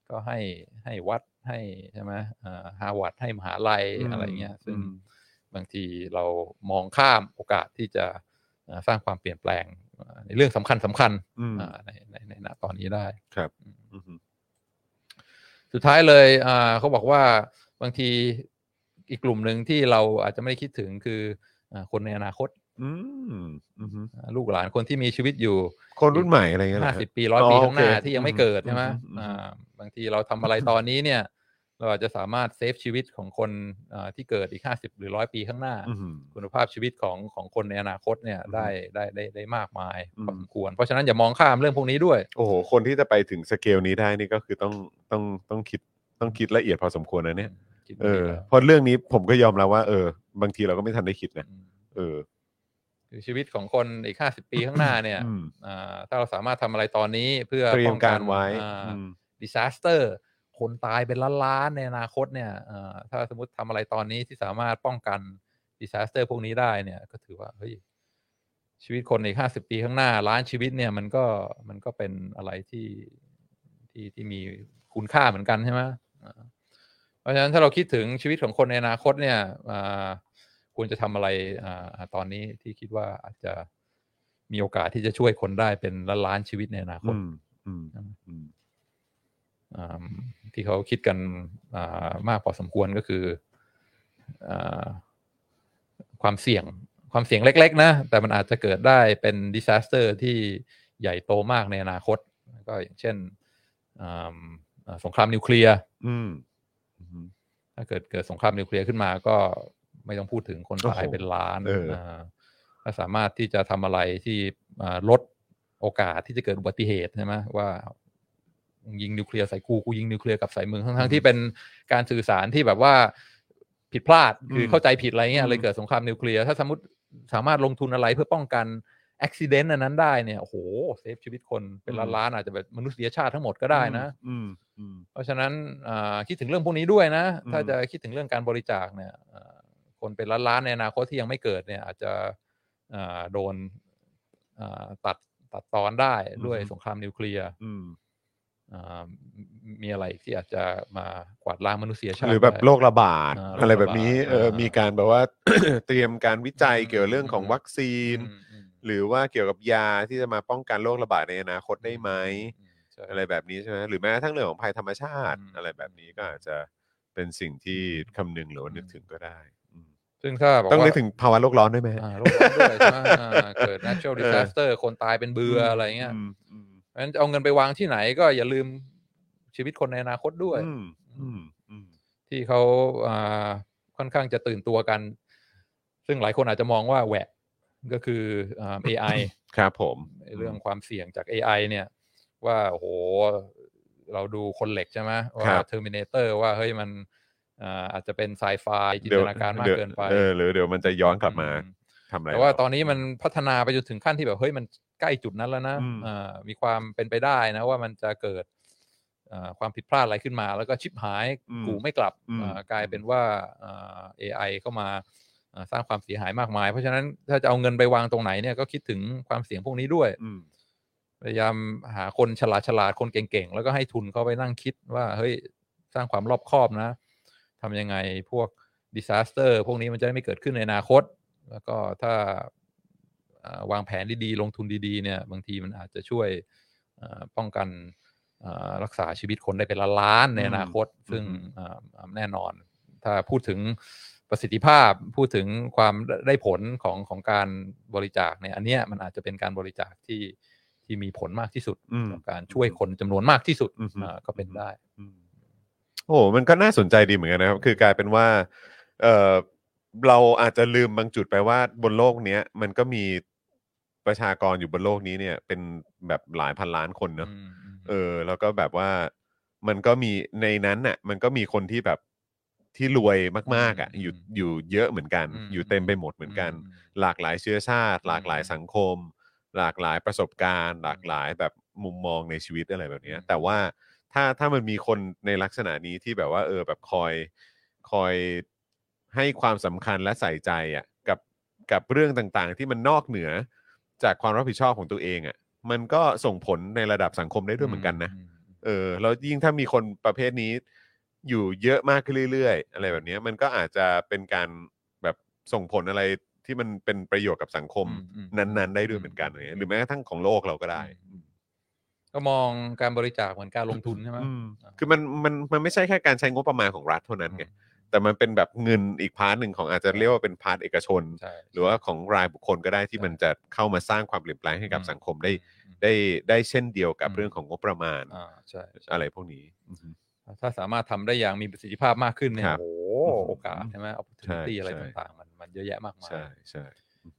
S4: ก็ให้ให้วัดให้ใช่ไหมอ่าฮาวาดให้มหาลัย
S3: อืม
S4: อะไรเงี้ยซึ่ง
S3: อืม
S4: บางทีเรามองข้ามโอกาสที่จะอ่าสร้างความเปลี่ยนแปลงอ่าในเรื่องสำคัญสำคัญ
S3: อืม
S4: อ่าในในในณตอนนี้ได้
S3: ครับอืม
S4: สุดท้ายเลยอ่าเขาบอกว่าบางทีอีกกลุ่มหนึ่งที่เราอาจจะไม่ได้คิดถึงคืออาคนในอนาคต
S3: อืมอืม
S4: อ่าลูกหลานคนที่มีชีวิตอยู่
S3: คนรุ่นใหม่อะไรเงี้ยเรอ
S4: ห้า
S3: ฮะ
S4: สิบปีร้อยปี
S3: อ๋อ
S4: ข้างหน้า
S3: โอเค
S4: ที่ยังไม่เกิดใช่ไหม
S3: อืมอืม
S4: อ่าบางทีเราทำอะไรตอนนี้เนี่ย เราอาจจะสามารถเซฟชีวิตของคนอ่าที่เกิดอีกห้าสิบหรือร้อยปีข้างหน้า
S3: อืม
S4: คุณภาพชีวิตของของคนในอนาคตเนี่ยได้ได้ได้ได้มากมาย
S3: อืม
S4: พอสมควร เพราะฉะนั้นอย่ามองข้ามเรื่องพวกนี้ด้วย
S3: โอ้โห คนที่จะไปถึงสเกลนี้ได้นี่ก็คือต้องต้องต้องคิดต้องคิดละเอียดพอสมควรนะเนี่ย
S4: คิด
S3: เอ
S4: ไม่
S3: อ
S4: ผิดแล้ว
S3: เพราะเรื่องนี้ผมก็ยอมรับว่าเออ บางทีเราก็ไม่ทันได้คิดนะ
S4: ม
S3: เออ
S4: คือชีวิตของคนอีกห้าสิบปีข้างหน้าเนี่ย
S3: อืม
S4: อ่าถ้าเราสามารถทำอะไรตอนนี้เพื่อ
S3: เตรีย
S4: ป้
S3: ม
S4: อง
S3: กา
S4: กัน
S3: รไว้
S4: อ่า
S3: อืม
S4: ดิซาสเตอร์ คนตายเป็นล้านๆในอนาคตเนี่ยเอ่อถ้าสมมติทำอะไรตอนนี้ที่สามารถป้องกันดิซาสเตอร์พวกนี้ได้เนี่ย ก็ถือว่าเฮ้ยชีวิตคนอีกห้าสิบปีข้างหน้าล้านชีวิตเนี่ยมันก็มันก็เป็นอะไรที่ที่ที่มีคุณค่าเหมือนกันใช่ไหมอ่าเพราะฉะนั้นถ้าเราคิดถึงชีวิตของคนในอนาคตเนี่ยอ่าควรจะทำอะไรอ่าตอนนี้ที่คิดว่าอาจจะมีโอกาสที่จะช่วยคนได้เป็นล้านๆชีวิตในอนาคต
S3: มอืมอืม
S4: อ่าที่เขาคิดกันอ่ามากพอสมควรก็คืออาความเสี่ยงความเสี่ยงเล็ก ๆ นะ แต่มันอาจจะเกิดได้เป็นดิซ a สเตอร์ที่ใหญ่โตมากในอนาคต ก็อย่างเช่นอ่าอ่าสงครามนิวเคลียร์
S3: อืมอืม
S4: ถ้าเกิดเกิดสงครามนิวเคลียร์ขึ้นมาก็ไม่ต้องพูดถึงคนตาย
S3: โอ้โห
S4: เป็นล้าน
S3: เออ
S4: าถ้าสามารถที่จะทำอะไรที่อ่าลดโอกาสที่จะเกิดอุบัติเหตุใช่ไหมว่ามึงยิงนิวเคลียร์ใส่กูกูยิงนิวเคลียร์กลับใส่มึงทั้งทั้งๆที่เป็นการสื่อสารที่แบบว่าผิดพลาดคือเข้าใจผิดอะไรเงี้ยเลยเกิดสงครามนิวเคลียร์ถ้าสมมติสามารถลงทุนอะไรเพื่อป้องกันอุบิเหตุอันนั้นได้เนี่ยโอ้โหเซฟชีวิตคนเป็นล้านๆอาจจะเป็นมนุษยชาติทั้งหมดก็ได้นะ
S3: อืมอืม
S4: เพราะฉะนั้นอ่าคิดถึงเรื่องพวกนี้ด้วยนะ
S3: อืม
S4: ถ้าจะคิดถึงเรื่องการบริจาคเนี่ยอ่าคนเป็นล้านๆในอนาคตที่ยังไม่เกิดเนี่ยอาจจะอ่าโดนอ่าตัดตัดตอนได้ด้วยสงครามนิวเคลียร์
S3: อืม
S4: อ่ามีอะไรที่อาจจะมากวาดล้างมนุษยชาติ
S3: หรือแบบ
S4: ได้
S3: โรคระบาด
S4: อ่า
S3: อะไรแบบนี้
S4: โรคระบาด
S3: เออ
S4: อ่ามี
S3: มีการแบบว่า เตรียมการวิจัย
S4: อืม
S3: เกี่ยวเรื่องของ
S4: อืม
S3: วัคซีน
S4: อืมอืม
S3: หรือว่าเกี่ยวกับยาที่จะมาป้องกันโรคระบาดในอนาคตได้ไหม
S4: อืมใช่
S3: อะไรแบบนี้ใช่ไหมหรือแม้กระทั้งเรื่องของภัยธรรมชาติ
S4: อืม
S3: อะไรแบบนี้ก็อาจจะเป็นสิ่งที่คำนึงหรือว่านึก
S4: อืม
S3: ถึงก็ได้อืม
S4: ซึ่งถ้าบอก
S3: ต้อง
S4: ว่า
S3: นึกถึงภาวะโลกร้อนด้วยไหม
S4: อ่าโรคร้อนด้วยใช่ไหมอ่าเกิด natural disaster คนตายเป็นเบืออะไรเงี้ย
S3: มอืม
S4: เพราะฉะนั้นจะเอาเงินไปวางที่ไหนก็อย่าลืมชีวิตคนในอนาคตด้วย
S3: อืมอืมอืม
S4: ที่เขาอ่าค่อนข้างจะตื่นตัวกัน ซึ่งหลายคนอาจจะมองว่าแหวะก็คืออ่า AI
S3: ครับผม
S4: เรื่องความเสี่ยงจาก AI เนี่ย ว่าโอ้โหเราดูคนเหล็กใช่ไหมว่า
S3: ครับ
S4: Terminator ว่าเฮ้ยมันอ่าอาจจะเป็นไซไฟจิน
S3: เดี๋ยว
S4: ตนาการมาก
S3: ดี๋ยว
S4: เกินไป
S3: เออหรือเดี๋ยวมันจะย้อนกลับมา
S4: อืม
S3: ทำอะไร
S4: แต่ว่า
S3: เร
S4: ตอนนี้มันพัฒนาไปจนถึงขั้นที่แบบเฮ้ยมันใกล้จุดนั้นแล้วนะ
S3: อืม
S4: อ่ามีความเป็นไปได้นะว่ามันจะเกิดอ่าความผิดพลาดอะไรขึ้นมา แล้วก็ชิปหายกูไม่กลับอ่ากลายเป็นว่าอ่า AI เข้ามาอ่าสร้างความเสียหายมากมาย เพราะฉะนั้นถ้าจะเอาเงินไปวางตรงไหนเนี่ยก็คิดถึงความเสี่ยงพวกนี้ด้วย
S3: อืม
S4: พยายามหาคนฉลาดฉลาดคนเก่งๆ แล้วก็ให้ทุนเขาไปนั่งคิดว่า เฮ้ย สร้างความรอบคอบนะทำยังไงพวกดิซ a สเตอร์พวกนี้มันจะได้ไม่เกิดขึ้นในอนาคต แล้วก็ถ้าอ่าวางแผนดีๆ ลงทุนดีๆ เนี่ย บางทีมันอาจจะช่วยอ่าป้องกันอ่ารักษาชีวิตคนได้เป็นล้านๆในอนาคต
S3: อืม
S4: ซึ่งอ่าอ่าแน่นอน ถ้าพูดถึงประสิทธิภาพพูดถึงความได้ผลของของการบริจาคเนี่ยอันเนี้ยมันอาจจะเป็นการบริจาคที่ที่มีผลมากที่สุด
S3: อืม
S4: ต่อการช่วยคนจำนวนมากที่สุด
S3: อือฮึ
S4: อ่าก็เป็นได้
S3: อืมโอ้โหมันก็น่าสนใจดีเหมือนกันนะครับ คือกลายเป็นว่า เออเราอาจจะลืมบางจุดไปว่าบนโลกเนี้ย มันก็มีประชากรอยู่บนโลกนี้เนี่ย เป็นแบบหลายพันล้านคนเนอะ
S4: อืมอืม
S3: เออ แล้วก็แบบว่ามันก็มีในนั้นน่ะ มันก็มีคนที่แบบที่รวยมากๆอ่ะอยู่อยู่เยอะเหมือนกัน
S4: ม
S3: อยู่เต็มไปหมดเหมือนกัน
S4: ม
S3: หลากหลายเชื้อชาติ หลากหลาย
S4: อืม
S3: สังคม หลากหลายประสบการณ์ หลากหลายแบบมุมมองในชีวิตอะไรแบบเนี้ย
S4: อืม
S3: แต่ว่าถ้าถ้ามันมีคนในลักษณะนี้ที่แบบว่า เออแบบคอยคอยให้ความสำคัญและใส่ใจอ่ะกับกับเรื่องต่างๆ ที่มันนอกเหนือจากความรับผิดชอบของตัวเองอ่ะมันก็ส่งผลในระดับสังคมได้ด้วยเหมือนกันนะ
S4: อืม
S3: เออแล้วยิ่งถ้ามีคนประเภทนี้อยู่เยอะมากขึ้นเรื่อยๆ อะไรแบบเนี้ยมันก็อาจจะเป็นการแบบส่งผลอะไรที่มันเป็นประโยชน์กับสังคม
S4: อือืม
S3: นั้นๆ ได้ด้วยเหมือนกันอะไรเงี้ยหรือแม้กระทั่งของโลกเราก็ได้
S4: อืม ก็มองการบริจาคเหมือนการลงทุนใช่ไหม
S3: อืมคือมันมันมันไม่ใช่แค่การใช้งบประมาณของรัฐเท่านั้นไงแต่มันเป็นแบบเงินอีกพาร์ทหนึ่งของอาจจะเรียกว่าเป็นพาร์ทเอกชน
S4: ใช่
S3: หรือว่าของรายบุคคลก็ได้ที่มันจะเข้ามาสร้างความเปลี่ยนแปลงให้กับ
S4: อืม
S3: สังคมได้ได้ได้เช่นเดียวกับ
S4: อืม
S3: เรื่องของงบประมาณ
S4: อ่าใช่ใช่
S3: อะไรพวกนี้
S4: ถ้าสามารถทำได้อย่างมีประสิทธิภาพมากขึ้นเนี่ย
S3: ครับ
S4: โอ้โหโอกาสใช่ไหม opportunity
S3: ใช่
S4: อะไร
S3: ใช่
S4: ต่างๆ มันมันเยอะแยะมากมาย
S3: ใช่ใช่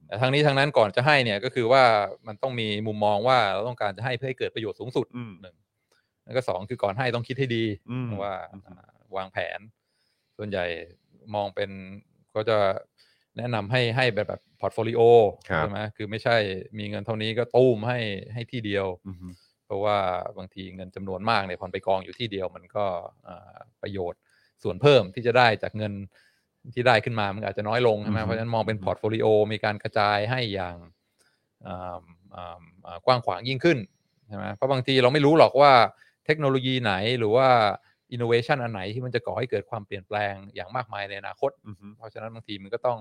S4: แต่ทั้งนี้ทั้งนั้นก่อนจะให้เนี่ยก็คือว่ามันต้องมีมุมมองว่าเราต้องการจะให้เพื่อให้เกิดประโยชน์สูงสุด
S3: อืม
S4: หนึ่งแล้วก็สองคือก่อนให้ต้องคิดให้ดี
S3: อืม
S4: ว่า
S3: อืม
S4: อ่าวางแผน ส่วนใหญ่มองเป็นก็จะแนะนำให้ให้แบบแบบพอร์ตโฟลิโอ
S3: ครับ
S4: ใช่ไหมคือไม่ใช่มีเงินเท่านี้ก็ตู้มให้ให้ที่เดียว
S3: อือฮึ
S4: พ ราะว่าบางทีเงินจำนวนมากเนี่ยพอไปกองอยู่ที่เดียวมันก็อ่าประโยชน์ส่วนเพิ่มที่จะได้จากเงินที่ได้ขึ้นมามันอาจจะน้อยลงใช่ไหม
S2: อือฮึ
S4: เพราะฉะนั้นมองเป็นพอร์ตโฟลิโอมีการกระจายให้อย่างอ่าอ่าอ่ากว้างขวางยิ่งขึ้นใช่ไหมเพราะบางทีเราไม่รู้หรอกว่าเทคโนโลยีไหนหรือว่าอินโนเวชันอันไหนที่มันจะก่อให้เกิดความเปลี่ยนแปลงอย่างมากมายในอนาคต
S2: อือฮึ
S4: เพราะฉะนั้นบางทีมันก็ต้อง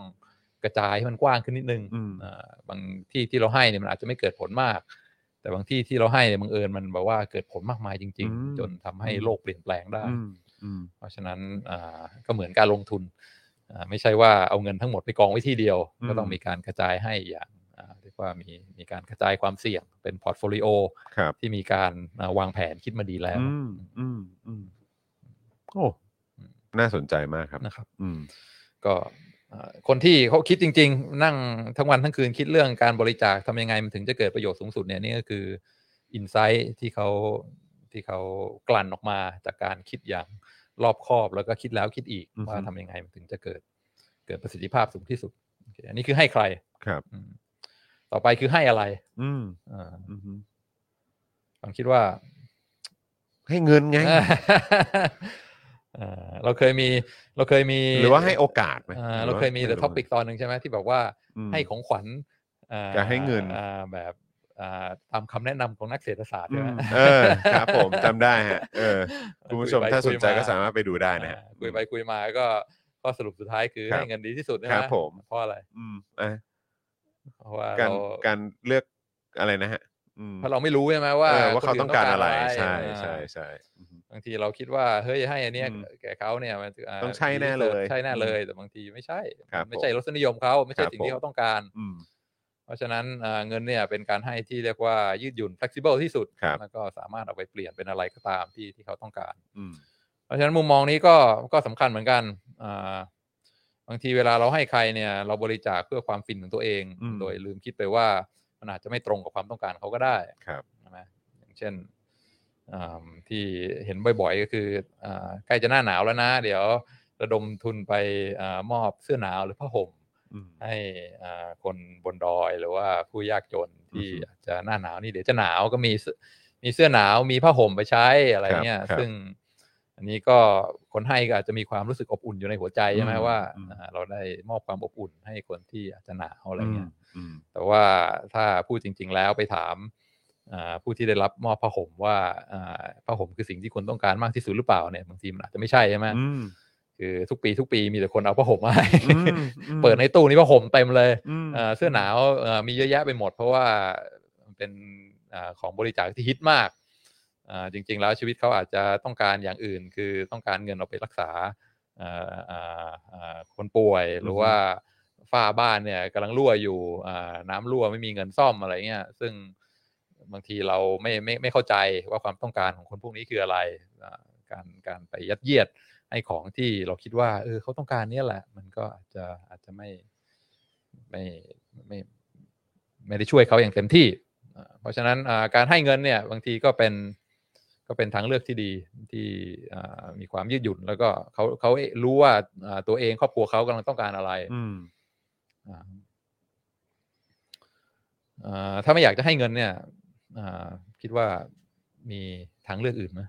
S4: กระจายให้มันกว้างขึ้นนิดนึง
S2: อืม
S4: อ่าบางที่ที่เราให้เนี่ยมันอาจจะไม่เกิดผลมาก แต่บางที่ที่เราให้เนี่ยบังเอิญมันแบบว่าเกิดผลมากมายจริง
S2: อืม
S4: ๆ จนทำให้โลกเปลี่ยนแปลงได้
S2: อืมอืม
S4: เพราะฉะนั้นอ่าก็เหมือนการลงทุนอ่าไม่ใช่ว่าเอาเงินทั้งหมดไปกองไว้ที่เดียว
S2: อืม
S4: ก็ต้องมีการกระจายให้อย่างอ่าเรียกว่ามีมีการกระจายความเสี่ยงเป็นพอร์ตโฟลิโอ
S2: ครับ
S4: ที่มีการอ่าวางแผนคิดมาดีแล้ว
S2: อืมอืมอืมโอ้น่าสนใจมากครับ
S4: นะครับ
S2: อืม
S4: ก็เอ่อคนที่เขาคิดจริง ๆ นั่งทั้งวันทั้งคืนคิดเรื่องการบริจาคทำยังไงมันถึงจะเกิดประโยชน์สูงสุดเนี่ยนี่ก็คืออินไซต์ที่เขาที่เขากลั่นออกมาจากการคิดอย่างรอบคอบแล้วก็คิดแล้วคิดอีก
S2: อือฮึ
S4: ว่าทำยังไงมันถึงจะเกิดเกิดประสิทธิภาพสูงที่สุดโอเคอันนี้คือให้ใคร
S2: ครับ
S4: อืมต่อไปคือให้อะไร
S2: อืม
S4: อ่า
S2: อืม
S4: ผมคิดว่า
S2: ให้เงินไง
S4: อ่าเราเคยมีเราเคยมี
S2: หรือว่าให้โอกาสไหม
S4: อ่าเราเคยมี The Topic ตอนหนึ่งใช่ไหมที่บอกว่า
S2: อืม
S4: ให้ของขวัญอ่า
S2: จะให้เงิน
S4: อ่าแบบอ่าตามคำแนะนำของนักเศรษฐศาสตร์
S2: อื
S4: ใช่ไหม
S2: มเออครับผมจำได้ฮะ เออ คุณผู้ชม
S4: คุยไป
S2: ถ้าสนใจ
S4: คุย
S2: ก็สามารถไปดูได้นะฮะ
S4: อ่าคุยไปคุยมาก็ข้อสรุปสุดท้ายคือ
S2: ครับ
S4: ให้เงินดีที่สุดใช่ไห
S2: ครับผม
S4: เพราะอะไร
S2: อืมอ่ะ
S4: เพราะว่า
S2: การ
S4: เรา
S2: การเลือกอะไรนะฮะอืม
S4: เพราะเราไม่รู้ใช่ไหมว่า
S2: เออว่าเขา
S4: คนน
S2: ต้องการอะไร
S4: ต้
S2: ใช่
S4: อ่า
S2: ใช่ใช่
S4: บางทีเราคิดว่าเฮ้ยให้อันเนี้ย
S2: อืม
S4: แก่เขาเนี่ยมันา
S2: ต้องใช่
S4: ดีที่
S2: แน่
S4: สุด
S2: เลย
S4: ใช่แน่
S2: อืม
S4: เลยแต่บางทีไม่ใช่
S2: ครับ
S4: ไม่ใช่รสนิยมเขาไม่ใช่
S2: ครับ
S4: สิ่งที่
S2: ผม
S4: เขาต้องการ
S2: อืม
S4: เพราะฉะนั้นเอ่อเงินเนี่ยเป็นการให้ที่เรียกว่ายืดหยุ่น flexible ที่สุด
S2: ครับ
S4: แล้วก็สามารถเอาไปเปลี่ยนเป็นอะไรก็ตามที่ที่เขาต้องการ
S2: อืม
S4: เพราะฉะนั้นมุมมองนี้ก็ก็สำคัญเหมือนกันอ่าบางทีเวลาเราให้ใครเนี่ยเราบริจาคเพื่อความฟินของตัวเอง
S2: อืม
S4: โดยลืมคิดไปว่ามันอาจจะไม่ตรงกับความต้องการเขาก็ได้
S2: ครับ
S4: ใช่ไหมอย่างเช่นอ่าที่เห็นบ่อยๆ ก็คืออ่าใกล้จะหน้าหนาวแล้วนะ เดี๋ยวระดมทุนไปอามอบเสื้อหนาวหรือผ้าห่ม
S2: อืม
S4: ให้อ่าคนบนดอยหรือว่าผู้ยากจนที่
S2: อือฮึ
S4: อาจจะหน้าหนาวนี่เดี๋ยวจะหนาวก็มีเสื้อมีเสื้อหนาวมีผ้าห่มไปใช้อะไร
S2: ครับ
S4: เงี้ย
S2: ครับ
S4: ซึ่งอันนี้ก็คนให้ก็อาจจะมีความรู้สึกอบอุ่นอยู่ในหัวใจใช่ไหม
S2: อืม
S4: ว่า
S2: อืม
S4: อ่าเราได้มอบความอบอุ่นให้คนที่อาจจะหนาวอะไรเงี้ย
S2: อืม
S4: แต่ว่าถ้าพูดจริง ๆ แล้วไปถามอ่าผู้ที่ได้รับมอบผ้าห่มว่าอ่าผ้าห่มคือสิ่งที่คนต้องการมากที่สุดหรือเปล่าเนี่ยบางทีมันอาจจะไม่ใช่ใช่ไหม
S2: อืม
S4: คือทุกปีทุกปีมีแต่คนเอาผ้าห่มมาให้
S2: อืมอืม
S4: เปิดในตู้นี้ผ้าห่มเต็มเลย
S2: อืม
S4: เอ่อเสื้อหนาวเอ่อมีเยอะแยะไปหมด เพราะว่ามันเป็นอ่าของบริจาคที่ฮิตมากอ่าจริง ๆ แล้วชีวิตเขาอาจจะต้องการอย่างอื่น คือต้องการเงินเอาไปรักษาอ่าอ่าอ่าคนป่วย หรือว่าฝ้าบ้านเนี่ยกำลังรั่วอยู่อ่าน้ำรั่วไม่มีเงินซ่อมอะไรเงี้ยซึ่งบางทีเราไม่ไม่ไม่เข้าใจว่าความต้องการของคนพวกนี้คืออะไรอ่าการการไปยัดเยียด ให้ของที่เราคิดว่า เออเขาต้องการเนี่ยแหละ มันก็อาจจะอาจจะไม่ไม่ไม่ไม่ได้ช่วยเขาอย่างเต็มที่อ่าเพราะฉะนั้นอ่าการให้เงินเนี่ย บางทีก็เป็นก็เป็นทางเลือกที่ดีที่อ่ามีความยืดหยุ่น แล้วก็เขาเขารู้ว่าอ่าตัวเองครอบครัวเขากำลังต้องการอะไร
S2: อืม
S4: อ่าอ่าถ้าไม่อยากจะให้เงินเนี่ยอ่าคิดว่ามีทางเลือกอื่นไหม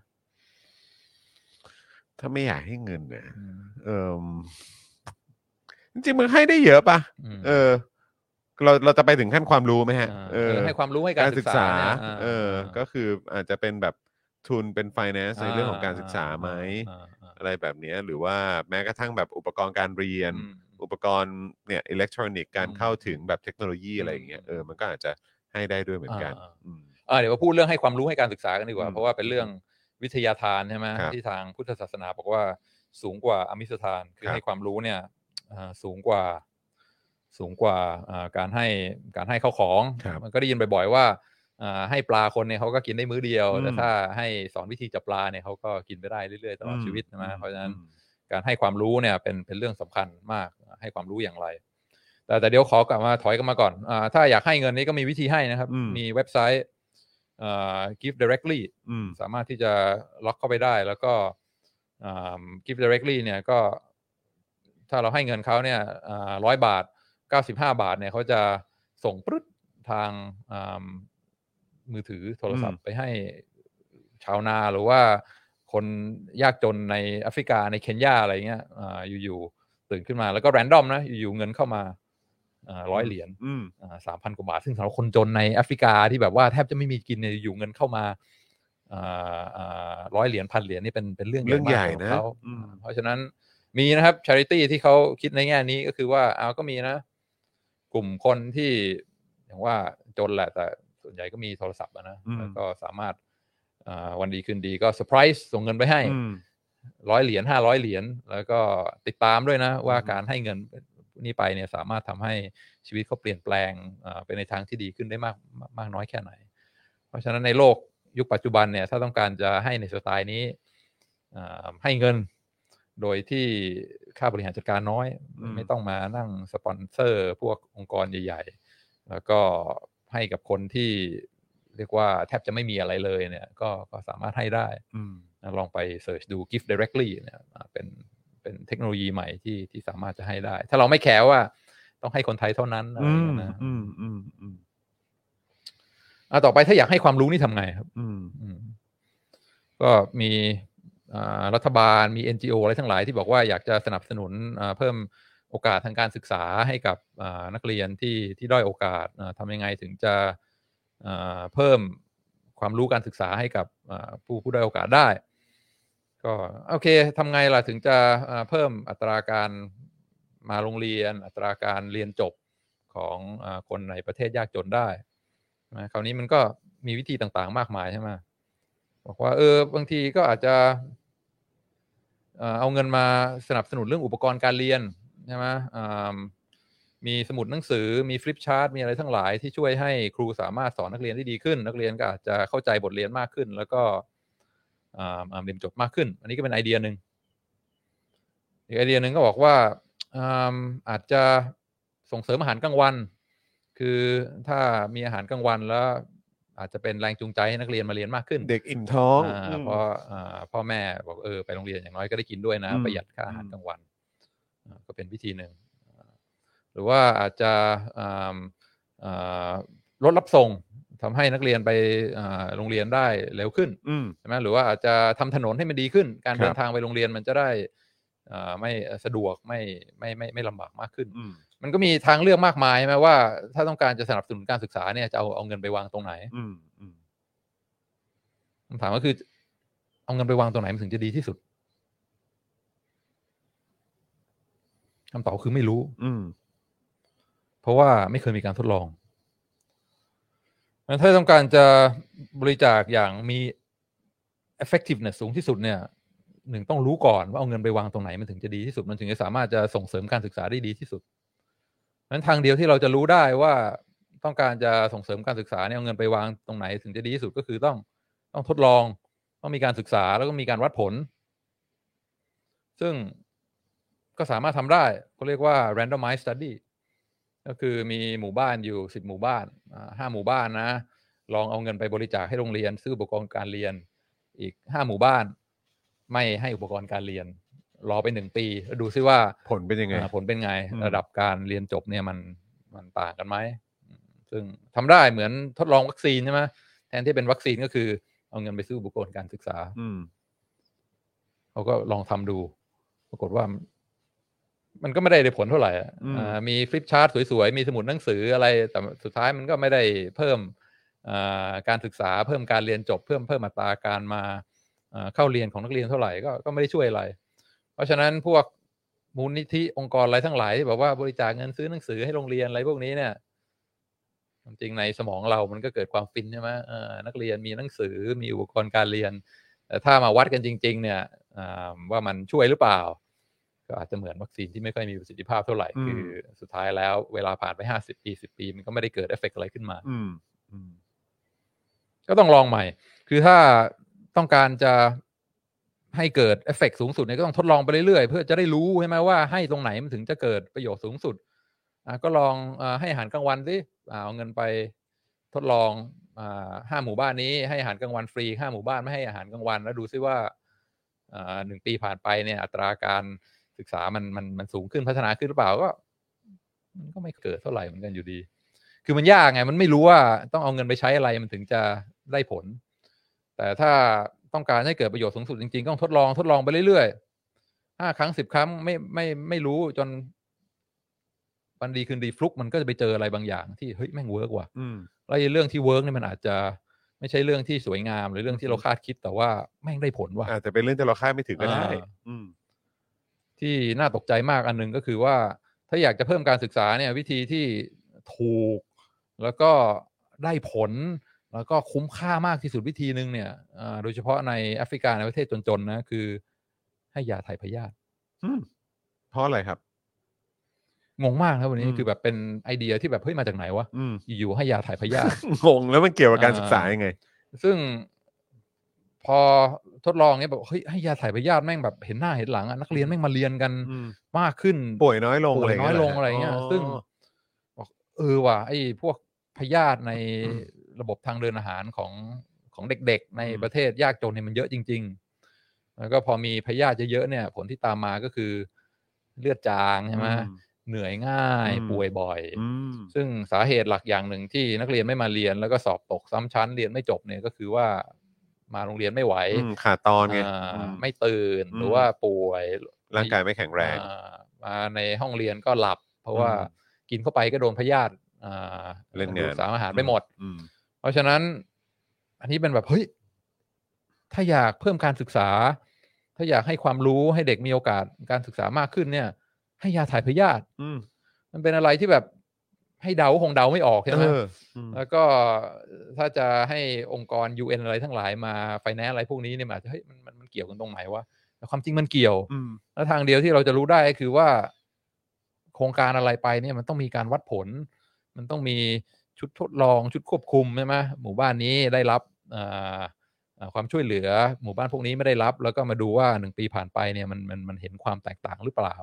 S2: ถ้าไม่อยากให้เงินนะ
S4: อืม
S2: เอมจริงๆมันให้ได้เยอะปะ
S4: ม
S2: เออ เราเราจะไปถึงขั้นความรู้ไหมฮะ
S4: อ่า
S2: เอ
S4: เอ
S2: อ
S4: อให้ความรู้ให้
S2: กา
S4: การ ร
S2: ศึ
S4: ศึ
S2: ก
S4: ก
S2: ษา
S4: ษาเนี่ยา
S2: เออ
S4: า
S2: ก็คืออาจจะเป็นแบบทุนเป็น finance ในเรื่องของการศึกษาไหม
S4: อ่าอ่า
S2: อะไรแบบเนี้ยหรือว่าแม้กระทั่งแบบอุปกรณ์การเรียน
S4: อืม
S2: อุปกรณ์เนี่ยอิเล็กทรอนิกส์การ
S4: อืม
S2: เข้าถึงแบบเทคโนโลยีอะไรอย่างเงี้ย
S4: อืม
S2: เออมันก็อาจจะให้ได้ด้วยเหมือนกัน
S4: อ่า
S2: อืม
S4: อ่าเดี๋ยวมาพูดเรื่องให้ความรู้ให้การศึกษากันดีกว่า
S2: อืม
S4: เพราะว่าเป็นเรื่องวิทยาทานใช่ไหม
S2: ครับ
S4: ที่ทางพุทธศาสนาบอกว่าสูงกว่าอมิสทาน คื
S2: ค
S4: อ
S2: รับ
S4: ให้ความรู้เนี่ยอ่าสูงกว่า สูงกว่าอ่าการให้การให้ข้าวของ
S2: ครับ
S4: มันก็ได้ยินบ่อยๆว่าอ่าให้ปลาคนเนี่ยเขาก็กินได้มื้อเดียว
S2: อืม
S4: แต่ถ้าให้สอนวิธีจับปลาเนี่ยเขาก็กินไปได้เรื่อยๆตลอดชีวิตใช่ไหม
S2: อืม
S4: เพราะฉะนั้น
S2: อืม
S4: การให้ความรู้เนี่ยเป็นเป็นเรื่องสำคัญมากให้ความรู้อย่างไร แต่แต่เดี๋ยวขอกลับมาถอยกลันมาก่อนอาถ้าอยากให้เงินนี้ก็มีวิธีให้นะครับ
S2: อืม
S4: มีเว็บไซต์อ่า give directly
S2: อืม
S4: สามารถที่จะล็อกเข้าไปได้แล้วก็อ่า give directly เนี่ยก็ ถ้าเราให้เงินเขาเนี่ยร้อยบาท 95 บาทเนี่ยเขาจะส่งปรึ๊ดทางอ่า มือถือโทรศัพท์ไปให้ชาวนาหรือว่าคนยากจนในแอฟริกาในเคนยาอะไรเงี้ยอ่าอยู่ๆตื่นขึ้นมาแล้วก็แรนดอมนะอยู่ๆเงินเข้ามาร้อยเหรียญ
S2: อืม
S4: สามพันกว่าบาท ซึ่งสำหรับคนจนในแอฟริกาที่แบบว่าแทบจะไม่มีกินเนี่ยอยู่เงินเข้ามาร้อยเหรียญพันเหรียญนี่เป็นเป็นเรื่อง
S2: เรื่องใหญ่
S4: มาก
S2: นะ
S4: สำบเขา
S2: อืม
S4: เพราะฉะนั้นมีนะครับชาริตี้ที่เขาคิดในแง่นี้ก็คือว่าเอาก็มีนะ กลุ่มคนที่อย่างว่าจนแหละ แต่ส่วนใหญ่ก็มีโทรศัพท์อะนะ
S2: อืม
S4: แล้วก็สามารถอ่าวันดีคืนดีก็เซอร์ไพรส์ส่งเงินไปให้
S2: อืม
S4: ร้อยเหรียญห้าร้อยเหรียญแล้วก็ติดตามด้วยนะ ว่าการให้เงินนี่ไปเนี่ยสามารถทำให้ชีวิตเขาเปลี่ยนแปลงอ่าไปในทางที่ดีขึ้นได้มากมากมากน้อยแค่ไหน เพราะฉะนั้นในโลกยุคปัจจุบันเนี่ยถ้าต้องการจะให้ในสไตล์นี้อ่าให้เงินโดยที่ค่าบริหารจัดการน้อย
S2: อืม
S4: ไม่ต้องมานั่งสปอนเซอร์ พวกองค์กรใหญ่ ๆ แล้วก็ให้กับคนที่เรียกว่าแทบจะไม่มีอะไรเลยเนี่ยก็ก็สามารถให้ได้
S2: อืม
S4: นะลองไปเสิร์ชดู Gift Directly เนี่ยอ่าเป็นเป็นเทคโนโลยีใหม่ที่ที่สามารถจะให้ได้ ถ้าเราไม่แคร์ว่าต้องให้คนไทยเท่านั้นอะไร
S2: อื
S4: อย่าง
S2: ม
S4: เงี้ยนะ
S2: อืมอืมอืม
S4: อ่ะต่อไปถ้าอยากให้ความรู้นี่ทำไงครับ
S2: อืม
S4: อืมก็มีอ่ารัฐบาลมี NGO อะไรทั้งหลายที่บอกว่าอยากจะสนับสนุนอ่าเพิ่มโอกาสทางการศึกษาให้กับอ่านักเรียนที่ที่ด้อยโอกาสอ่าทำยังไงถึงจะอ่าเพิ่มความรู้การศึกษาให้กับอ่าผู้ผู้ด้อยโอกาสได้ ก็โอเคทำไงล่ะถึงจะเอ่อเพิ่มอัตราการมาโรงเรียน อัตราการเรียนจบของเออคนในประเทศยากจนได้นะคราวนี้มันก็มีวิธีต่างๆมากมายใช่ไหมบอกว่าเออบางทีก็อาจจะเอ่อเอาเงินมาสนับสนุนเรื่องอุปกรณ์การเรียนใช่ไหมอ่ามีสมุดหนังสือมีฟลิปชาร์ตมีอะไรทั้งหลายที่ช่วยให้ครูสามารถสอนนักเรียนได้ดีขึ้น นักเรียนก็อาจจะเข้าใจบทเรียนมากขึ้น แล้วก็ อ่าอ่าเรียนจบมากขึ้น อันนี้ก็เป็นไอเดียหนึ่งอีกไอเดียหนึ่งก็บอกว่าอ่าอาจจะส่งเสริมอาหารกลางวัน คือถ้ามีอาหารกลางวันแล้ว อาจจะเป็นแรงจูงใจให้นักเรียนมาเรียนมากขึ้น
S2: เด็กอิ่มท้อง
S4: อ่าเพราะอ่าพ่อแม่บอกเออไปโรงเรียนอย่างน้อยก็ได้กินด้วยนะ
S2: อืม
S4: ประหยัดค่าอาหาร
S2: อืม
S4: กลางวันอ่าก็เป็นวิธีหนึ่งอ่าหรือว่าอาจจะอ่าอ่ารถรับส่งทำให้นักเรียนไปอ่าโรงเรียนได้เร็วขึ้น
S2: อืม
S4: ใช่ไหมหรือว่าอาจจะทำถนนให้มันดีขึ้น การ
S2: ครับ
S4: เดินทางไปโรงเรียนมันจะได้อ่าไม่สะดวกไม่ไม่ไม่ไม่ลำบากมากขึ้น
S2: อืม
S4: มันก็มีทางเลือกมากมายใช่ไหมว่า ถ้าต้องการจะสนับสนุนการศึกษาเนี่ยจะเอาเอาเงินไปวางตรงไหน
S2: อืมอืม
S4: คำถามก็คือเอาเงินไปวางตรงไหนมันถึงจะดีที่สุดคำตอบคือไม่รู้
S2: อืม
S4: เพราะว่าไม่เคยมีการทดลองงั้นถ้าต้องการจะบริจาคอย่างมี effectiveness สูงที่สุดเนี่ยหนึ่งต้องรู้ก่อนว่าเอาเงินไปวางตรงไหนมันถึงจะดีที่สุด มันถึงจะสามารถจะส่งเสริมการศึกษาได้ดีที่สุดนั้นทางเดียวที่เราจะรู้ได้ว่าต้องการจะส่งเสริมการศึกษาเนี่ยเอาเงินไปวางตรงไหนถึงจะดีที่สุดก็คือต้องต้องทดลอง ต้องมีการศึกษาแล้วก็มีการวัดผล ซึ่งก็สามารถทำได้ก็เรียกว่า randomized study ก็คือมีหมู่บ้านอยู่ 10 หมู่บ้านอ่าห้าหมู่บ้านนะ ลองเอาเงินไปบริจาคให้โรงเรียน ซื้ออุปกรณ์การเรียน อีก 5 หมู่บ้าน ไม่ให้อุปกรณ์การเรียน รอไปหนึ่งปีแล้วดูซิว่า
S2: ผลเป็นยังไง
S4: อ่าผลเป็นไง
S2: อืม
S4: ระดับการเรียนจบเนี่ยมันมันต่างกันไหมอืมซึ่งทำได้เหมือนทดลองวัคซีนใช่ไหมแทนที่เป็นวัคซีนก็คือเอาเงินไปซื้ออุปกรณ์การศึกษา
S2: อืม
S4: เขาก็ลองทำดู ปรากฏว่า มันก็ไม่ได้ได้ผลเท่าไหร่อะ
S2: อืม
S4: อ่ามีฟลิปชาร์ตสวยๆ มีสมุดหนังสืออะไร แต่สุดท้ายมันก็ไม่ได้เพิ่มอ่าการศึกษา เพิ่มการเรียนจบ เพิ่มเพิ่มอัตราการมาอ่าเข้าเรียนของนักเรียนเท่าไหร่ก็ก็ไม่ได้ช่วยอะไร เพราะฉะนั้นพวกมูลนิธิองค์กรอะไรทั้งหลายที่แบบว่าบริจาคเงินซื้อหนังสือให้โรงเรียนอะไรพวกนี้เนี่ย ความจริงในสมองเรามันก็เกิดความฟินใช่ไหมเออนักเรียนมีหนังสือมีอุปกรณ์การเรียน แต่ถ้ามาวัดกันจริง ๆ เนี่ยอ่าว่ามันช่วยหรือเปล่า ก็อาจจะเหมือนวัคซีนที่ไม่ค่อยมีประสิทธิภาพเท่าไหร่
S2: อืม
S4: คือสุดท้ายแล้วเวลาผ่านไปห้าสิบปีสิบปี มันก็ไม่ได้เกิดเอฟเฟกอะไรขึ้นมา
S2: อืมอืม
S4: ก็ต้องลองใหม่ คือถ้าต้องการจะให้เกิดเอฟเฟกต์สูงสุดเนี่ยก็ต้องทดลองไปเรื่อยๆ เพื่อจะได้รู้ใช่ไหมว่าให้ตรงไหนมันถึงจะเกิดประโยชน์สูงสุดอ่ะก็ลองอาให้อาหารกลางวันสิอ่าเอาเงินไปทดลองอ่าห้าหมู่บ้านนี้ให้อาหารกลางวันฟรีห้าหมู่บ้านไม่ให้อาหารกลางวัน แล้วดูซิว่าอ่าหนึ่งปีผ่านไปเนี่ยอัตราการศึกษามันมันมันสูงขึ้นพัฒนาขึ้นหรือเปล่าก็ มันก็ไม่เกิดเท่าไหร่เหมือนกันอยู่ดี คือมันยากไง มันไม่รู้ว่าต้องเอาเงินไปใช้อะไรมันถึงจะได้ผล แต่ถ้าต้องการให้เกิดประโยชน์สูงสุดจริงๆก็ต้องทดลองทดลองไปเรื่อยๆห้าครั้งสิบครั้งไม่ไม่ไม่รู้จนวันดีคืนดีฟลุกมันก็จะไปเจออะไรบางอย่าง ที่เฮ้ยแม่งเวิร์กว่ะ
S3: อืม
S4: แล้วไอ้เรื่องที่เวิร์กเนี่ยมันอาจจะไม่ใช่เรื่องที่สวยงาม หรือเรื่องที่เราคาดคิดแต่ว่าแม่งได้ผลว่ะ
S3: อาจจะเป็นเรื่องที่เราคาดไม่ถึงก็ได้
S4: อ่า
S3: อืม
S4: ที่น่าตกใจมากอันหนึงก็คือว่าถ้าอยากจะเพิ่มการศึกษาเนี่ยวิธีที่ถูก แล้วก็ได้ผล แล้วก็คุ้มค่ามากที่สุดวิธีหนึ่งเนี่ยอ่าโดยเฉพาะในแอฟริกาในประเทศจนๆนะคือ ให้ยาถ่ายพยาธิ
S3: เพราะอะไรครับ
S4: งงมากนะวันนี้
S3: อืม
S4: คือแบบเป็นไอเดียที่แบบเฮ้ยมาจากไหนวะ
S3: อืม
S4: อยู่ๆให้ยาถ่ายพ ยาธิ
S3: งงแล้วมันเกี่ยวกับการ
S4: อ่า
S3: ศึกษายังไง
S4: ซึ่งพอทดลองเนี่ยแบบเฮ้ยให้ยาถ่ายพยาธิแม่งแบบเห็นหน้าเห็นหลังอะนักเรียนแม่งมาเรียนกัน
S3: อืม
S4: มากขึ้น
S3: ป่วยน้อยลง
S4: ป่วยน้อยลง
S3: ห
S4: อะไรเงี้ย
S3: อ๋อ
S4: ซึ่งบอกเออว่ะไอ้พวกพยาธิใน
S3: อืม
S4: ระบบทางเดินอาหารของของเด็กๆ ใน
S3: อืม
S4: ประเทศยากจนเนี่ยมันเยอะจริง ๆ แล้วก็พอมีพยาธิเยอะๆเนี่ย ผลที่ตามมาก็คือเลือดจางใช่ไหม
S3: อื
S4: เหนื่อยง่าย
S3: อืม
S4: ป่วยบ่อย
S3: อืม
S4: ซึ่งสาเหตุหลักอย่างหนึ่งที่นักเรียนไม่มาเรียน แล้วก็สอบตกซ้ำชั้นเรียนไม่จบเนี่ยก็คือว่ามาโรงเรียนไม่ไหว
S3: อืมขาดตอนไง
S4: อ่า
S3: อืม
S4: ไม่ตื่น
S3: อืม
S4: หรือว่าป่วย
S3: ร่างกายไม่แข็งแรง
S4: อ่ามาในห้องเรียนก็หลับ เพราะว่า
S3: อืม
S4: กินเข้าไปก็โดนพยาธิอ่า
S3: เล่นงาน
S4: ดูดสารอาหารไปหมด
S3: อืม
S4: เพราะฉะนั้น อันนี้เป็นแบบเฮ้ยถ้าอยากเพิ่มการศึกษา ถ้าอยากให้ความรู้ให้เด็กมีโอกาสการศึกษามากขึ้นเนี่ย ให้ยาถ่ายพยาธิ
S3: อืม
S4: มันเป็นอะไรที่แบบให้เดาคงเดาไม่ออกใช่ไหม
S3: เอออืม
S4: แล้วก็ถ้าจะให้องค์กร UN อะไรทั้งหลายมาไฟแนนซ์อะไรพวกนี้เนี่ยมันอาจจะเฮ้ยมันมันมันเกี่ยวกันตรงไหนวะแต่ความจริงมันเกี่ยว
S3: อืม
S4: แล้วทางเดียวที่เราจะรู้ได้ก็คือว่า โครงการอะไรไปเนี่ยมันต้องมีการวัดผล มันต้องมีชุดทดลองชุดควบคุมใช่ไหมหมู่บ้านนี้ได้รับอ่าอ่าความช่วยเหลือ หมู่บ้านพวกนี้ไม่ได้รับ แล้วก็มาดูว่าหนึ่งปีผ่านไปเนี่ยมันมันมันเห็นความแตกต่างหรือเปล่า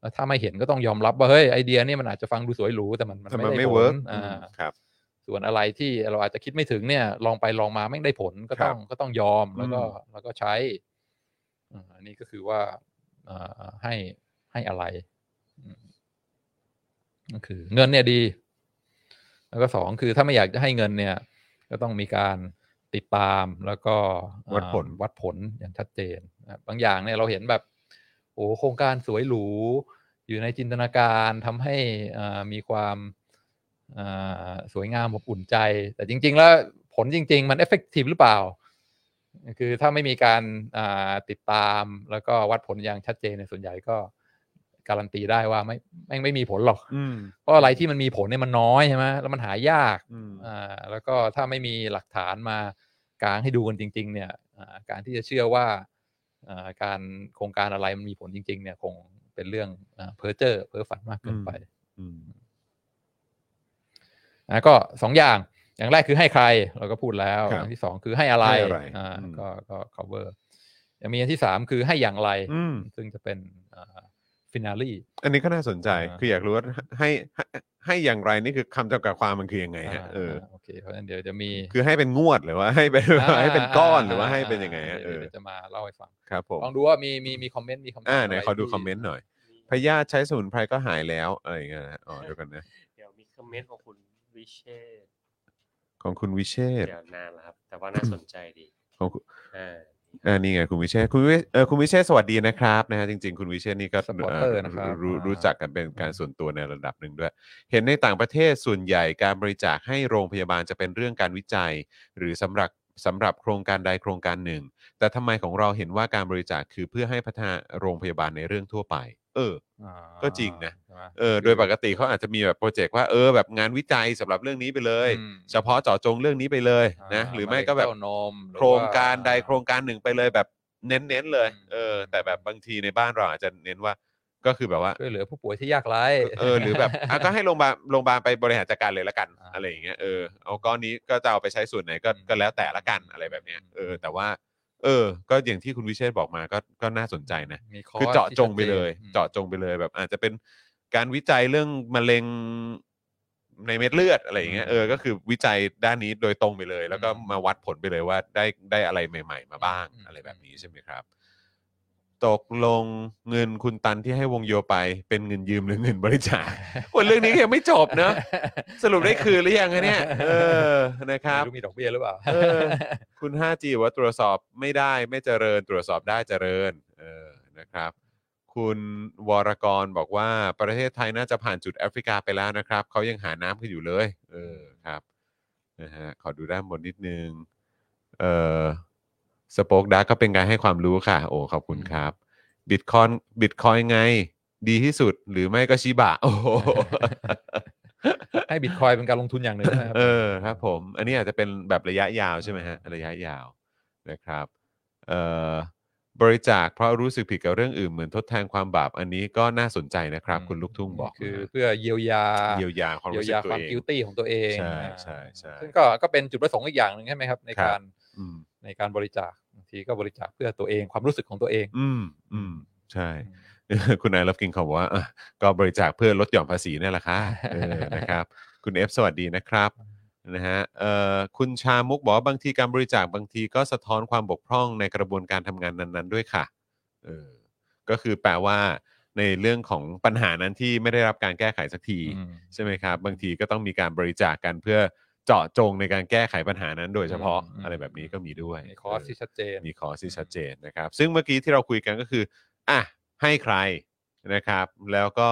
S4: แล้วถ้าไม่เห็นก็ต้องยอมรับว่าเฮ้ยไอเดียเนี่ยมันอาจจะฟังดูสวยหรูแต่มันมัน
S3: แต่มัน
S4: ไม่ได้
S3: ไม่
S4: ผ
S3: เวิร์
S4: ล
S3: ก
S4: อ่า
S3: ครับ
S4: ส่วนอะไรที่เราอาจจะคิดไม่ถึงเนี่ย ลองไปลองมาไม่งได้ผลก็ต้องก็ต้องยอมแล้วก็แล้วก็ใช้อ่าอันนี้ก็คือว่าอ่าให้ให้อะไรอืมก็คือ เงินเนี่ยดี แล้วก็สองคือถ้าไม่อยากจะให้เงินเนี่ย ก็ต้องมีการติดตามแล้วก็
S3: วัดผล
S4: อ่าวัดผลอย่างชัดเจนนะครับบางอย่างเนี่ยเราเห็นแบบ โอ้โครงการสวยหรู อยู่ในจินตนาการทำให้อ่ามีความอ่าสวยงามอบอุ่นใจ แต่จริง ๆ แล้วผลจริง ๆ มันเอฟเฟกตีฟหรือเปล่า คือถ้าไม่มีการอ่าติดตามแล้วก็วัดผลอย่างชัดเจนในยส่วนใหญ่ก็การันตีได้ว่าไม่ไม่งไม่มีผลหรอก
S3: อืม
S4: เพราะอะไรที่มันมีผลเนี่ยมันน้อยใช่ไหมแล้วมันหายาก
S3: อืม
S4: อ่าแล้วก็ถ้าไม่มีหลักฐานมากางให้ดูกันจริง ๆ เนี่ยอ่าการที่จะเชื่อว่าอ่าการโครงการอะไรมันมีผลจริง ๆ เนี่ยคงเป็นเรื่องอ่าเพ้อเจ้อเพ้อฝันมากเกินไป
S3: อืม
S4: อ่าก็สองอย่างอย่างแรกคือให้ใครเราก็พูดแล้ว
S3: ครับ
S4: อย่างที่สองคือให้อะไร
S3: ให้อะไร
S4: อ่า
S3: อืม
S4: ก็ก็ cover อย่างมีอันที่สามคือให้อย่างไร
S3: อืม
S4: ซึ่งจะเป็นฟินาลี
S3: อันนี้ก็น่าสนใจ
S4: อ่า
S3: คืออยากรู้ว่าให้ให้ให้อย่างไรนี่คือคำจำกัดความมันคือยังไงฮะ เออ
S4: โอเคเพราะฉะนั้นเดี๋ยวจะมี
S3: คือให้เป็นงวดหรือว่า ให้เป็น
S4: อ่า
S3: ให้เป็นก้อน
S4: า
S3: หรือว่าให้เป็นยังไงฮะ เอ
S4: เดี๋ยว
S3: อ
S4: เดี๋ยวจะมาเล่าให้ฟัง
S3: ครับผม
S4: ลองดูว่ามีมีมีคอมเมนต์มีคำถาม
S3: อ่าไหนขอดู
S4: ะไร
S3: คอมเมนต์หน่อย
S5: มี
S3: พยาธิใช้สมุนไพรก็หายแล้วอะไรอย่างเงี้ยนะอ๋อเดี๋ยวกันนะ
S5: เดี๋ยวมีคอมเมนต์ของคุณวิเชษฐ์
S3: ของคุณวิเชษฐ์
S5: เดี๋ยวนานแล้วครับ แต่ว่าน่าสนใจดี
S3: ของคุณ
S5: อ่า
S3: อ่านี่ไงคุณวิเชษฐ์คุณวิเออคุณวิเชษฐ์สวัสดีนะครับนะฮะจริง ๆ คุณวิเชษฐ์นี่ก็
S4: สปอร์ตเตอร์นะครับ
S3: เอ่อรู้
S4: อ่า
S3: รู้จักกันเป็นการส่วนตัวในระดับหนึ่งด้วย เห็นในต่างประเทศส่วนใหญ่การบริจาคให้โรงพยาบาลจะเป็นเรื่องการวิจัย หรือสำหรับสำหรับโครงการใดโครงการหนึ่ง แต่ทำไมของเราเห็นว่าการบริจาคคือเพื่อให้พัฒนาโรงพยาบาลในเรื่องทั่วไป เออ
S4: อ่า
S3: ก็จริงนะ
S4: ใช่ไหม
S3: เออโดยปกติเขาอาจจะมีแบบโปรเจกต์ว่าเออแบบงานวิจัยสำหรับเรื่องนี้ไปเลย
S4: อืม
S3: เฉพาะเจาะจงเรื่องนี้ไปเลยนะ
S4: อ่า
S3: หรือไม่ก็แบบ
S4: เต้านมหอ
S3: โครง
S4: ว่
S3: การใดโครงการหนึ่งไปเลยแบบเน้นๆเลยเออแต่แบบบางทีในบ้านเราอาจจะเน้นว่าก็คือแบบว่า
S4: ช่วยเหลือผู้ป่วยที่ยากไร้
S3: เอ อหรือแบบอ่ะก็ให้โรงพยาบาลโรงพยาบาลไปบริหารจัดการเลยละกัน
S4: อ่า
S3: อะไรอย่างเงี้ยเออเอาก้อนนี้ก็จะเอาไปใช้ส่วนไหนก็
S4: อืม
S3: ก็แล้วแต่ละกันอะไรแบบเนี้ยเออแต่ว่า เออ ก็อย่างที่คุณวิเชษฐ์บอกมาก็ก็น่าสนใจนะ
S4: มี
S3: คือเจาะจงไปเลย
S4: ที่ชัดจนอืม
S3: เจาะจงไปเลยแบบอาจจะเป็นการวิจัยเรื่องมะเร็งในเม็ดเลือดอะไรอย่างเงี้ย
S4: อืม
S3: เออก็คือวิจัยด้านนี้โดยตรงไปเลย แล้วก็
S4: อืม
S3: มาวัดผลไปเลยว่าได้ได้อะไรใหม่ ๆ มาบ้าง
S4: อืม
S3: อะไรแบบนี้ใช่ไหมครับ ตกลงเงินคุณตันที่ให้วงโยไป เป็นเงินยืมหรือเงินบริจาคโอ้ยเรื่องนี้ก็ยังไม่จบนะ สรุปได้คืนหรือยังคะเนี่ย เออ นะครับ
S4: ไม่รู้มีดอกเบี้ยหรือเปล่า
S3: เออ คุณ 5G บอกว่าตรวจสอบไม่ได้ไม่เจริญ ตรวจสอบได้เจริญ เออ นะครับ คุณวรกรบอกว่าประเทศไทยน่าจะผ่านจุดแอฟริกาไปแล้วนะครับ เขายังหาน้ำกันอยู่เลย เออ ครับ นะฮะ ขอดูด้านบนนิดนึง เออสป็อกดาก็เป็นการให้ความรู้ค่ะ โอ้ ขอบคุณครับ บิตคอนบิตคอยไง ดีที่สุด หรือไม่ก็ชิบะ โอ้โห
S4: ให้บิตคอยเป็นการลงทุนอย่างหนึ่งนะครับ
S3: เออครับผม อันนี้อาจจะเป็นแบบระยะยาวใช่ไหมฮะระยะยาวนะครับเอ่อบริจาคเพราะรู้สึกผิดกับเรื่องอื่นเหมือนทดแทนความบาปอันนี้ก็น่าสนใจนะครับ คุณลูกทุ่งบอก
S4: คือ
S3: นะ
S4: เพื่อเยียวยา
S3: ฮะเยียวยาความ
S4: เยีย
S3: รู้
S4: ว
S3: สึก
S4: ยา
S3: ตัว
S4: ความ
S3: เอง
S4: กิวตี้ของตัวเอง
S3: ใช่
S4: อ่า
S3: ใช่ใช่
S4: ซึ่งก็ก็เป็นจุดประสงค์อีกอย่างหนึ่งใช่ไหมครับ ใน
S3: ครับ
S4: การ
S3: อืม
S4: ในการบริจาคบางทีก็บริจาคเพื่อตัวเองความรู้สึกของตัวเอง
S3: อืมอืมใช่ คุณนายรับกินเขาบอกว่าอ่ะก็บริจาคเพื่อลดหย่อนภาษีนี่นแหละค่ะเออนะครับ คุณเอฟสวัสดีนะครับนะฮะเอ่อคุณชามุกบอกว่าบางทีการบริจาคบางทีก็สะท้อนความบกพร่องในกระบวนการทำงานนั้น ๆ ด้วยค่ะเออก็คือแปลว่า ในเรื่องของปัญหานั้นที่ไม่ได้รับการแก้ไขสักที
S4: อืม
S3: ใช่ไหมครับ บางทีก็ต้องมีการบริจาคกันเพื่อเจาะจงในการแก้ไขปัญหานั้นโดยเฉพาะ
S4: อืม
S3: อะไรแบบนี้ก็มีด้วย
S4: มีคอร์สที่ชัดเจน
S3: มีคอร์สที่ชัดเจนนะครับ ซึ่งเมื่อกี้ที่เราคุยกันก็คืออ่ะให้ใครนะครับ แล้วก็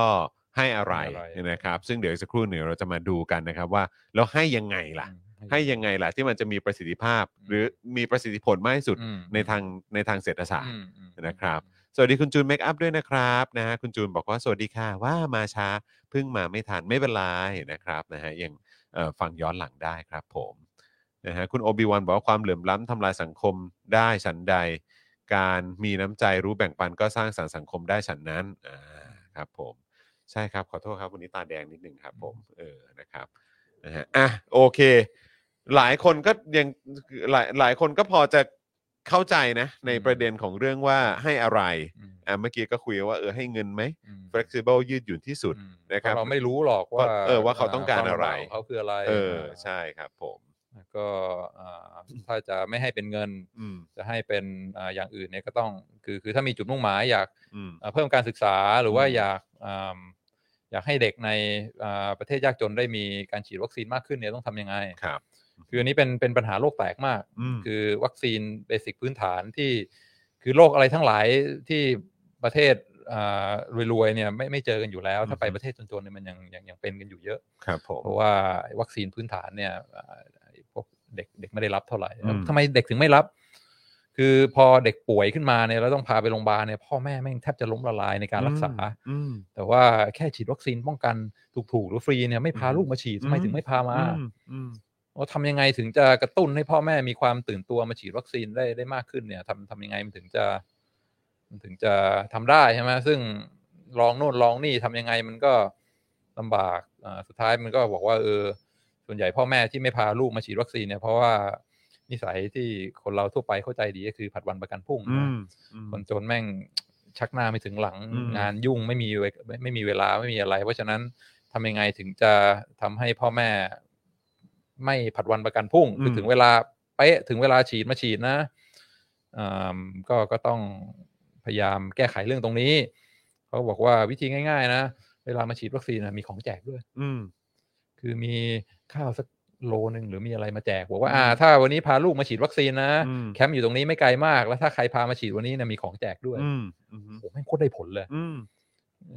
S3: ให้อะไร
S4: ให้อะไร
S3: นะครับ ซึ่งเดี๋ยวอีกสักครู่หนึ่งเราจะมาดูกันนะครับว่าแล้วให้ยังไงล่ะ
S4: อืม
S3: ให้ยังไงล่ะที่มันจะมีประสิทธิภาพ
S4: อืม
S3: หรือมีประสิทธิผลมากที่สุด
S4: อืม
S3: ในทางในทางเศรษฐศาสต
S4: อื
S3: ร์
S4: มอืม
S3: นะครับ สวัสดีคุณจูนเมคอัพด้วยนะครับนะฮะคุณจูนบอกว่าสวัสดีค่ะว่ามาช้าเพิ่งมาไม่ทันไม่เป็นไรนะครับนะฮะยังเอ่อฟังย้อนหลังได้ครับผมนะฮะคุณโอบิวันบอกว่าความเหลื่อมล้ำทำลายสังคมได้ฉันใด การมีน้ำใจรู้แบ่งปันก็สร้างสรรค์สังคมได้ฉันนั้นอ่าครับผมใช่ครับขอโทษครับวันนี้ตาแดงนิดหนึ่งครับผมเออนะครับนะฮะอ่ะโอเค หลายคนก็ยังหลายหลายคนก็พอจะเข้าใจนะในประเด็นของเรื่องว่าให้อะไร
S4: อืม
S3: อ่ะเมื่อกี้ก็คุยว่าเออให้เงินไหม
S4: อืม
S3: flexible ยืดหยุ่นที่สุด
S4: อืม
S3: นะครับ
S4: เพาเราไม่รู้หรอกว่า
S3: เออว่าเขาต้องการอะไร
S4: ควมลำบขงเขาคืออะไร
S3: เออใช่ครับผม
S4: แล้วก็อ่าถ้าจะไม่ให้เป็นเงิน
S3: อืม
S4: จะให้เป็นอ่าอย่างอื่นเนี่ยก็ต้องคือคือถ้ามีจุดมุ่งหมายอยาก
S3: อืม
S4: เอ่อเพิ่มการศึกษาหรือว่า
S3: อืม
S4: อยากอ่าอยากให้เด็กในอ่าประเทศยากจนได้มีการฉีดวัคซีนมากขึ้นเนี่ยต้องทำยังไง
S3: ครับ
S4: คืออันนี้เป็นเป็นปัญหาโลกแตกมาก
S3: อืม
S4: คือวัคซีนเบสิกพื้นฐานที่คือโรคอะไรทั้งหลายที่ประเทศอ่ารวยๆเนี่ยไม่ไม่เจอกันอยู่แล้ว ถ้าไป
S3: อือฮึ
S4: ประเทศจนๆเนี่ยมันยังยังยังเป็นกันอยู่เยอะ
S3: ครับผม
S4: เพราะว่าวัคซีนพื้นฐานเนี่ยอ่าพวกเด็กเด็กไม่ได้รับเท่าไหร่
S3: อืม
S4: ทำไมเด็กถึงไม่รับ คือพอเด็กป่วยขึ้นมาเนี่ยแล้วต้องพาไปโรงพยาบาลเนี่ยพ่อแม่แม่งแทบจะล้มละลายในการรักษา
S3: อืม
S4: แต่ว่าแค่ฉีดวัคซีนป้องกันถูกๆหรือฟรีเนี่ยไม่พา
S3: อืม
S4: ลูกมาฉีดทำไม
S3: อืม
S4: ถึงไม่พามา
S3: อืมอืม
S4: ว่าทำยังไงถึงจะกระตุ้นให้พ่อแม่มีความตื่นตัวมาฉีดวัคซีนได้ได้มากขึ้นเนี่ยทำทำยังไงมันถึงจะ มันถึงจะทำได้ใช่ไหมซึ่งลองโน่นลองนี่ทำยังไงมันก็ลำบากอ่าสุดท้ายมันก็บอกว่าเออ ส่วนใหญ่พ่อแม่ที่ไม่พาลูกมาฉีดวัคซีนเนี่ยเพราะว่านิสัยที่คนเราทั่วไปเข้าใจดีก็คือผัดวันประกันพรุ่ง
S3: อื
S4: นะ
S3: มอืม
S4: คนจนแม่งชักหน้าไม่ถึงหลัง
S3: อืม
S4: งานยุ่งไม่มีเวไม่ไม่มีเวลาไม่มีอะไร เพราะฉะนั้นทำยังไงถึงจะทำให้พ่อแม่ไม่ผัดวันประกันพรุ่งคือถึงเวลาเป๊ะถึงเวลาฉีดมาฉีดนะอ่ามก็ก็ต้องพยายามแก้ไขเรื่องตรงนี้เขาบอกว่าวิธีง่าย ๆ นะ เวลามาฉีดวัคซีนนะมีของแจกด้วย
S3: อืม
S4: คือมีข้าวสักโลหนึ่งหรือมีอะไรมาแจกบอกว่าอ่า ถ้าวันนี้พาลูกมาฉีดวัคซีนนะ
S3: อืม
S4: แคมป์อยู่ตรงนี้ไม่ไกลมาก แล้วถ้าใครพามาฉีดวันนี้นะมีของแจกด้วย
S3: อืมอืม
S4: โอ้โหแม่งโคตรได้ผลเลย
S3: อืม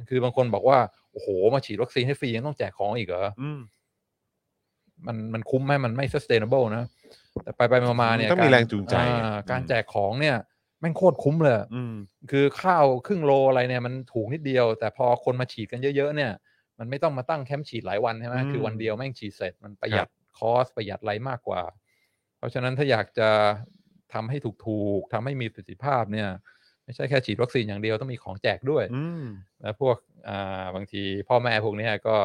S4: คือบางคนบอกว่า โอ้โห มาฉีดวัคซีนให้ฟรียังต้องแจกของอีกเหรอ
S3: อืม
S4: มันมันคุ้มไหมมันไม่ sustainable นะ แต่ไปไปมามาเนี่ย
S3: ต้องมี
S4: กา
S3: แรงจูงใจ
S4: อ่าการแจกของเนี่ยแม่งโคตรคุ้มเลย
S3: อืม
S4: คือข้าวครึ่งโลอะไรเนี่ยมันถูกนิดเดียว แต่พอคนมาฉีดกันเยอะๆเนี่ย มันไม่ต้องมาตั้งแคมป์ฉีดหลายวันใช่ไหมคือวันเดียวแม่งฉีดเสร็จมันประหยัดคอสประหยัดไรมากกว่า เพราะฉะนั้นถ้าอยากจะทำให้ถูกๆทำให้มีประสิทธิภาพเนี่ย ไม่ใช่แค่ฉีดวัคซีนอย่างเดียวต้องมีของแจกด้วย
S3: อืม
S4: แล้วพวกอ่าบางทีพ่อแม่พวกเนี้ยก็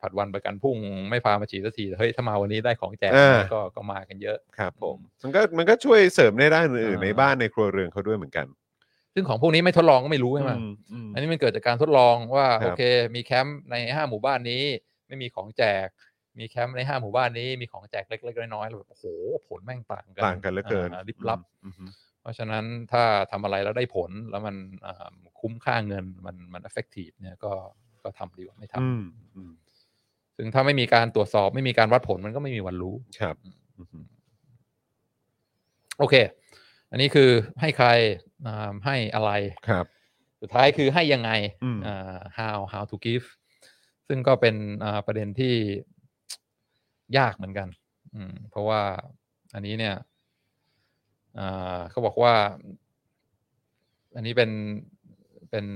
S4: ผัดวันประกันพรุ่งไม่พามาฉีดสักทีเฮ้ยถ้ามาวันนี้ได้ของแจกนะก็ก็มากันเยอะ
S3: ครับผม มันก็มันก็ช่วยเสริมในด้านอื่นๆ
S4: อ่า
S3: ในบ้านในครัวเรือนเขาด้วยเหมือนกัน
S4: ซึ่งของพวกนี้ไม่ทดลองก็ไม่รู้ใช่ไหม
S3: อืมอืม
S4: อันนี้มันเกิดจากการทดลองว่า
S3: ครับ
S4: โอเค มีแคมป์ในห้าหมู่บ้านนี้ ไม่มีของแจก มีแคมป์ในห้าหมู่บ้านนี้มีของแจกเล็กๆน้อยๆแล้วแบบโอ้โหผลแม่งต่างกัน
S3: ต่างกันเหลือเกิน
S4: อ่าลิบลับ
S3: อืม
S4: เพราะฉะนั้นถ้าทำอะไรแล้วได้ผลแล้วมันอ่าคุ้มค่าเงินมันมัน effective เนี่ยก็ก็ทำดีกว่าไม่ทำ
S2: อืมอืม
S4: ซึ่งถ้าไม่มีการตรวจสอบไม่มีการวัดผลมันก็ไม่มีวันรู้
S2: ครับ
S4: โอเค อันนี้คือให้ใครอ่าให้อะไร
S2: ครับ
S4: สุดท้ายคือให้ยังไง
S2: อืม
S4: อ่า how how to give ซึ่งก็เป็นอ่าประเด็นที่ ยากเหมือนกัน อืม เพราะว่าอันนี้เนี่ยอ่าเขาบอกว่า อันนี้เป็นเป็น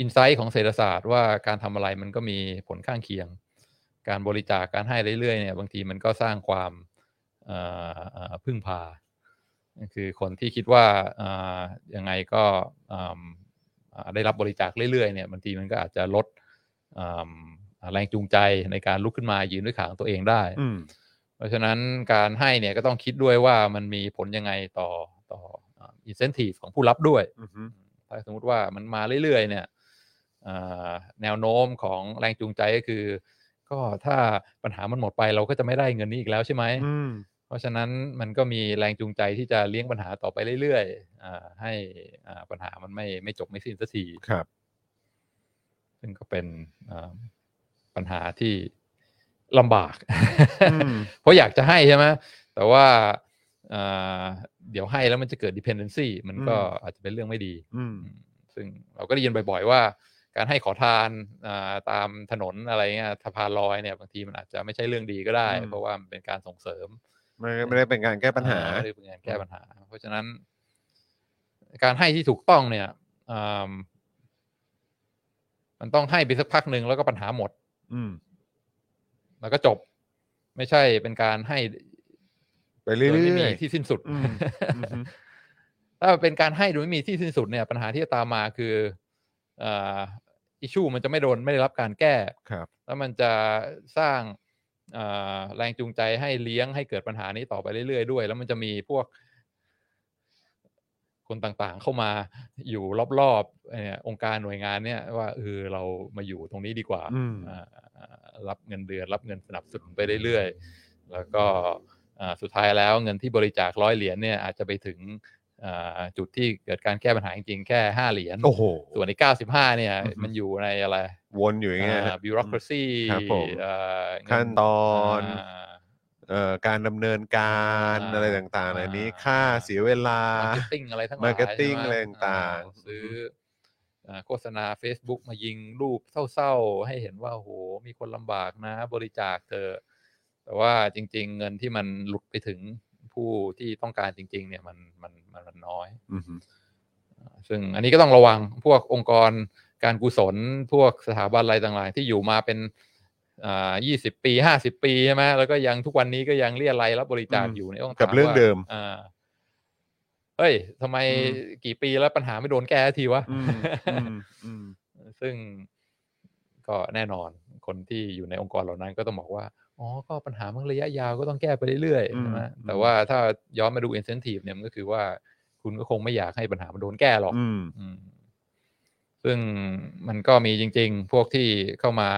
S4: อินไซต์ของเศรษฐศาสตร์ว่าการทำอะไรมันก็มีผลข้างเคียง การบริจาคการให้เรื่อยๆเนี่ยบางทีมันก็สร้างความอ่าอ่าพึ่งพา คือคนที่คิดว่าอ่ายังไงก็อืมอ่าได้รับบริจาคเรื่อยๆเนี่ยบางทีมันก็อาจจะลดอืมอ่าแรงจูงใจในการลุกขึ้นมายืนด้วยขาของตัวเองได้
S2: อืม
S4: เพราะฉะนั้นการให้เนี่ยก็ต้องคิดด้วยว่ามันมีผลยังไงต่อต่ออินเซนティブของผู้รับด้วย
S2: อือฮึ
S4: ถ้าสมมติว่ามันมาเรื่อยๆเนี่ยอ่าแนวโน้มของแรงจูงใจก็คือ ก็ถ้าปัญหามันหมดไปเราก็จะไม่ได้เงินนี้อีกแล้วใช่ไหม
S2: อืม
S4: เพราะฉะนั้นมันก็มีแรงจูงใจที่จะเลี้ยงปัญหาต่อไปเรื่อยๆอ่าให้อ่าปัญหามันไม่ไม่จบไม่สิ้นสักที
S2: ครับ
S4: ซึ่งก็เป็นอ่าปัญหาที่ลำบาก
S2: อืม
S4: เพราะอยากจะให้ใช่ไหมแต่ว่าอ่าเดี๋ยวให้แล้วมันจะเกิด dependency มันก็อาจจะเป็นเรื่องไม่ดี
S2: อืม
S4: อืมซึ่งเราก็ได้ยินบ่อย ๆ ว่า การให้ขอทานอ่าตามถนนอะไรเงี้ยสะพานลอยเนี่ยบางทีมันอาจจะไม่ใช่เรื่องดีก็ได้
S2: อืม
S4: เพราะว่ามันเป็นการส่งเสริม
S2: มันก็ไม่ได้เป็นการแก้ปัญหา
S4: อ่ไม่ได้เป็นการแก้ปัญหา เพราะฉะนั้น การให้ที่ถูกต้องเนี่ยอ่ามันต้องให้ไปสักพักหนึ่งแล้วก็ปัญหาหมด
S2: อืม
S4: แล้วก็จบ ไม่ใช่เป็นการให้
S2: ไป
S4: โด
S2: เรื่อย ย
S4: ไม่มีที่สิ้นสุด
S2: อืมอือฮึ
S4: ถ้าเป็นการให้โดยไม่มีที่สิ้นสุดเนี่ยปัญหาที่จะตามมาคืออิชูมันจะไม่โดนไม่ได้รับการแก้
S2: ๆครับ
S4: แล้วมันจะสร้างเอ่อแรงจูงใจให้เลี้ยงให้เกิดปัญหานี้ต่อไปเรื่อยๆด้วย แล้วมันจะมีพวกคนต่างๆเข้ามาอยู่รอบๆเนี่ยองค์การหน่วยงานเนี่ยว่าเออเรามาอยู่ตรงนี้ดีกว่า
S2: อืม
S4: อ่ารับเงินเดือนรับเงินสนับสนุนไปเรื่อยๆ แล้วก็อ่าสุดท้ายแล้วเงินที่บริจาคร้อยเหรียญเนี่ยอาจจะไปถึงอ่าจุดที่เกิดการแก้ปัญหาจริงๆแค่ห้าเหรียญ
S2: โอ้โห
S4: ส่วนในเก้าสิบห้าเนี่ย
S2: อือฮึ
S4: มันอยู่ในอะไร
S2: วนอยู่อย่างเงี้ยฮะ
S4: บิวโรคราซี
S2: ครับผมขั้นตอน เอ่อการดำเนินการ
S4: อ่า
S2: อะไรต่างๆ
S4: อ่า
S2: อันนี้ค่าเสียเวลา
S4: มาร์เก็ตติ้งอะไรทั้งหลาย
S2: marketing
S4: ใช่ห
S2: อะไรต่างๆ
S4: อ่ซื้ออ่าโฆษณา Facebook มายิงรูปเศร้าๆ ให้เห็นว่าโหมีคนลำบากนะ บริจาคเธอะแต่ว่าจริง ๆ เงินที่มันหลุดไปถึงผู้ที่ต้องการจริง ๆ เนี่ยมันมันมันมันน้อย
S2: อือฮึ
S4: ซึ่งอันนี้ก็ต้องระวังพวกองค์กรการกุศลพวกสถาบันอะไรต่างๆ ที่อยู่มาเป็นยี่สิบปีห้าสิบปีใช่ไหมแล้วก็ยังทุกวันนี้ก็ยังเรียรายรับบริจาคอยู่ในยต้องถาม
S2: กับเรื่อง
S4: ว่า
S2: เดิม
S4: อ่าเฮ้ยทำไม
S2: อืม
S4: กี่ปีแล้วปัญหาไม่โดนแก้สักทีวะ
S2: อืมอืมอืม
S4: ซึ่งก็แน่นอนคนที่อยู่ในองค์กรเหล่านั้นก็ต้องบอกว่า อ๋อ ก็ปัญหามันระยะยาวก็ต้องแก้ไปเรื่อย
S2: อืม
S4: ๆใช่ไหม
S2: อืม
S4: แต่ว่าถ้าย้อนมาดู incentive เนี่ยมันก็คือว่าคุณก็คงไม่อยากให้ปัญหามันโดนแก้หรอก
S2: อืม
S4: อืมซึ่งมันก็มีจริง ๆ พวกที่เข้ามา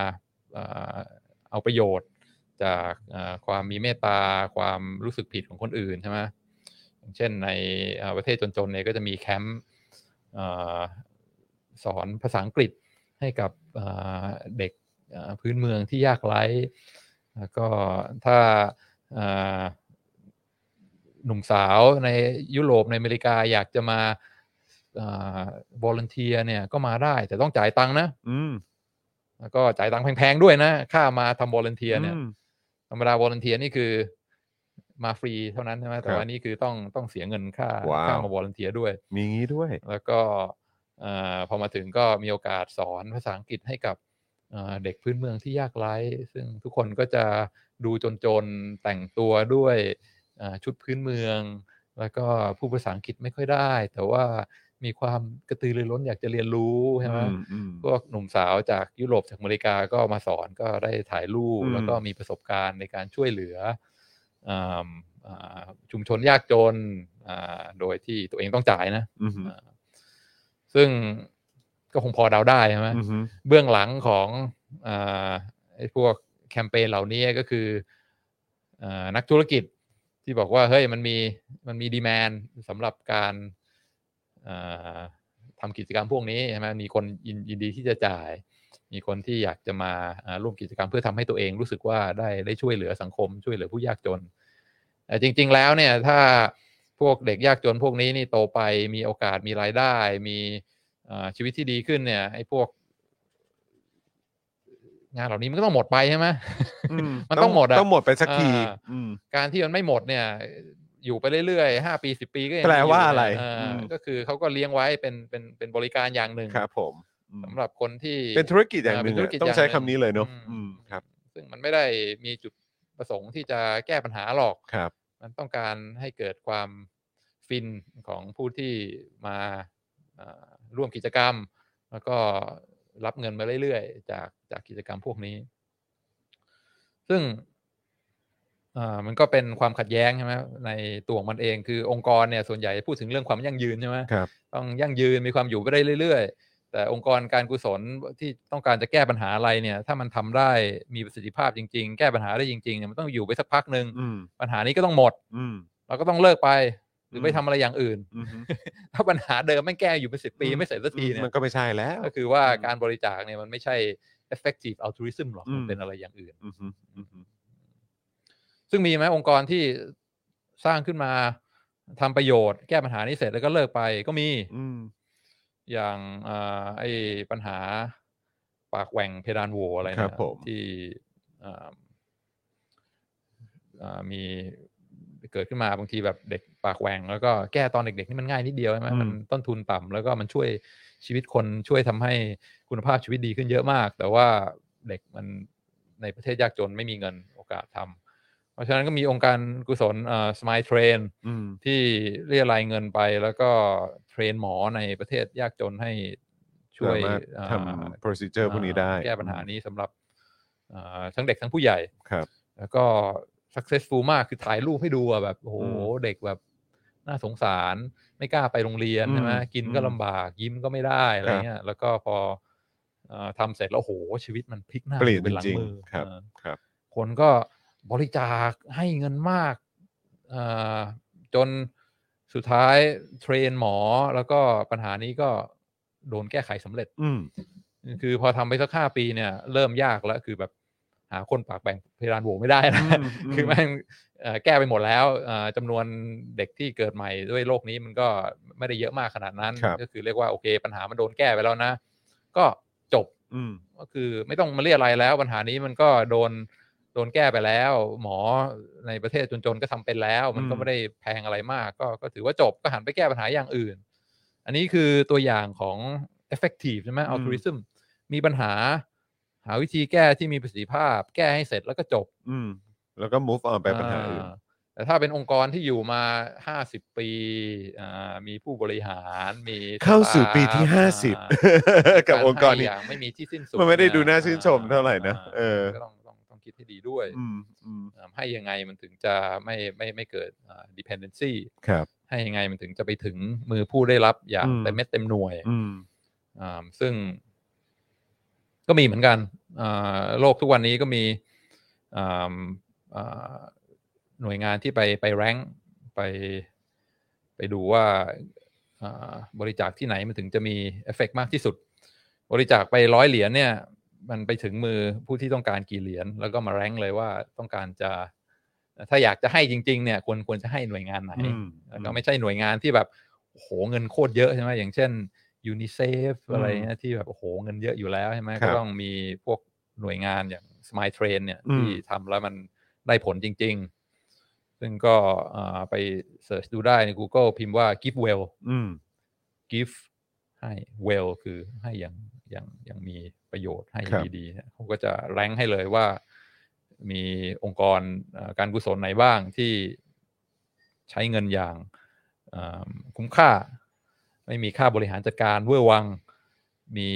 S4: เอ่อเอาประโยชน์จากเอ่อความมีเมตตา ความรู้สึกผิดของคนอื่นใช่ไหมอย่างเช่นในเอ่อประเทศจนๆเนี่ยก็จะมีแคมป์เอ่อสอนภาษาอังกฤษให้กับเอ่อเด็กเอ่อพื้นเมืองที่ยากไร้ แล้วก็ถ้าเอ่อหนุ่มสาวในยุโรปในอเมริกาอยากจะมาบริเวณเทียเนี่ยก็มาได้แต่ต้องจ่ายตังค์นะ
S2: อืม
S4: แล้วก็จ่ายตังค์แพงๆด้วยนะ ค่ามาทำบริเวณเทียเนี่ย
S2: อืม
S4: ธรรมดาบริเวณเทียนี่คือมาฟรีเท่านั้นใช่ไหมแต่
S2: ครับ
S4: ว่านี่คือต้องต้องเสียเงินค่า
S2: ว้าว
S4: ค่ามาบริเวณเทียด้วย
S2: มีงี้ด้วย
S4: แล้วก็เอ่อพอมาถึงก็มีโอกาสสอนภาษาอังกฤษให้กับเอ่อเด็กพื้นเมืองที่ยากไร้ ซึ่งทุกคนก็จะดูจนๆ แต่งตัวด้วยเอ่อชุดพื้นเมือง แล้วก็พูดภาษาอังกฤษไม่ค่อยได้ แต่ว่ามีความกระตือรือร้นอยากจะเรียนรู้ใช่ไหม
S2: อืมอืม
S4: พวกหนุ่มสาวจากยุโรปจากอเมริกาก็มาสอนก็ได้ถ่ายรูป
S2: อืม
S4: แล้วก็มีประสบการณ์ในการช่วยเหลืออ่าอ่าชุมชนยากจนอ่าโดยที่ตัวเองต้องจ่ายนะ
S2: อืมอืม
S4: อ่าซึ่งก็คงพอเดาได้ใช่ไหม
S2: อืมอืม
S4: เบื้องหลังของอาไอ้พวกแคมเปญเหล่านี้ก็คืออานักธุรกิจ ที่บอกว่าเฮ้ยมันมีมันมีดีแมนสำหรับการเอ่อทำกิจกรรมพวกนี้ใช่ไหมมีคนยินยินดีที่จะจ่าย มีคนที่อยากจะมาอ่าร่วมกิจกรรมเพื่อทำให้ตัวเองรู้สึกว่าได้ได้ช่วยเหลือสังคม ช่วยเหลือผู้ยากจนแต่จริง ๆ แล้วเนี่ยถ้าพวกเด็กยากจนพวกนี้นี่โตไปมีโอกาสมีรายได้ มีเอ่อชีวิตที่ดีขึ้นเนี่ยไอ้พวก งานเหล่านี้มันก็ต้องหมดไปใช่ไหม
S2: อื
S4: มันต้องหมดอะ
S2: ต้องหมดไปสักที
S4: อ่า
S2: อืม
S4: การที่มันไม่หมดเนี่ย อยู่ไปเรื่อยๆห้าปีสิบปีก็ยัง
S2: แปลว่า
S4: มียู่
S2: อะไร
S4: เอออ
S2: ม
S4: ก็คือเขาก็เลี้ยงไว้เป็นเป็นเป็นบริการอย่างหนึ่ง
S2: ครับผมอืม
S4: สำหรับคนที่
S2: เป็นธุรกิจอย่างหนึ่ง
S4: เป็นธุร
S2: อะ
S4: กิจ
S2: ต้องใช้
S4: อย่างหนึ่
S2: คำ
S4: ง
S2: นี้เลยเนาะ
S4: อืม
S2: อืมครับ
S4: ซึ่งมันไม่ได้มีจุดประสงค์ที่จะแก้ปัญหาหรอก
S2: ครับ
S4: มันต้องการให้เกิดความฟินของผู้ที่มาเอ่อร่วมกิจกรรม แล้วก็รับเงินมาเรื่อยๆ จากจากกิจกรรมพวกนี้ ซึ่งเอ่อมันก็เป็นความขัดแย้งใช่ไหมในตัวของมันเองคือองค์กรเนี่ยส่วนใหญ่พูดถึงเรื่องความยั่งยืนใช่ไหม
S2: ครับ
S4: ต้องยั่งยืนมีความอยู่ไปได้เรื่อยๆ แต่องค์กรการกุศลที่ต้องการจะแก้ปัญหาอะไรเนี่ย ถ้ามันทำได้มีประสิทธิภาพจริง ๆ แก้ปัญหาได้จริงๆเนี่ยมันต้องอยู่ไปสักพักหนึ่ง
S2: อืม
S4: ปัญหานี้ก็ต้องหมด
S2: อืม
S4: เราก็ต้องเลิกไป หรืออ
S2: ม
S4: ไปทำอะไรอย่างอื่น
S2: อืมฮึ
S4: ถ้าปัญหาเดิมแม่งแก้อยู่เป็นสิบปี
S2: อืม
S4: ไม่เสร็จสักทีเนี่ย
S2: มันก็ไม่ใช่แล้ว
S4: ก็คือว่า
S2: อืม
S4: การบริจาคเนี่ยมันไม่ใช่ effective altruism หรอก
S2: อืม
S4: มันเป็นอะไรอย่างอื่น
S2: อืมฮึอืมฮึ
S4: ซึ่งมีไหมองค์กรที่สร้างขึ้นมาทำประโยชน์แก้ปัญหานี้เสร็จแล้วก็เลิกไปก็มี
S2: อืม
S4: อย่างอ่าไอ้ปัญหาปากแหว่งเพดานโหวอะไร
S2: ครั
S4: นะ
S2: บผม
S4: ที่อ่าอ่ามีเกิดขึ้นมาบางทีแบบเด็กปากแหว่งแล้วก็แก้ตอนเด็กๆนี่มันง่ายนิดเดียวใช่ไหม
S2: อืม
S4: มันต้นทุนต่ำแล้วก็มันช่วยชีวิตคนช่วยทำให้คุณภาพชีวิตดีขึ้นเยอะมาก แต่ว่าเด็กมันในประเทศยากจนไม่มีเงินโอกาสทำเพราะฉะนั้นก็มีองค์การกุศลสมายเทรน
S2: อืม
S4: ที่เรียรายเงินไปแล้วก็เทรนหมอในประเทศยากจนให้ช่วย
S2: สามารถ
S4: อ่า
S2: ทำ procedure พวกนี้ได้
S4: แก้ปัญหานี้สำหรับเอ่อทั้งเด็กทั้งผู้ใหญ่
S2: ครับ
S4: แล้วก็ successful มากคือถ่ายรูปให้ดูอะแบบโอ้โห
S2: อืม
S4: เด็กแบบน่าสงสารไม่กล้าไปโรงเรียน
S2: อืม
S4: ใช่ไหมกินก็
S2: อืม
S4: ลำบากยิ้มก็ไม่ได้อะไร
S2: ครับ
S4: เงี้ยแล้วก็พอเอ่อทำเสร็จแล้วโอ้โหชีวิตมันพลิกหน้า
S2: เปลี่ยน
S4: มือเป็นหลัง
S2: จริงๆ
S4: มือ
S2: ครับ
S4: เออ
S2: ครับ
S4: คนก็บริจาคให้เงินมากเอ่อจนสุดท้ายเทรนหมอแล้วก็ปัญหานี้ก็โดนแก้ไขสำเร็จ
S2: อืม
S4: คือพอทำไปสักห้าปีเนี่ย เริ่มยากแล้วคือแบบหาคนปากแบ่งเพดานโหวไม่ได้แล้ว
S2: อืมอืม
S4: คือแม่งเอ่อแก้ไปหมดแล้วเอ่อจำนวนเด็กที่เกิดใหม่ด้วยโรคนี้มันก็ไม่ได้เยอะมากขนาดนั้น
S2: ครับ
S4: ก็คือเรียกว่าโอเคปัญหามันโดนแก้ไปแล้วนะ ก็จบ
S2: อืม
S4: ก็คือไม่ต้องมาเรียกอะไรแล้ว ปัญหานี้มันก็โดนโดนแก้ไปแล้ว หมอในประเทศจนๆก็ทำเป็นแล้ว มันก็ไม่ได้แพงอะไรมาก ก็ก็ถือว่าจบก็หันไปแก้ปัญหาอย่างอื่น อันนี้คือตัวอย่างของ effective ใช่ไหม altruism มีปัญหา หาวิธีแก้ที่มีประสิทธิภาพ แก้ให้เสร็จแล้วก็จบ
S2: อืมแล้วก็ move on ไปปัญหาอื่น
S4: อ่แต่ถ้าเป็นองค์กรที่อยู่มา 50 ปีอ่ามีผู้บริหารมี
S2: เข้าสู่ปีที่
S4: สตฟอ่า
S2: 50 กับองค์กร
S4: ให้
S2: นี้
S4: อย่างไม่มีที่สิ้นสุด
S2: มันไม่ได้ดูน่า
S4: อ่
S2: ชื่นชมเท่าไหร่นะ
S4: า
S2: เออ
S4: ก็ต้องต้องต้องคิดให้ดีด้วย
S2: อืมอืม
S4: อ่าให้ยังไงมันถึงจะไม่ไม่ไม่เกิดอ่า dependency
S2: ครับ
S4: ให้ยังไงมันถึงจะไปถึงมือผู้ได้รับอย่าง
S2: อืม
S4: เต็มเม็ดเต็มหน่วย
S2: อืม
S4: อ่าซึ่งก็มีเหมือนกันอ่าโลกทุกวันนี้ก็มีอ่าอ่าหน่วยงานที่ไปไปแรงไป ไปดูว่าอ่าบริจาคที่ไหนมันถึงจะมีเอฟเฟกมากที่สุด บริจาคไปร้อยเหรียญเนี่ย มันไปถึงมือผู้ที่ต้องการกี่เหรียญแล้วก็มาแรงเลยว่าต้องการจะ ถ้าอยากจะให้จริง ๆ เนี่ยควรควรจะให้หน่วยงานไหน
S2: อืม
S4: แล้วก็ไม่ใช่หน่วยงานที่แบบโอ้โหเงินโคตรเยอะใช่ไหมอย่างเช่นยูนิเซฟ
S2: อืม
S4: อะไรเงี้ยที่แบบโอ้โหเงินเยอะอยู่แล้วใช่ไหม
S2: ครั
S4: ก็
S2: บ
S4: ต้องมีพวกหน่วยงานอย่าง Smile Train เนี่ย
S2: อืม
S4: ที่ทำแล้วมันได้ผลจริง ๆ ซึ่งก็อ่าไปเสิร์ชดูได้ใน Google พิมพ์ว่า Give Well
S2: อืม
S4: Give ให้ Well คือให้อย่างอย่างอย่างมีประโยชน์ให้
S2: ครับ
S4: ดีๆเนี่ยเขาก็จะแรงให้เลยว่ามีองค์กรเอ่อการกุศลไหนบ้างที่ใช้เงินอย่างเอิ่มคุ้มค่า ไม่มีค่าบริหารจัดการเวอร์วัง มี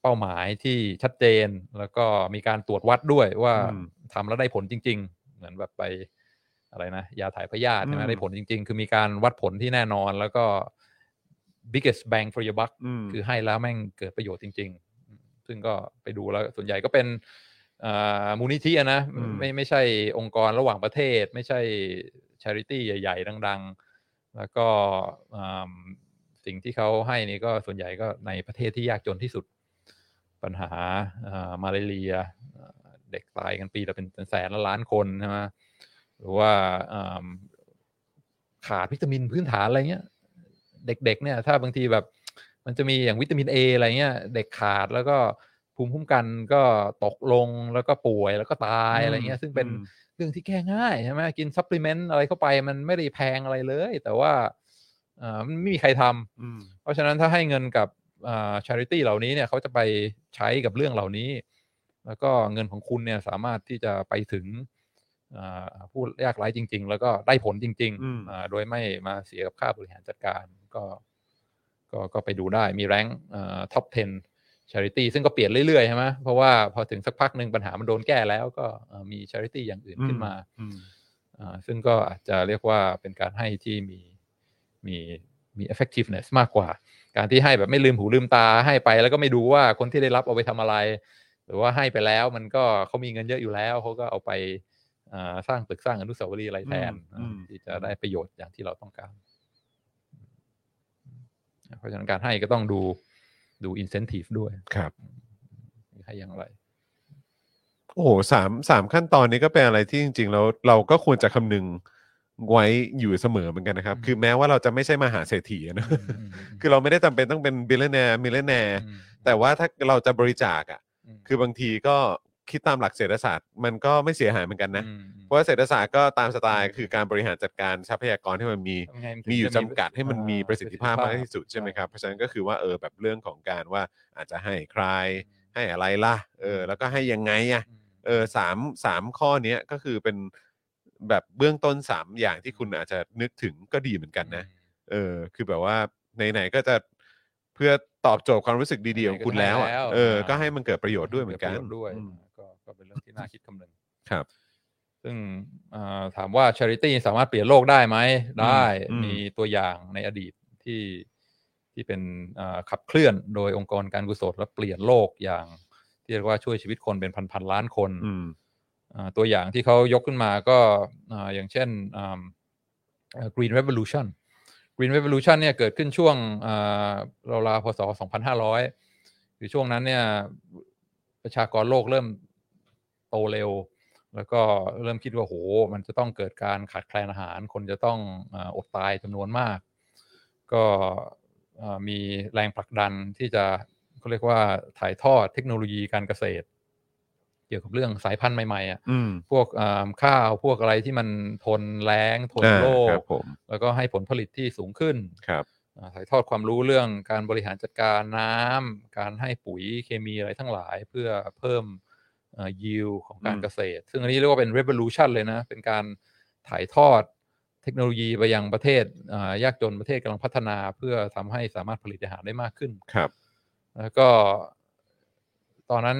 S4: เป้าหมายที่ชัดเจน แล้วก็มีการตรวจวัดด้วยว่า
S2: อืม
S4: ทำแล้วได้ผลจริง ๆ เหมือนแบบไปอะไรนะ ยาถ่ายพยาธิใช่ไหม
S2: อืม
S4: ได้ผลจริง ๆ คือมีการวัดผลที่แน่นอน แล้วก็ biggest bang for your buck
S2: อืม
S4: คือให้แล้วแม่งเกิดประโยชน์จริง ๆอืมซึ่งก็ไปดูแล้วส่วนใหญ่ก็เป็นอ่ามูลนิธิอะนะ
S2: อืม
S4: ไม่ไม่ใช่องค์กรระหว่างประเทศ ไม่ใช่แช ช h ริตี้ใหญ่ ๆ ดัง ๆ แล้วก็อืมสิ่งที่เขาให้นี่ก็ส่วนใหญ่ก็ในประเทศที่ยากจนที่สุดปัญหาเอ่อมาเลาเรียเอ่อเด็กตายกันปีละเป็นแสนละล้านคนใช่ไหมหรือว่าอืมขาดวิตามินพื้นฐานอะไรเงี้ย เด็กๆเนี่ยถ้าบางทีแบบ มันจะมีอย่างวิตามิน A อะไรเงี้ยเด็กขาดแล้วก็ภูมิคุ้มกันก็ตกลงแล้วก็ป่วยแล้วก็ตายอะไรเงี้ยซึ่งเป็น
S3: อืม
S4: เรื่องที่แก้ง่ายใช่ไหมกินซัพพลีเมนต์อะไรเข้าไปมันไม่ได้แพงอะไรเลย แต่ว่าเอ่อมันไม่มีใครทำเพราะฉะนั้นถ้าให้เงินกับชาริตี้เหล่านี้เนี่ยเขาจะไปใช้กับเรื่องเหล่านี้ แล้วก็เงินของคุณเนี่ยสามารถที่จะไปถึงเอ่อผู้ยากไร้จริง ๆ แล้วก็ได้ผลจริง
S3: อืม
S4: ๆอ่าโดยไม่มาเสียกับค่าบริหารจัดการก็ก็ก็ไปดูได้มีแรงท็อป 10 Charity ซึ่งก็เปลี่ยนเรื่อยๆใช่ไหมเพราะว่าพอถึงสักพักหนึ่งปัญหามันโดนแก้แล้วก็เอ่อมี Charity อย่างอื่นขึ้นมา อ่าซึ่งก็อาจจะเรียกว่าเป็นการให้ที่มีมีมี effectiveness มากกว่า การที่ให้แบบไม่ลืมหูลืมตาให้ไปแล้วก็ไม่ดูว่าคนที่ได้รับเอาไปทำอะไร หรือว่าให้ไปแล้วมันก็เขามีเงินเยอะอยู่แล้วเขาก็เอาไปอ่าสร้างตึกสร้างอนุสาวรีย์อะไรแทน
S3: อืม
S4: อ่าที่จะได้ประโยชน์อย่างที่เราต้องการ เพราะฉะนั้นการให้ก็ต้องดูดู incentive ด้วย
S3: ครับ
S4: ให้อย่างไร
S3: โอ้โหสามสามขั้นตอนนี้ก็เป็นอะไรที่จริง ๆ แล้วเราก็ควรจะคำนึงไว้อยู่เสมอเหมือนกันนะครับ
S4: อืม
S3: คือแม้ว่าเราจะไม่ใช่มหาเศรษฐีนะ คือเราไม่ได้จำเป็นต้องเป็นบิลเลนแนร์มิลเลนแนร์
S4: ม
S3: แต่ว่าถ้าเราจะบริจาคอ่ะ
S4: ม
S3: คือบางทีก็คิดตามหลักเศรษฐศาสตร์ มันก็ไม่เสียหายเหมือนกันนะ
S4: อืมอืม
S3: เพราะว่าเศรษฐศาสตร์ก็ตามสไตล์คือการบริหารจัดการทรัพยากรที่มันมี
S4: ทำไงนถึง
S3: มีอยู่
S4: จะ
S3: จำกัดให้มันมีประสิทธิภาพมากที่สุดใช่ไหม
S4: ใช่
S3: ครับ เพราะฉะนั้นก็คือว่าเออแบบเรื่องของการว่าอาจจะให้ใครให้อะไรล่ะเออแล้วก็ให้ยังไงอ่ะ
S4: อืม
S3: เออสามสามข้อเนี้ยก็คือเป็นแบบเบื้องต้นสามอย่างที่คุณอาจจะนึกถึงก็ดีเหมือนกันนะ เออ คือแบบว่าไหนๆก็จะเพื่อตอบโจทย์ความรู้สึกดีๆของคุณแล้วอะ
S4: ไหนๆก็ให้แล้ว
S3: เออ
S4: อ่า
S3: ก็ให้มันเกิดประโยชน์ด้วยเหมือนกัน
S4: ประโยชด้วย
S3: อืม
S4: ก็ก็เป็นเรื่องที่น่าคิดคำนึง
S3: ครับ
S4: ซึ่งเอ่อถามว่าชาริตี้สามารถเปลี่ยนโลกได้ไหม ได้
S3: อืม
S4: มีตัวอย่างในอดีตที่ที่เป็นเอ่อขับเคลื่อนโดยองค์กรการกุศลและเปลี่ยนโลกอย่าง ที่เรียกว่าช่วยชีวิตคนเป็นพันๆล้านคน
S3: อืม
S4: อ่าตัวอย่างที่เขายกขึ้นมาก็อ่าอย่างเช่นอ่าเอ่อ Green Revolution Green Revolution เนี่ยเกิดขึ้นช่วงอ่าราวๆพศ 2500 คือช่วงนั้นเนี่ยประชากรโลกเริ่มโตเร็ว แล้วก็เริ่มคิดว่าโห มันจะต้องเกิดการขาดแคลนอาหาร คนจะต้องอาอดตายจำนวนมาก ก็อ่ามีแรงผลักดันที่จะเขาเรียกว่าถ่ายทอดเทคโนโลยีการเกษตร เกี่ยวกับเรื่องสายพันธุ์ใหม่ๆอ่ะ
S3: อืม
S4: พวกอ่าข้าวพวกอะไรที่มันทนแรงทน
S3: อ่า
S4: โร
S3: ค
S4: ครับ
S3: ผม
S4: แล้วก็ให้ผลผลิตที่สูงขึ้น
S3: ครับ
S4: อ่าถ่ายทอดความรู้เรื่องการบริหารจัดการน้ำการให้ปุ๋ยเคมีอะไรทั้งหลายเพื่อเพิ่มยิวของการ
S3: อืม
S4: เกษตร ซึ่งอันนี้เรียกว่าเป็น revolution เลยนะ เป็นการถ่ายทอดเทคโนโลยีไปยังประเทศอ่ายากจนประเทศกำลังพัฒนาเพื่อทำให้สามารถผลิตอาหารได้มากขึ้น
S3: ครับ
S4: แล้วก็ ตอนนั้น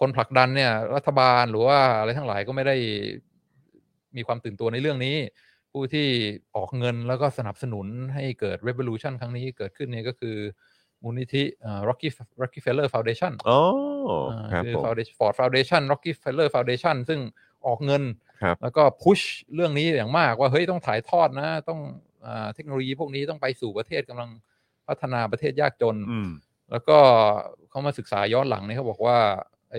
S4: คนผลักดันเนี่ย รัฐบาลหรือว่าอะไรทั้งหลายก็ไม่ได้มีความตื่นตัวในเรื่องนี้ ผู้ที่ออกเงินแล้วก็สนับสนุนให้เกิด revolution ครั้งนี้เกิดขึ้นเนี่ยก็คือมูลนิธิเอ่อ Rocky Rockefeller Foundation
S3: อ๋อ
S4: อ่า
S3: ครับ
S4: คือ
S3: ผม
S4: Foundation Ford Foundation Rockefeller Foundation ซึ่งออกเงิน
S3: ครับ
S4: แล้วก็พุชเรื่องนี้อย่างมากว่า เฮ้ย ต้องถ่ายทอดนะ ต้องอาเทคโนโลยีพวกนี้ต้องไปสู่ประเทศกำลังพัฒนาประเทศยากจน
S3: อืม
S4: แล้วก็เขามาศึกษาย้อนหลังเนี่ยเขาบอกว่าไอ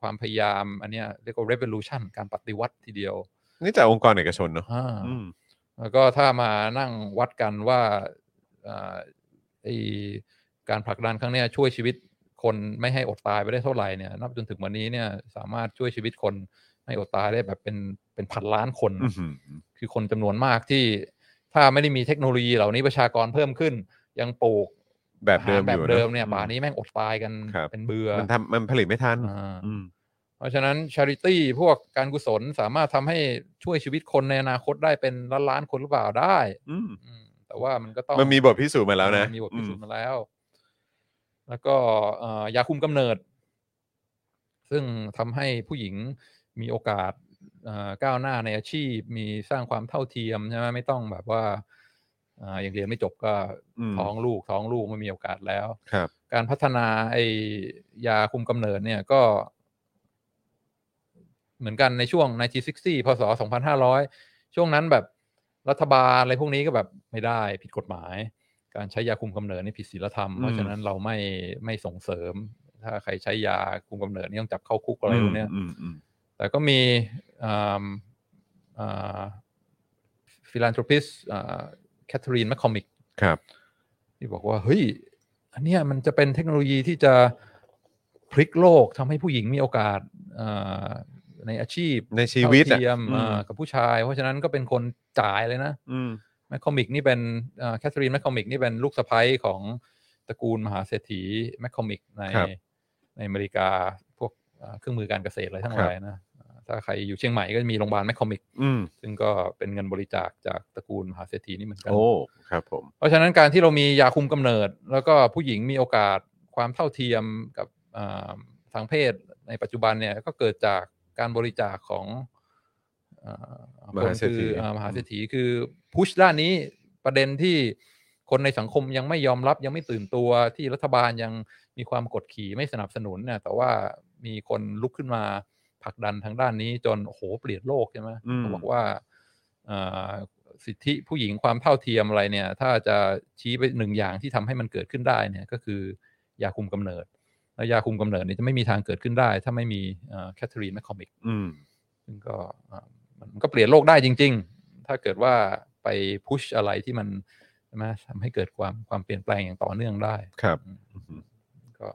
S4: ความพยายามอันเนี้ยเรียกว่า revolution การปฏิวัติทีเดียว
S3: นี่จากองค์กรเอกชนเนาะ
S4: อ่า
S3: อืม
S4: แล้วก็ถ้ามานั่งวัดกันว่าอ่าไอการผลักดันครั้งเนี้ยช่วยชีวิตคนไม่ให้อดตายไปได้เท่าไหร่เนี่ยนับจนถึงวันนี้เนี่ยสามารถช่วยชีวิตคนให้อดตายได้แบบเป็นเป็นพันล้านคน
S3: อือหือ
S4: คือคนจำนวนมากที่ถ้าไม่ได้มีเทคโนโลยีเหล่านี้ประชากรเพิ่มขึ้น ยังปลูก
S3: แบบเดิม
S4: อา
S3: อ
S4: หารแบบ
S3: ยู่
S4: เดิม
S3: อะ
S4: เนี่ยป่านี้แม่งอดตายกัน
S3: ครับ
S4: เป็นเบื่อ
S3: มันทำมันผลิตไม่ทัน
S4: อ่า
S3: อืม
S4: เพราะฉะนั้นชาริตี้พวกการกุศลสามารถทำให้ช่วยชีวิตคนในอนาคตได้เป็นล้านล้านๆคนหรือเปล่าได้
S3: อืม
S4: อืมแต่ว่ามันก็ต้อง
S3: มันมีบทพิสูจน์มาแล้วนะ
S4: อ่มีบทพิสูจน์มาแล้ว แล้วก็เอ่อยาคุมกำเนิด ซึ่งทำให้ผู้หญิงมีโอกาสเอ่อก้าวหน้าในอาชีพ มีสร้างความเท่าเทียมใช่ไหมไม่ต้องแบบว่าเอ่อยังเรียนไม่จบก็
S3: อืม
S4: ท้องลูกท้องลูกไม่มีโอกาสแล้ว
S3: ครับ
S4: การพัฒนาไอยาคุมกำเนิดเนี่ยก็ เหมือนกันในช่วง 1960 พศ 2500 ช่วงนั้นแบบ รัฐบาลอะไรพวกนี้ก็แบบไม่ได้ผิดกฎหมาย การใช้ยาคุมกำเนิดนี่ผิดศีลธรรม
S3: อื
S4: เพราะ
S3: ม
S4: ฉะนั้นเราไม่ไม่ส่งเสริม ถ้าใครใช้ยาคุมกำเนิดนี่ต้องจับเข้าคุกอะไรพวกเนี้ย
S3: อืมอืม
S4: แต่ก็มีฟิลานทรอพิสแคทเธอรีนแมคคอมิก
S3: ครับ
S4: ที่บอกว่า เฮ้ย อันเนี้ยมันจะเป็นเทคโนโลยีที่จะพลิกโลกทำให้ผู้หญิงมีโอกาสอ่าในอาชีพ
S3: ในชีวิต
S4: เท่า
S3: อ่ะ
S4: เทียม
S3: อื
S4: อ่าม กับผู้ชาย เพราะฉะนั้นก็เป็นคนจ่ายเลยนะ
S3: อืม
S4: แมคคอมิกนี่เป็นแคทเธอรีนแมคคอมิกนี่เป็นลูกสะใภ้ของตระกูลมหาเศรษฐีแมคคอมิกใน
S3: ครับ
S4: ในอเมริกาพวกเอ่อเครื่องมือการเกษตรอะไรทั้ง
S3: ครั
S4: ห
S3: บ
S4: ลายนะเอ่อถ้าใครอยู่เชียงใหม่ก็จะมีโรงพยาบาลแมคคอมิก
S3: อืม
S4: ซึ่งก็เป็นเงินบริจาคจากตระกูลมหาเศรษฐีนี่เหมือนกัน
S3: โอ้ครับผม
S4: เพราะฉะนั้นการที่เรามียาคุมกำเนิด แล้วก็ผู้หญิงมีโอกาสความเท่าเทียมกับอ่าทางเพศในปัจจุบันเนี่ยก็เกิดจากการบริจาคของอ่าคนคืออ่ามหาเศรษฐีคือพุชด้านนี้ประเด็นที่คนในสังคมยังไม่ยอมรับยังไม่ตื่นตัวที่รัฐบาลยังมีความกดขี่ไม่สนับสนุนเนี่ยแต่ว่ามีคนลุกขึ้นมาผลักดันทางด้านนี้จนโอ้โหเปลี่ยนโลกใช่ไหม
S3: อืม
S4: เขาบอกว่าเอ่อสิทธิผู้หญิงความเท่าเทียมอะไรเนี่ย ถ้าจะชี้ไปหนึ่งอย่างที่ทำให้มันเกิดขึ้นได้เนี่ยก็คือยาคุมกำเนิด แล้วยาคุมกำเนิดเนี่ยจะไม่มีทางเกิดขึ้นได้ ถ้าไม่มีแคทเธอรีนแมคคอมิก
S3: อืม
S4: ซึ่งก็เอ่อมันก็เปลี่ยนโลกได้จริง ๆ ถ้าเกิดว่าไปพุชอะไรที่มันใช่ไหมทำให้เกิดความความเปลี่ยนแปลงอย่างต่อเนื่องได้
S3: ครับ
S4: ก็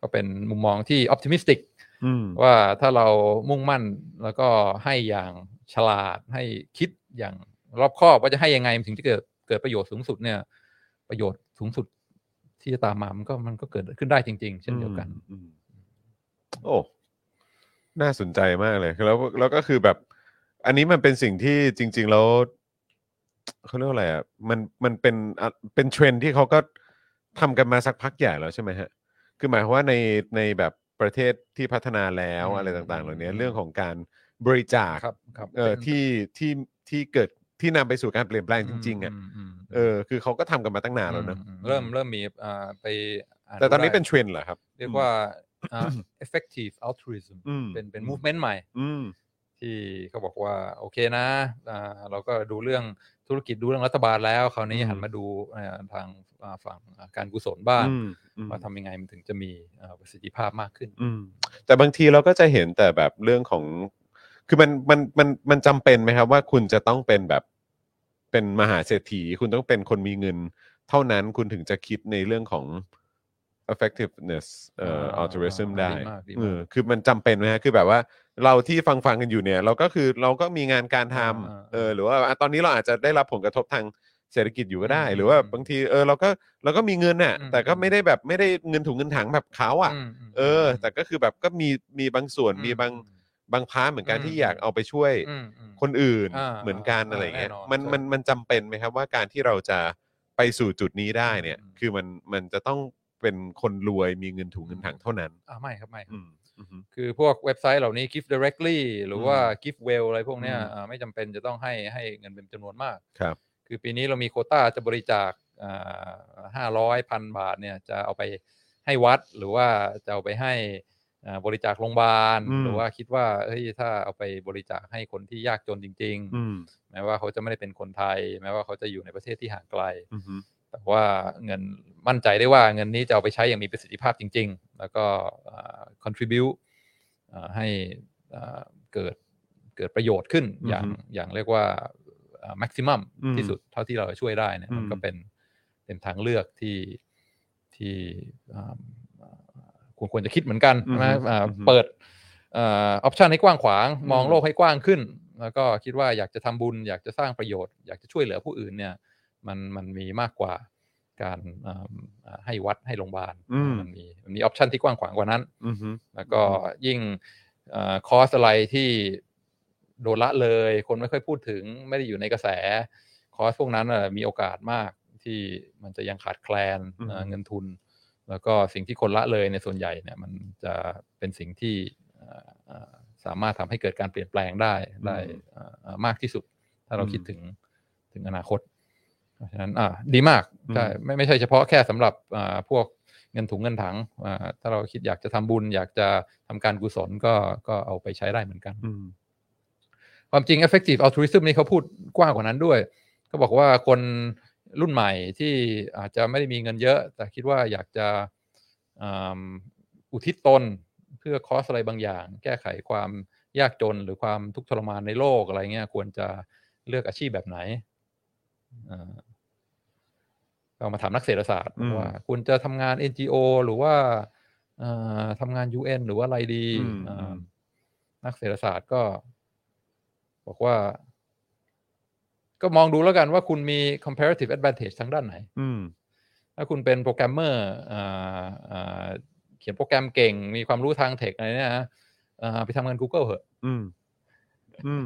S4: ก็เป็นมุมมองที่ออพติมิสติก
S3: อืม
S4: ว่าถ้าเรามุ่งมั่นแล้วก็ให้อย่างฉลาดให้คิดอย่างรอบคอบว่าจะให้ยังไงมันถึงจะเกิดเกิดประโยชน์สูงสุดเนี่ย ประโยชน์สูงสุดที่จะตามมามันก็มันก็เกิดขึ้นได้จริง ๆ เช่นเดียวกัน
S3: อืมอืมโอ้ น่าสนใจมากเลย แล้วแล้วก็คือแบบ อันนี้มันเป็นสิ่งที่จริง ๆ แล้วเขาเรียกว่าอะไรอ่ะ มันมันเป็นอ่ะเป็นเทรนด์ที่เขาก็ทำกันมาสักพักใหญ่แล้วใช่ไหมฮะ คือหมายความว่าในในแบบประเทศที่พัฒนาแล้ว
S4: อืม
S3: อะไรต่าง ๆ เหล่านี้
S4: อืม
S3: เรื่องของการบริจาค
S4: ครับครับ
S3: เอ่อที่ที่ที่เกิดที่นำไปสู่การเปลี่ยนแปลงจริง ๆอ่ะ
S4: มมม
S3: เออ คือเขาก็ทำกันมาตั้งนานแล้วนะ
S4: อืมเริ่มเริ่มมีอ่าไปา
S3: แต่ตอนนี้
S4: ดูได้
S3: เป็นเทรนด์เหรอครับ
S4: เรียกว่าอ่า effective altruism
S3: อืม
S4: เป็นเป็น movement ใหม่
S3: อืม
S4: ที่เขาบอกว่าโอเคนะอ่าเราก็ดูเรื่องธุรกิจดูเรื่องรัฐบาลแล้ว คราวนี้
S3: อืม
S4: หันมาดูเอ่อทางอ่าฝั่งอ่าการกุศลบ้าง
S3: อืมอืม
S4: ว่าทำยังไงมันถึงจะมีอ่าประสิทธิภาพมากขึ้น
S3: อืมแต่บางทีเราก็จะเห็นแต่แบบเรื่องของ คือมันมันมันมันจำเป็นไหมครับว่าคุณจะต้องเป็นแบบเป็นมหาเศรษฐี คุณต้องเป็นคนมีเงิน เท่านั้นคุณถึงจะคิดในเรื่องของ effectiveness เอ่อ
S4: อ่า
S3: altruism
S4: ดี
S3: ได้
S4: มากดีมาก
S3: เออคือมันจำเป็นไหมฮะคือแบบว่าเราที่ฟังฟังกันอยู่เนี่ย เราก็คือเราก็มีงานการทำเออหรือว่าอ่ะตอนนี้เราอาจจะได้รับผลกระทบทางเศรษฐกิจอยู่ก็ได้
S4: อืม
S3: หรือว่าบางทีเออเราก็เราก็มีเงินน่ะ
S4: อืม
S3: แต่ก็ไม่ได้แบบไม่ได้เงินถุงเงินถังแบบเขาอ่ะ
S4: มม
S3: เออ แต่ก็คือแบบก็มีมีบางส่วน
S4: อื
S3: มีบาง
S4: อืม
S3: บางพาร์ทเหมือนกัน
S4: อืม
S3: ที่อยากเอาไปช่วย
S4: อืมอืม
S3: คนอื่น
S4: อ่า
S3: เหมือนกัน
S4: อ่า
S3: อะไรเงี้ย
S4: แน่นอน
S3: มัน
S4: ใช่
S3: มันมันจำเป็นไหมครับว่าการที่เราจะไปสู่จุดนี้ได้เนี่ย
S4: อืม
S3: คือมันมันจะต้องเป็นคนรวยมีเงินถุงเงินถังเท่านั้น
S4: อ่าไม่ครับไม่
S3: อืมอืม
S4: คือพวกเว็บไซต์เหล่านี้ give directly หรือว่า
S3: อืม
S4: give well อะไรพวกเนี้ย
S3: อืม
S4: อ่าไม่จำเป็นจะต้องให้ให้เงินเป็นจำนวนมาก
S3: ครับ
S4: คือปีนี้เรามีโควต้าจะบริจาคห้าร้อยพันบาทเนี่ยจะเอาไปให้วัดหรือว่าจะเอาไปให้อ่าบริจาคโรงพยาบาล หรือว่าคิดว่าเฮ้ยถ้าเอาไปบริจาคให้คนที่ยากจนจริง
S3: อืม
S4: ๆ แม้ว่าเขาจะไม่ได้เป็นคนไทย แม้ว่าเขาจะอยู่ในประเทศที่ห่างไกล
S3: อืม
S4: แต่ว่าเงินมั่นใจได้ว่าเงินนี้จะเอาไปใช้อย่างมีประสิทธิภาพจริง ๆ แล้วก็อ่า contribute อ่าให้อ่าเกิดเกิดประโยชน์ขึ้นอย่าง
S3: อือฮึ
S4: อย่างเรียกว่าอ่า maximum
S3: อืม
S4: ที่สุดเท่าที่เราช่วยได้เนี่ยมัน
S3: อืม
S4: ก็เป็นเป็นทางเลือกที่ที่อ่าควรควรจะคิดเหมือนกัน
S3: อือฮึ
S4: ใช่ไหมอ่า
S3: อือฮึ
S4: เปิดออปชันให้กว้างขวาง มอง
S3: อืม
S4: โลกให้กว้างขึ้น แล้วก็คิดว่าอยากจะทำบุญ อยากจะสร้างประโยชน์ อยากจะช่วยเหลือผู้อื่นเนี่ย มันมันมีมากกว่าการอ่าอ่าให้วัดให้โรงพยาบาล
S3: อืม
S4: มันมีมันมีออปชันที่กว้างขวางกว่านั้น
S3: อืม
S4: แล้วก็ยิ่งคอสอะไรที่โดนละเลย คนไม่ค่อยพูดถึงไม่ได้อยู่ในกระแสคอสพวกนั้นน่ะมีโอกาสมากที่มันจะยังขาดแคลน
S3: อืม
S4: เอ่อเงินทุน แล้วก็สิ่งที่คนละเลยในยส่วนใหญ่เนี่ยมันจะเป็นสิ่งที่เอ่อเอ่อสามารถทำให้เกิดการเปลี่ยนแปลงได้ได้เอ่อเอ่อมากที่สุด ถ้าเราคิดถึงถึงอนาคต เพราะฉะนั้นอ่าดีมากใช่ไม่ไม่ใช่เฉพาะแค่สำหรับอ่าพวกเงินถุงเงินถังอ่าถ้าเราคิดอยากจะทำบุญ อยากจะทำการกุศลก็ก็เอาไปใช้ได้เหมือนกัน
S3: อืม
S4: ความจริง effective altruism นี่เขาพูดกว้างกว่านั้นด้วย เขาบอกว่าคนรุ่นใหม่ที่อาจจะไม่ได้มีเงินเยอะ แต่คิดว่าอยากจะอืมอุทิศตนเพื่อคอสอะไรบางอย่าง แก้ไขความยากจนหรือความทุกข์ทรมานในโลกอะไรเงี้ยควรจะเลือกอาชีพแบบไหนอ่าเรามาถามนักเศรษฐศาสตร์
S3: อืม
S4: ว่าคุณจะทำงาน NGO หรือว่าเอ่อทำงาน UN หรือว่าอะไรดี
S3: อืม
S4: อ่า
S3: อืม
S4: นักเศรษฐศาสตร์ก็ บอกว่า ก็มองดูแล้วกันว่าคุณมี comparative advantage ทางด้านไหน
S3: อืม
S4: ถ้าคุณเป็นโปรแกรมเมอร์อ่าอ่าเขียนโปรแกรมเก่ง มีความรู้ทางเทคอะไรเนี่ยนะอ่าไปทำงาน Google เหอะ
S3: อืม อืม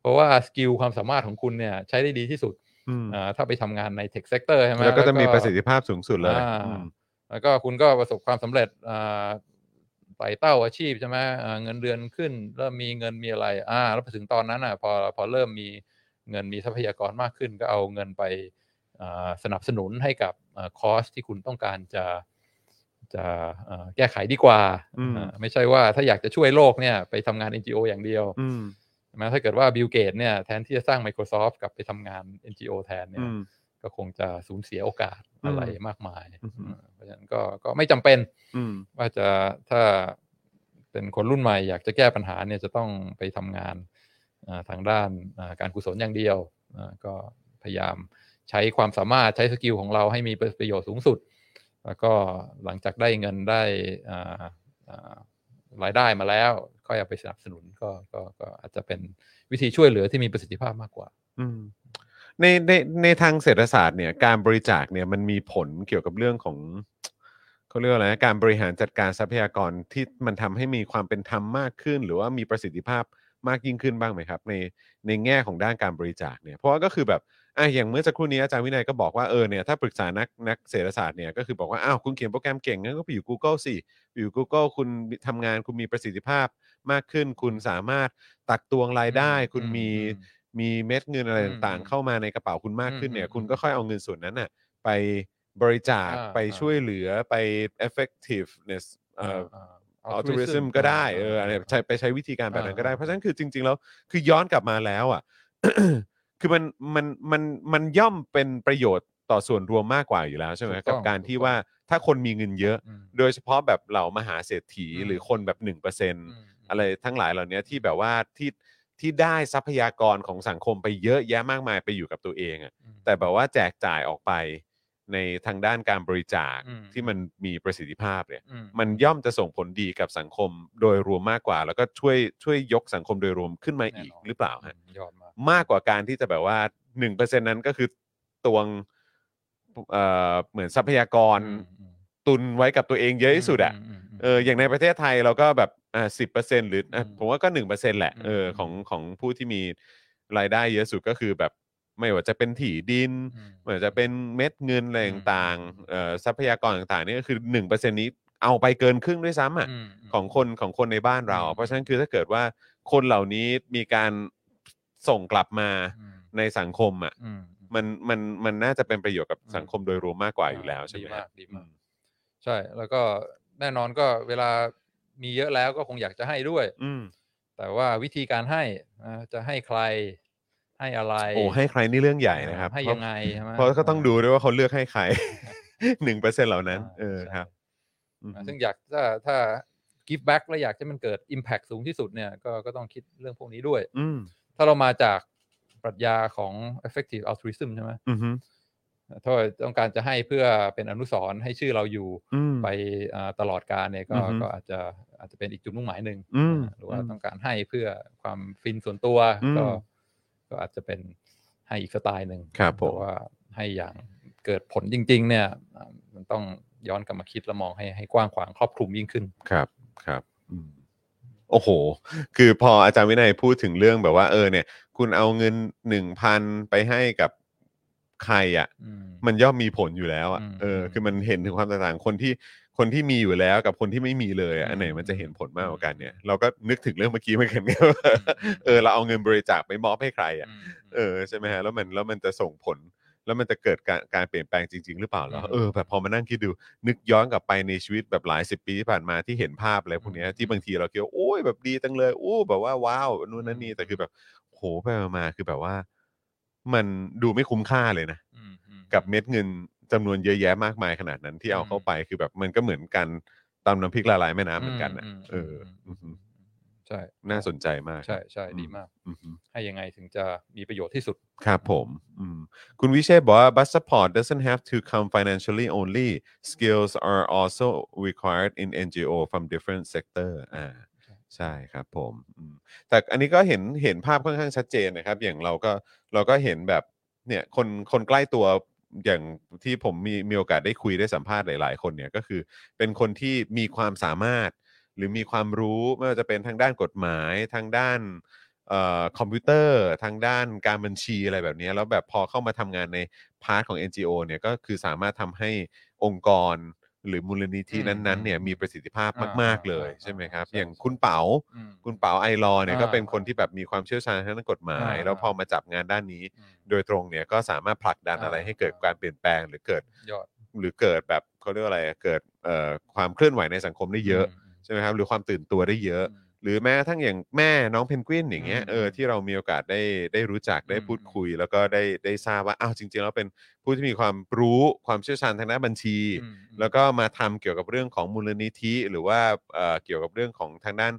S4: เพราะว่าสกิลความสามารถของคุณเนี่ย ใช้ได้ดีที่สุด
S3: อืม
S4: อ่าถ้าไปทำงานใน tech sector ใช่ไหม
S3: แล้วก็จะมีประสิทธิภาพสูงสุดเลย
S4: อ่า
S3: อืม
S4: แล้วก็คุณก็ประสบความสำเร็จอ่าไต่เต้าอาชีพใช่ไหมอ่าเงินเดือนขึ้น เริ่มมีเงินมีอะไร อ่า แล้วพอถึงตอนนั้นอ่ะพอพอเริ่มมีเงินมีทรัพยากรมากขึ้น ก็เอาเงินไปอ่าสนับสนุนให้กับคอสที่คุณต้องการจะจะอ่าแก้ไขดีกว่า
S3: อืม
S4: อ่าไม่ใช่ว่าถ้าอยากจะช่วยโลกเนี่ยไปทำงาน NGO อย่างเดียว
S3: อืม
S4: ใช่ไหมถ้าเกิดว่าบิลเกตเนี่ยแทนที่จะสร้าง Microsoft กลับไปทำงาน NGO แทนเนี่
S3: อื
S4: ย
S3: ม
S4: ก็คงจะสูญเสียโอกาสอะไร
S3: อืม
S4: มากมาย
S3: อืม
S4: อืมเพราะฉะนั้นก็ก็ไม่จำเป็น
S3: อืม
S4: ว่าจะถ้าเป็นคนรุ่นใหม่อยากจะแก้ปัญหาเนี่ยจะต้องไปทำงานอ่าทางด้านอ่าการกุศลอย่างเดียวอ่าก็พยายามใช้ความสามารถใช้สกิลของเราให้มีประโยชน์สูงสุด แล้วก็หลังจากได้เงินได้อ่าอ่ารายได้มาแล้วก็อยาไปสนับสนุนก็ก็ก็อาจจะเป็นวิธีช่วยเหลือที่มีประสิทธิภาพมากกว่า
S3: อืมในในในทางเศรษฐศาสตร์เนี่ยการบริจาคเนี่ยมันมีผลเกี่ยวกับเรื่องของเขาเรียกว่าอะไรนะการบริหารจัดการทรัพยากรที่มันทำให้มีความเป็นธรรมมากขึ้น หรือว่ามีประสิทธิภาพมากยิ่งขึ้นบ้างไหมครับ ในในแง่ของด้านการบริจาคเนี่ยเพราะว่าก็คือแบบอ่ะอย่างเมื่อสักครู่นี้อาจารย์วินัยก็บอกว่าเออเนี่ยถ้าปรึกษานักนักเศรษฐศาสตร์เนี่ยก็คือบอกว่าอ้าวคุณเขียนโปรแกรมเก่งงั้นก็ไปอยู่ Google สิไปอยู่ Google คุณทำงานคุณมีประสิทธิภาพมากขึ้น คุณสามารถตักตวงรายได้ คุณมี มีเม็ดเงินอะไร
S4: อืม
S3: ต่าง
S4: อื
S3: ๆ
S4: ม
S3: เข้ามาในกระเป๋าคุณมากขึ้น
S4: อืม
S3: เนี่ย
S4: อืม
S3: คุณก็ค่อยเอาเงินส่วนนั้นน่ะไปบริจาค
S4: อ่า
S3: ไป
S4: อ่า
S3: ช่วยเหลือไป effectiveness เอ่อ
S4: altruism
S3: อ t ูริ s m ก็ได้เอออะไรใช้ไปใช้วิธีการแบบนั้นก็ได้ เพราะฉะนั้นคือจริง ๆ แล้วคือย้อนกลับมาแล้วอ่ะ คือมันมันมันมันย่อมเป็นประโยชน์ต่อส่วนรวมมากกว่าอยู่แล้วใช่ไหม
S4: ถูกต้
S3: กั
S4: อบ ง
S3: การที่
S4: ถูกต้อง
S3: ว่าถ้าคนมีเงินเยอะ
S4: อืม
S3: โดยเฉพาะแบบเหล่ามหาเศรษฐี
S4: อืม
S3: หรือคนแบบหนึ่งเปอร์เซ็นต
S4: ม
S3: อะไรทั้งหลายเหล่านี้ที่แบบว่าที่ที่ได้ทรัพยากรของสังคมไปเยอะแยะมากมายไปอยู่กับตัวเองอะแต่แบบว่าแจกจ่ายออกไปในทางด้านการบริจาค
S4: อืม
S3: ที่มันมีประสิทธิภาพเนี่ย
S4: อื
S3: มันย่อมจะส่งผลดีกับสังคมโดยรวมมากกว่า แล้วก็ช่วยช่วยยกสังคมโดยรวมขึ้นมา
S4: แน่นน
S3: อีกหรือเปล่าฮะ
S4: อืมยอดมาก
S3: มากกว่าการที่จะแบบว่าหนึ่งเปอร์เซ็นนั้นก็คือตวงเอ่อเหมือนทรัพยากร
S4: อืมอืม
S3: ตุนไว้กับตัวเองเยอะที่สุดอะ
S4: มม
S3: เอออย่างในประเทศไทยเราก็แบบอ่าสิบเปอร์เซ็นหรืออ่ะ
S4: อืม
S3: ผมว่าก็หนึ่งเปอร์เซ็นแหละ
S4: อืม
S3: เออ
S4: อืม
S3: ของของผู้ที่มีรายได้เยอะสุดก็คือแบบไม่ว่าจะเป็นถี่ดิน
S4: อืม
S3: ไม่ว่าจะเป็นเม็ดเงินอะไร
S4: อืม
S3: ต่างๆเอ่อทรัพยากรต่างๆนี่ก็คือหนึ่งเปอร์เซ็นนี้เอาไปเกินครึ่งด้วยซ้ำอ่ะ
S4: ม
S3: ของคนของคนในบ้านเรา
S4: อืม
S3: เพราะฉะนั้นคือถ้าเกิดว่าคนเหล่านี้มีการส่งกลับมา
S4: อืม
S3: ในสังคมอ่ะ
S4: อืม
S3: มันมันมันน่าจะเป็นประโยชน์กับ
S4: อืม
S3: สังคมโดยรวมมากกว่าอยู่แล้วใช่ไหม
S4: ดี
S3: ค
S4: มา
S3: รั
S4: ก
S3: บ
S4: ดีมาก ใช่ แล้วก็แน่นอนก็เวลามีเยอะแล้วก็คงอยากจะให้ด้วย
S3: อืม
S4: แต่ว่าวิธีการให้นะจะให้ใครให้อะไร
S3: โอ้ให้ใครนี่เรื่องใหญ่นะครับ
S4: ให้ยังไงใช่ไหม
S3: เพราะก็ต้องดูด้วยว่าเขาเลือกให้ ใคร หนึ่งเปอร์เซ็นเหล่านั้น
S4: า
S3: เออ
S4: ใช่
S3: ครับอืม
S4: นะซึ่งอยากถ้าถ้า give back และอยากให้มันเกิด impact สูงที่สุดเนี่ยก็ก็ต้องคิดเรื่องพวกนี้ด้วย
S3: อืม
S4: ถ้าเรามาจากปรัชญาของ effective altruism ใช่ไหม
S3: อืมฮึ
S4: ถ้าต้องการจะให้เพื่อเป็นอนุสรณ์ให้ชื่อเราอยู่
S3: อืม
S4: ไปอ่าตลอดการเนี่ยก็
S3: อือฮึ
S4: ก็อาจจะอาจจะเป็นอีกจุดมุ่งหมายหนึ่ง
S3: อืม
S4: หรือว่า
S3: อืม
S4: ต้องการให้เพื่อความฟินส่วนตัว
S3: อืม
S4: ก็ ก็อาจจะเป็นให้อีกสไตล์หนึ่ง
S3: ครับผม
S4: แต่ว่าให้อย่างเกิดผลจริง ๆ เนี่ยอ่ามันต้องย้อนกลับมาคิดและมองให้ให้กว้างขวางครอบคลุมยิ่งขึ้น
S3: ครับครับอืมโอ้โห คือพออาจารย์วินัยพูดถึงเรื่องแบบว่าเออเนี่ย คุณเอาเงินหนึ่งพันไปให้กับใครอ่ะ
S4: อืม
S3: มันย่อมมีผลอยู่แล้วอ่ะ
S4: อืม
S3: เอออ
S4: ม
S3: คือมันเห็นถึงความแตกต่างคนที่คนที่มีอยู่แล้วกับคนที่ไม่มีเลยอะอันไหน
S4: อืม
S3: มันจะเห็นผลมากกว่ากันเนี่ย
S4: อืม
S3: เราก็นึกถึงเรื่องเมื่อกี้เหมือน กันเนี่ยว่า
S4: อืม
S3: เออเราเอาเงินบริจาคไปมอบให้ใครอ่ะ
S4: อืม
S3: เออใช่ไหมฮะแล้วมันแล้วมันจะส่งผล แล้วมันจะเกิดการการเปลี่ยนแปลงจริง ๆ หรือเปล่าเหรอ
S4: อืม
S3: เออแบบพอมานั่งคิดดูนึกย้อนกลับไปในชีวิตแบบหลายสิบปีที่ผ่านมาที่เห็นภาพอะไรพวกเนี้ย
S4: อืม
S3: ที่บางทีเราคิดว่าโอ้ยแบบดีจังเลยโอ้แบบว่าว้าวนู่นนั่นนี่แต่คือแบบโห โหไปมาๆคือแบบว่า มันดูไม่คุ้มค่าเลยนะ
S4: อืมอืม
S3: กับเม็ดเงินจำนวนเยอะแยะมากมายขนาดนั้นที่เอาเข้าไปคือแบบมันก็เหมือนกันตำน้ำพริกละลายแม่น้ำเหมือนกันนะ
S4: ม
S3: เอออ
S4: ม
S3: อืม
S4: ใช่
S3: น่าสนใจมาก
S4: ใช่ใช่ดีมาก
S3: อืม
S4: ให้ยังไงถึงจะมีประโยชน์ที่สุด
S3: ครับผมอืมคุณวิเชษฐ์บอกว่า bus support doesn't have to come financially only skills are also required in NGO from different sector อ่าใช่ครับผมอืมแต่อันนี้ก็เห็นเห็นภาพค่อนข้างชัดเจนนะครับ อย่างเราก็เราก็เห็นแบบเนี่ยคนคนใกล้ตัวอย่างที่ผมมีมีโอกาสได้คุยได้สัมภาษณ์หลาย ๆ คนเนี่ยก็คือเป็นคนที่มีความสามารถ หรือมีความรู้ไม่ว่าจะเป็นทางด้านกฎหมายทางด้าน เอ่อคอมพิวเตอร์ทางด้านการบัญชีอะไรแบบนี้แล้วแบบพอเข้ามาทำงานในพาร์ทของ NGO เนี่ยก็คือสามารถทำให้องค์กรหรือมูลนิธิ
S4: อืม
S3: นั้นๆเนี่ย
S4: อืม
S3: มีประสิทธิภาพ
S4: อ่าม
S3: มาก ๆ เลย
S4: อ่า
S3: ใช่ไหมครับ
S4: ใช่
S3: อย่าง
S4: ใช่
S3: คุณเป๋า
S4: อืม
S3: คุณเป๋าไอรอว์เนี่ย
S4: อ่า
S3: ก็เป็นคนที่แบบมีความเชี่ยวชาญทางด้านกฎหมาย
S4: อ่า
S3: แล้วพอมาจับงานด้านนี้
S4: อืม
S3: โดยตรงเนี่ยก็สามารถผลักดันอะไร
S4: อ่า
S3: ให้เกิดการเปลี่ยนแปลงหรือเกิด
S4: ยอด
S3: หรือเกิดแบบเขาเรียกว่าอะไรเกิดเอ่อความเคลื่อนไหวในสังคมได้เยอะ
S4: ม
S3: ใช่ไหมครับหรือความตื่นตัวได้เยอะ
S4: ม
S3: หรือแม้กระทั่งอย่างแม่น้องเพนกวินอย่างเงี้ย
S4: อืม
S3: เออที่เรามีโอกาสได้ได้รู้จักได้
S4: อืม
S3: พูดคุย แล้วก็ได้ได้ทราบว่าอ้าวจริง ๆ แล้วเป็นผู้ที่มีความรู้ความเชี่ยวชาญทางด้านบัญชี
S4: อืม
S3: แล้วก็มาทำเกี่ยวกับเรื่องของมูลนิธิ หรือว่าเอ่อเกี่ยวกับเรื่องของทางด้าน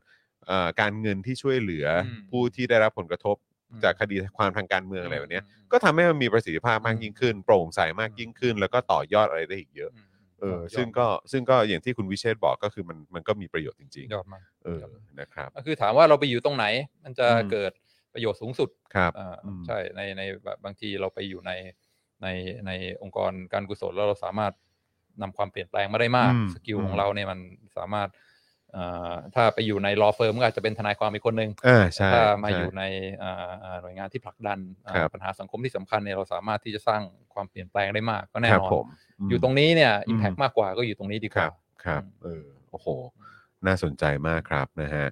S3: เอ่อการเงินที่ช่วยเหลืออ
S4: ม
S3: ผู้ที่ได้รับผลกระทบ
S4: อืม
S3: จากคดีความทางการเมืองอะไรแบบเนี้ย
S4: อืม
S3: ก็ทำให้มันมีประสิทธิภาพมาก
S4: อืม
S3: ยิ่งขึ้น โปร่งใสมาก
S4: อืม
S3: ยิ่งขึ้น แล้วก็ต่อยอดอะไรได้อีกเยอะ
S4: ม
S3: เออย
S4: ด
S3: ซึ่งก็ซึ่งก็อย่างที่คุณวิเชษฐ์บอกก็คือมันมันก็มีประโยชน์จริง
S4: ยอดมาก
S3: ๆเออย
S4: อดมาก
S3: นะครับ
S4: ก็คือถามว่าเราไปอยู่ตรงไหน มันจะ
S3: อืม
S4: เกิดประโยชน์สูงสุด
S3: ครับ
S4: อ่า
S3: อืม
S4: ใช่ในในแบบบางทีเราไปอยู่ในในในองค์กรการกุศลแล้วเราสามารถนำความเปลี่ยนแปลงมาได้มาก
S3: อืม
S4: สกิล
S3: อืม
S4: ของเราเนี่ยมันสามารถอ่าถ้าไปอยู่ใน law firm ก็อาจจะเป็นทนายความอีกคนหนึ่ง
S3: อ่าใช่
S4: ถ้ามา
S3: ใช่
S4: อยู่ในอ่าอ่าหน่วยงานที่ผลักดันอ่า
S3: ครับ
S4: ปัญหาสังคมที่สำคัญเนี่ยเราสามารถที่จะสร้างความเปลี่ยนแปลงได้มากก็แน่
S3: ครับ
S4: นอน
S3: ผมม
S4: อยู่ตรงนี้เนี่ย
S3: อืม
S4: อิมแพกมากกว่าก็อยู่ตรงนี้ดีก
S3: ครั
S4: ว่า
S3: บครับเออโอ้โห
S4: อืม
S3: น่าสนใจมากครับนะฮะ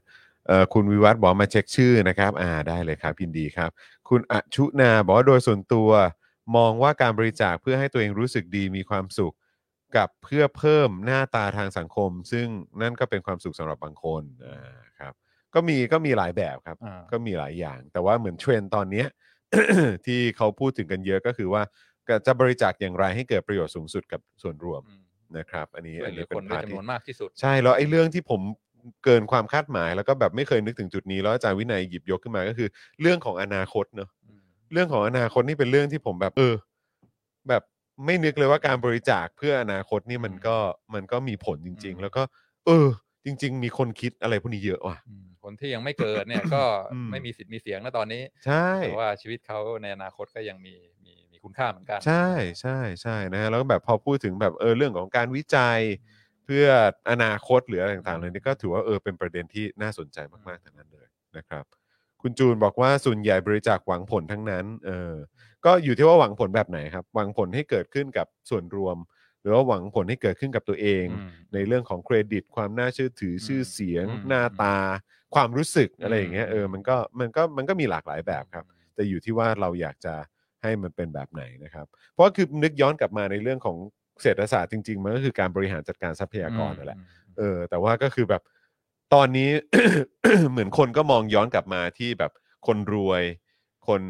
S3: เอ่อคุณวิวัฒน์บอกมาเช็คชื่อนะครับ อ่าได้เลยครับยินดีครับ คุณอชุนาบอกว่าโดยส่วนตัว มองว่าการบริจาคเพื่อให้ตัวเองรู้สึกดีมีความสุข กับเพื่อเพิ่มหน้าตาทางสังคม ซึ่งนั่นก็เป็นความสุขสำหรับบางคนอ่าครับ ก็มีก็มีหลายแบบครับ
S4: อ่า
S3: ก็มีหลายอย่าง แต่ว่าเหมือนเทรนด์ตอนเนี้ย ที่เขาพูดถึงกันเยอะก็คือว่าจะบริจาคอย่างไรให้เกิดประโยชน์สูงสุดกับส่วนรวม
S4: อืม
S3: นะครับ อันนี้
S4: ช่วย
S3: อัน
S4: เหลื
S3: นี้
S4: อ
S3: เป็
S4: คน นได้
S3: พาร์ท
S4: จำ
S3: ที่
S4: นวนมากที่สุด
S3: ใช่แล้วไอ้เรื่องที่ผมเกินความคาดหมาย แล้วก็แบบไม่เคยนึกถึงจุดนี้แล้วอาจารย์วินัยหยิบยกขึ้นมาก็คือ เรื่องของอนาคตเนอะ
S4: อืม
S3: เรื่องของอนาคตนี่เป็นเรื่องที่ผมแบบเออ แบบไม่นึกเลยว่าการบริจาคเพื่ออนาคตนี่มันก็มันก็มีผลจริง
S4: อื
S3: ๆ
S4: ม
S3: แล้วก็ เออ จริง ๆ มีคนคิดอะไรพวกนี้เยอะว่ะ
S4: อืมคนที่ยังไม่เกิดเนี่ย ก็
S3: อืม
S4: ไม่มีสิทธิ์มีเสียงนะตอนนี้
S3: ใช่
S4: แต่ว่าชีวิตเขาในอนาคตก็ยังมีมีมีคุณค่าเหมือนกัน
S3: ใช่ใช่ใช่นะฮะแล้วก็แบบพอพูดถึงแบบเออเรื่องของการวิจัย เพื่ออนาคตหรืออะไรต่างๆเลยนี่ก็ถือว่าเออเป็นประเด็นที่น่าสนใจมากๆทั้งนั้นเลยนะครับ คุณจูนบอกว่าส่วนใหญ่บริจาคหวังผลทั้งนั้นเออก็อยู่ที่ว่าหวังผลแบบไหนครับ หวังผลให้เกิดขึ้นกับส่วนรวม หรือว่าหวังผลให้เกิดขึ้นกับตัวเอง
S4: อืม
S3: ในเรื่องของเครดิต ความน่าเชื่อถือ
S4: อืม
S3: ชื่อเสียง
S4: อืม
S3: หน้าตา ความรู้สึกอะไรอย่างเงี้ย
S4: อืม
S3: เออมันก็มันก็มันก็มีหลากหลายแบบครับ แต่อยู่ที่ว่าเราอยากจะให้มันเป็นแบบไหนนะครับ เพราะคือนึกย้อนกลับมาในเรื่องของเศรษฐศาสตร์จริงๆ มันก็คือการบริหารจัดการทรัพยากรนั่นแหละ
S4: อืม
S3: เออ แต่ว่าก็คือแบบตอนนี้ เหมือนคนก็มองย้อนกลับมาที่แบบคนรวย คน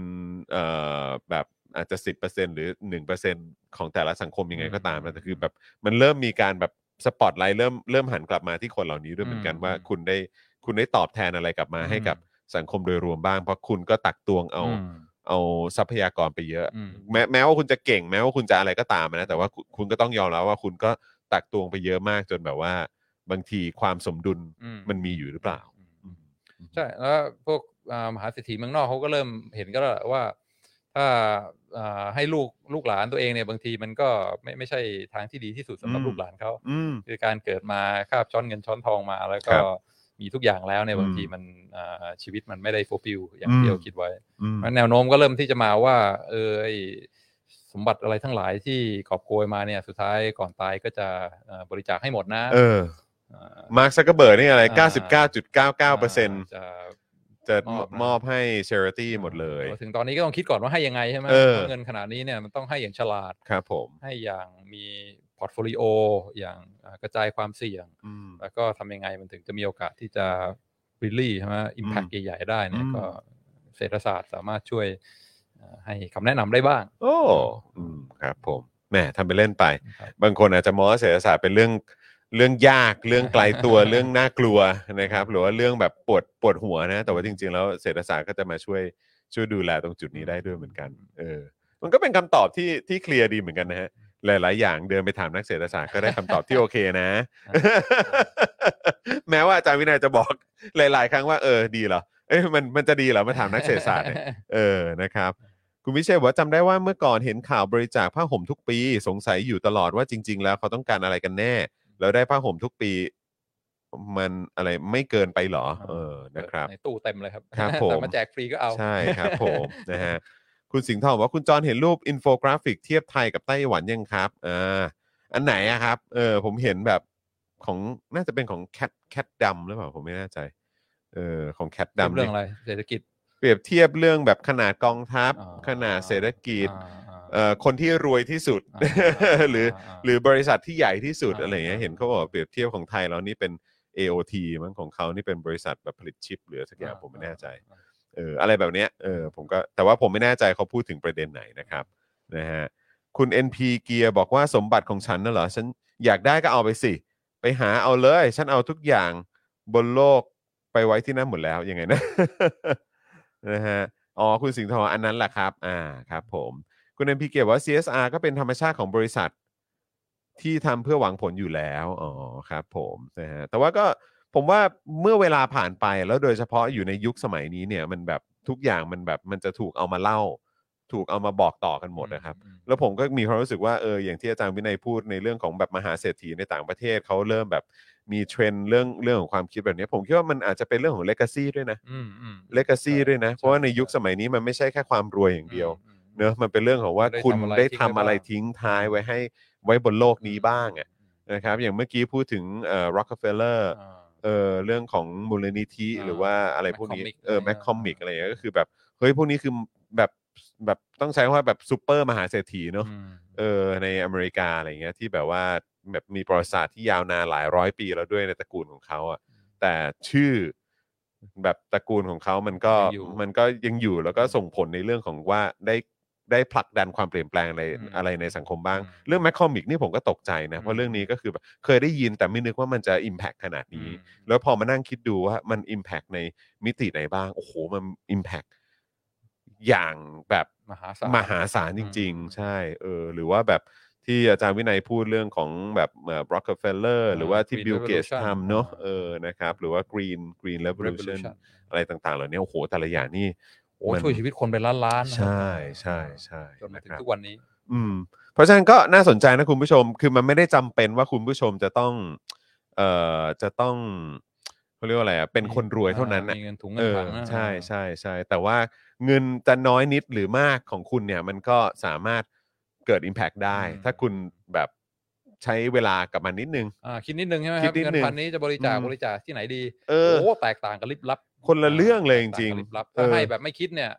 S3: เอ่อแบบอาจจะ 10%หรือ 1%ของแต่ละสังคมยังไงก็ตามนะแต่คือแบบมันเริ่มมีการแบบสปอตไลท์เริ่มเริ่มหันกลับมาที่คนเหล่านี้ด้วยเหมือนกัน
S4: อืม
S3: ว่า
S4: อืม
S3: คุณได้คุณได้ตอบแทนอะไรกลับมาให้
S4: อืม
S3: กับสังคมโดยรวมบ้างเพราะคุณก็ตักตวงเอา
S4: ม
S3: เอาทรัพยากรไปเยอะ
S4: อืม
S3: แม้แม้ว่าคุณจะเก่งแม้ว่าคุณจะอะไรก็ตามนะแต่ว่าคุณคุณก็ต้องยอมรับว่าคุณก็ตักตวงไปเยอะมากจนแบบว่า บางทีความสมดุล
S4: อื
S3: มันมีอยู่หรือเปล่า
S4: อืม ใช่แล้วพวกอ่ามหาเศรษฐีเมืองนอกเขาก็เริ่มเห็นก็แล้วล่ะว่า ถ้าอ่าให้ลูกลูกหลานตัวเองเนี่ยบางทีมันก็ไม่ไม่ใช่ทางที่ดีที่สุดสำหรับ
S3: อืม
S4: ลูกหลานเขา
S3: อืม
S4: คือการเกิดมาคาบช้อนเงินช้อนทองมาแล้ว
S3: ค
S4: ก็
S3: รับ
S4: มีทุกอย่างแล้วเนี่ยบางที
S3: อืม
S4: มันอ่าชีวิตมันไม่ได้โฟฟิลอย่า
S3: อืม
S4: งที่เราคิดไว้
S3: อืม
S4: มันแนวโน้มก็เริ่มที่จะมาว่า เออไอ้สมบัติอะไรทั้งหลายที่กอบโกยมาเนี่ยสุดท้ายก่อนตายก็จะเอ่อบริจาคให้หมดนะ
S3: เออ
S4: อ่า
S3: มาร์คซักเกอร์เบิร์ดนี่อะไร
S4: อ่า
S3: 99.99%
S4: จะ
S3: จะ
S4: มอบนะ
S3: มอบให้ charity หมดเลย
S4: พอถึงตอนนี้ก็ต้องคิดก่อนว่าให้ยังไงใช่ไหม
S3: เออ
S4: พราะเงินขนาดนี้เนี่ยมันต้องให้อย่างฉลาด
S3: ครับผม
S4: ให้อย่างมีพอร์ตโฟลิโออย่างอ่ากระจายความเสี่ยง
S3: อืม
S4: แล้วก็ทำยังไงมันถึงจะมีโอกาสที่จะวิลลี่ใช่ไหมอิมแพกใหญ่ๆได้เนี่ย
S3: อืม
S4: ก็ เศรษฐศาสตร์สามารถช่วยเอ่อให้คำแนะนำได้บ้าง
S3: โอ้อืมครับผมแหมทำไปเล่นไป
S4: ครับ
S3: บางคนอาจจะมองว่าเศรษฐศาสตร์เป็นเรื่องเรื่องยากเรื่องไกลตัว เรื่องน่ากลัวนะครับ หรือว่าเรื่องแบบปวดปวดหัวนะ แต่ว่าจริง ๆ แล้วเศรษฐศาสตร์ก็จะมาช่วยช่วยดูแลตรงจุดนี้ได้ด้วยเหมือนกันเออมันก็เป็นคำตอบที่ที่เคลียร์ดีเหมือนกันนะฮะหลาย ๆ อย่างเดินไปถามนักเศรษฐศาสตร์ก็ได้คำตอบที่โอเคนะ แม้ว่าอาจารย์วินัยจะบอกหลาย ๆ ครั้งว่าเออดีเหรอเอ้ยมันมันจะดีเหรอมาถามนักเศรษฐศาสตร์เนี่ย เออ นะครับ คุณวิเชษบอกว่าจำได้ว่าเมื่อก่อนเห็นข่าวบริจาคผ้าห่มทุกปี สงสัยอยู่ตลอดว่าจริง ๆ แล้วเขาต้องการอะไรกันแน่ แล้วได้ผ้าห่มทุกปี มันอะไรไม่เกินไปเหรอ เออ นะครับ
S4: ในตู้เต็มเลยครับ
S3: ครับผม
S4: แต่มาแจกฟรีก็เอา
S3: ใช่ครับผม นะฮะ คุณสิงห์ทองบอกว่าคุณจรเห็นรูปอินโฟกราฟิกเทียบไทยกับไต้หวันยังครับอ่าอันไหนอะครับ เออ ผมเห็นแบบของน่าจะเป็นของแคทแคทดำหรือเปล่าผมไม่แน่ใจ เออ ของแคทดำ
S4: เรื่
S3: นี่
S4: องอะไรเศรษฐกิจ
S3: เปรียบเทียบเรื่องแบบขนาดกองทัพ
S4: อ่า
S3: ขนาดเศรษฐกิจ
S4: อ่าอ่า
S3: เอ่อคนที่รวยที่สุด
S4: อ่า
S3: หรืออา หรือบริษัทที่ใหญ่ที่สุด
S4: อ่า
S3: อะไรเงี้ย
S4: อ่า
S3: เห็นเขาบอกว่าเปรียบเทียบของไทยแล้วนี่เป็น AOT มั้งของเขานี่เป็นบริษัทแบบผลิตชิปหรือสักอย่างผมไม่แน่ใจเอออะไรแบบเนี้ยเออผมก็แต่ว่าผมไม่แน่ใจเขาพูดถึงประเด็นไหนนะครับนะฮะคุณ NP เกียร์บอกว่าสมบัติของฉันน่ะเหรอ ฉันอยากได้ก็เอาไปสิ ไปหาเอาเลย ฉันเอาทุกอย่างบนโลกไปไว้ที่นั่นหมดแล้วยังไงนะ นะฮะอ๋อคุณสิงห์ทองอันนั้นแหละครับ อ่าครับผม คุณเอ็มพีเกบอกว่า CSR ก็เป็นธรรมชาติของบริษัท ที่ทำเพื่อหวังผลอยู่แล้ว อ๋อครับผมนะฮะแต่ว่าก็ผมว่าเมื่อเวลาผ่านไปแล้วโดยเฉพาะอยู่ในยุคสมัยนี้เนี่ย มันแบบทุกอย่างมันแบบมันจะถูกเอามาเล่า ถูกเอามาบอกต่อกันหมดนะครับ
S4: อืม
S3: แล้วผมก็มีความรู้สึกว่าเอออย่างที่อาจารย์วินัยพูดในเรื่องของแบบมหาเศรษฐีในต่างประเทศเขาเริ่มแบบมีเทรนด์เรื่องเรื่องของความคิดแบบนี้ผมคิดว่ามันอาจจะเป็นเรื่องของเลกาซีด้วยนะ
S4: อืมอืม
S3: เลกาซี
S4: ใช่
S3: ด้วยนะ
S4: ช่
S3: เพราะว่าในยุคสมัยนี้มันไม่ใช่แค่ความรวยอย่างเดียว
S4: อืม
S3: เนอะมันเป็นเรื่องของว่า
S4: ได้
S3: คุณ
S4: ทำอะไร
S3: ได้
S4: ทิ้ง
S3: ทำอะไรทิ้ง
S4: ไว้บ้าง
S3: ท้ายไว้ให้ไว้บนโลกนี้บ้างอะนะครับ อย่างเมื่อกี้พูดถึงเอ่อ Rockefeller
S4: อ่า
S3: เอ่อเรื่องของมูลนิธิ
S4: อ่า
S3: หรือว่าอะไรพวกนี้
S4: McCormick
S3: เออ
S4: อะไร
S3: แมคคอมิก
S4: อ่า
S3: อะไรอย่างเงี้ยก็คือแบบเฮ้ยพวกนี้คือแบบแบบต้องใช้คำว่าแบบซูเปอร์มหาเศรษฐีเนอะ
S4: อืม
S3: เออในอเมริกาอะไรอย่างเงี้ยที่แบบว่าแบบมีประวัติศาสตร์ที่ยาวนานหลายร้อยปีแล้วด้วยในตระกูลของเขาอะแต่ชื่อแบบตระกูลของเขามันก็
S4: ยังอยู่
S3: มันก็ยังอยู่แล้วก็ส่งผลในเรื่องของว่าได้ได้ผลักดันความเปลี่ยนแปลงอะไร
S4: อืม
S3: อะไรในสังคมบ้าง
S4: อืม
S3: เรื่องแมคคอมิกนี่ผมก็ตกใจนะเพ
S4: อื
S3: ราะ
S4: ม
S3: เรื่องนี้ก็คือแบบเคยได้ยินแต่ไม่นึกว่ามันจะ Impact ขนาดนี้
S4: อืม
S3: แล้วพอมานั่งคิดดูว่ามัน Impact ในมิติไหนบ้าง โอ้โห มัน Impact อย่างแบบ
S4: มหาศาล
S3: มหาศาลจริง
S4: อืม
S3: ๆ ใช่เออหรือว่าแบบที่อาจารย์วินัยพูดเรื่องของแบบเอ่อ Rockefeller
S4: อ่า
S3: หรือว่าที่
S4: Green
S3: Bill Gates
S4: Revolution
S3: ทำเนาะ
S4: อ่า
S3: เออนะครับ หรือว่า Green Green Revolution
S4: Revolution
S3: อะไรต่างๆ เหล่านี้โอ้โห แต่ละอย่างนี่
S4: โอ้
S3: มัน
S4: ช่วยชีวิตคนเป็นล้านล้านๆนะ
S3: ใช่ใช่ใช่
S4: จนมาถึ
S3: ะ
S4: ง
S3: ครับ
S4: ทุกวันนี้
S3: อืมเพราะฉะนั้นก็น่าสนใจนะคุณผู้ชม คือมันไม่ได้จำเป็นว่าคุณผู้ชมจะต้อง เอ่อ จะต้องเขาเรียกว่าอะไรอ่ะ เป็นคนรวยเท่านั้น
S4: อ่
S3: อ่ะ
S4: มีเงินถุงเงิ
S3: เอน อ
S4: ถังนะ
S3: ใช่ใช่ใช่ แต่ว่าเงินจะน้อยนิดหรือมากของคุณเนี่ย มันก็สามารถเกิด Impact ได้ ถ้าคุณแบบใช้เวลากับมันนิดนึง
S4: อ่าคิดนิดนึงใช่ไหมค
S3: คิ
S4: รับ
S3: ดนิด
S4: เงิน
S3: นึง
S4: พันนี้จะบริจาค
S3: อืม
S4: บริจาคที่ไหนดี
S3: เออ
S4: โอ้แตกต่างกันลิบลับ
S3: คนละเรื่องเลยจริง
S4: แตกต่ากันลิบลับ
S3: ๆ
S4: ถ้า
S3: เออ
S4: ให้แบบไม่คิดเนี่ย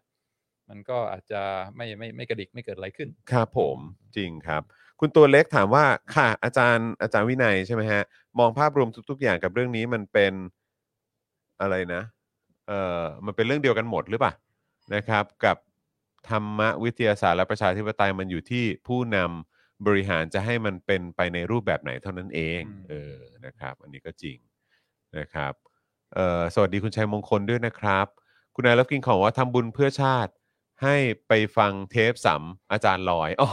S4: มันก็อาจจะไม่ไม่ไม่กระดิกไม่เกิดอะไรขึ้น
S3: ครับผมจริงครับ คุณตัวเล็กถามว่าค่ะอาจารย์อาจารย์วินัยใช่ไหมฮะ มองภาพรวมทุก ๆ อย่างกับเรื่องนี้มันเป็นอะไรนะเอ่อมันเป็นเรื่องเดียวกันหมดหรือเปล่านะครับ กับธรรมวิทยาศาสตร์และประชาธิปไตยมันอยู่ที่ผู้นำบริหารจะให้มันเป็นไปในรูปแบบไหนเท่านั้นเอง
S4: อืม
S3: เออนะครับ อันนี้ก็จริงนะครับเอ่อสวัสดีคุณชัยมงคลด้วยนะครับ คุณนายรับกินของว่าทำบุญเพื่อชาติ ให้ไปฟังเทปสัมอาจารย์ลอยอ๋อ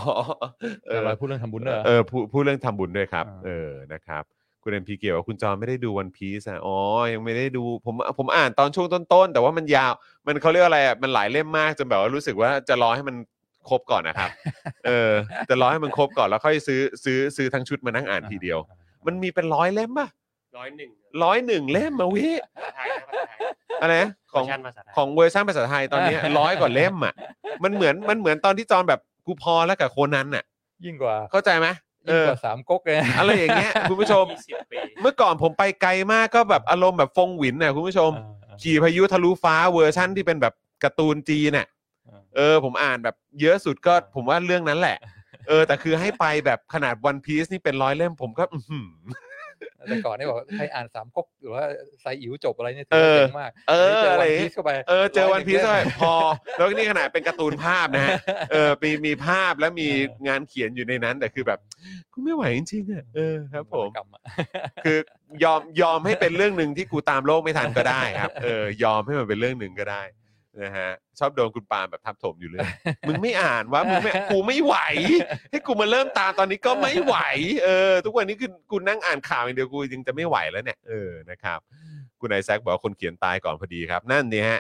S3: เอ
S4: แต่
S3: อ
S4: เราพูดเรื่องทำบุญเนอะ
S3: เออพูดพูดเรื่องทำบุญด้วยครับ
S4: อ่า
S3: เออนะครับ คุณเอ็มพีเกียวว่าคุณจอไม่ได้ดูวันพีซอ่ะอ๋อ ยังไม่ได้ดูผมผมอ่านตอนช่วงต้นๆ แต่ว่ามันยาว มันเขาเรียกอะไรอ่ะมันหลายเล่มมากจนแบบว่ารู้สึกว่าจะรอให้มันครบก่อนนะครับ เออจะรอให้มันครบก่อนแล้วค่อยซื้อซื้อซื้อทั้งชุดมานั่งอ่านทีเดียว มันมีเป็นร้อยเล่มป่ะ
S5: ร้อยหนึ่ง
S3: ร้อยหนึ่งเล่มมาวิ
S5: ภาษาไทยนะภาษาไทย
S3: อะไรนะ
S5: ข
S3: ข
S5: อ
S3: อง ง
S5: ชันภาษาไทย
S3: ของเวอร์ชันภาษาไทยตอนเนี้ย ร้อยกว่าเล่มอ่ะ มันเหมือนมันเหมือนตอนที่จอนแบบกูพอแล้วกับโคนันน่ะ
S4: ยิ่งกว่า
S3: เข้าใจไหมเอ
S4: ยิ่ง
S3: อก
S4: ว่าสามก๊กเลย
S3: อะไรอย่างเงี้ยคุณผู้ชม
S5: ยี่สิบปี
S3: เมื่อก่อนผมไปไกลมากก็แบบอารมณ์แบบฟงหวินน่ะคุณผู้ชม ขี่พายุทะลุฟ้าเวอร์ชั่นที่เป็นแบบการ์ตูนจีนน่ะเออผมอ่านแบบเยอะสุดก็ผมว่าเรื่อง นั้นแหละ เออ แต่คือให้ไปแบบขนาดวันพีซนี่เป็นร้อยเล่มผมก็อื้อหือ
S4: แต่ก่อนนี่บอกใครอ่านสามก๊กหรือว่าไซอิ๋วจบอะไรเนี่ย
S3: เอ
S4: ถือ
S3: อ
S4: ว่าเจ๋งมาก
S3: เออ
S4: นี่
S3: อะไร
S4: เจอวันพีซเข้าไป
S3: เออเจอวันพีซเข้าไปพอ แล้วนี่ขนาดเป็นการ์ตูนภาพนะฮะ เออมีมีภาพและมีงานเขียนอยู่ในนั้น แต่คือแบบกูไม่ไหวจริงๆอ่ะเออครับผม
S4: วรรณก รอะ
S3: คือยอ มยอมให้เป็นเรื่องหนึ่งที่กูตามโลกไม่ทันก็ได้ครับ เออยอมให้มันเป็นเรื่องหนึ่งก็ได้นะฮะชอบโดนคุณปาล์มแบบทับถมอยู่เลย มึงไม่อ่านวะมึงไม่กูไม่ไหว ให้กูมาเริ่มตามตอนนี้ก็ไม่ไหว เออ ทุกวันนี้คือกูนั่งอ่านข่าวอย่างเดียวกูยังจะไม่ไหวแล้วเนี่ยเออนะครับคุณไอแซคบอกว่าคนเขียนตายก่อนพอดีครับ นั่นเนี่ยฮะ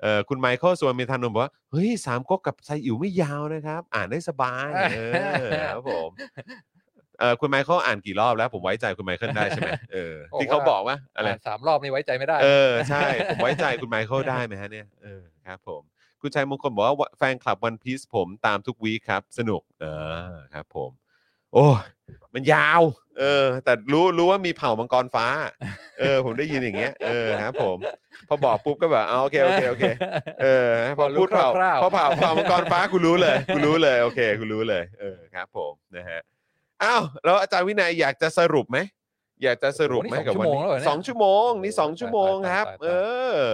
S3: เออคุณไมเคิลส่วนเมธานนท์บอกว่าเฮ้ยสามก๊กกับไซอิ๋วไม่ยาวนะครับ อ่านได้สบายเออครับผม เออคุณไมเคิลอ่านกี่รอบแล้วผมไว้ใจคุณไมเคิลได้ใช่ไหมเออ
S4: บอกว่า
S3: ที่เขาบอกว่าอะไร
S4: นสามรอบนี่ไว้ใจไม่ได้
S3: เออใช่ ผมไว้ใจคุณไมเคิลได้ไหมฮะเนี่ยเออครับผม คุณชัยมงคลบอกว่าแฟนคลับวันพี e ผมตามทุกวีคครับ สนุก เออครับผม โอ้ยมันยาว เออ แต่รู้รู้ว่ามีเผ่ามังกรฟ้า เออ ผมได้ยินอย่างเงี้ยเออครับผม พอบอกปุ๊บก็แบบเอาโอเคโอเคโอเค เออพอ
S4: พอรู้
S3: พูดเผ่า
S4: คร่าวๆ
S3: พอเผ่าเผ่ามังกรฟ้ากูรู้เลยกูรู้เลยโอเคกูรู้เลย เออครับ ผมนะฮะอ้าวแล้วอาจารย์วินัยอยากจะสรุปไหมอยากจะสรุปไหม
S4: โอ้
S3: กั
S4: โหนี่
S3: บวันนี้
S4: สองชั่วโมงแล้วเหรอเนี่ย
S3: สองชั่วโมงนี่สองชั่วโมงครับ
S4: ตายๆๆๆ
S3: เออ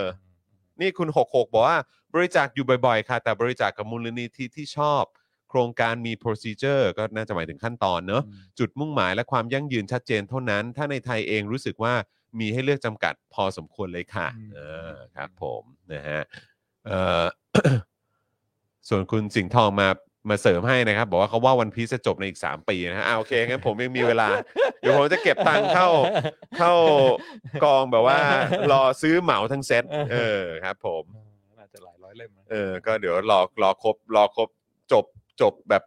S3: นี่คุณหกหกบอกว่าบริจาคอยู่บ่อยๆ ค่ะ แต่บริจาคกับมูลนิธิที่ชอบ โครงการมี procedure ก็น่าจะหมายถึงขั้นตอนเนอะ
S4: อืม
S3: จุดมุ่งหมายและความยั่งยืนชัดเจนเท่านั้น ถ้าในไทยเองรู้สึกว่ามีให้เลือกจำกัดพอสมควรเลยค่ะ
S4: อืม
S3: เออครับผมนะฮะเอ่อ ส่วนคุณสิงห์ทองมามาเสริมให้นะครับ บอกว่าเขาว่าวันพีซจะจบในอีก 3 ปีนะฮะอ่าโอเคงั้นผมยังมีเวลา เดี๋ยวผมจะเก็บตังค์เข้า เข้ากองแบบว่า รอซื้อเหมาทั้งเซ็ตเออครับผม
S4: เออน่าจะหลายร้อยเล่มนะ
S3: เออ ก็เดี๋ยวรอรอครบรอครบจบจบแบบ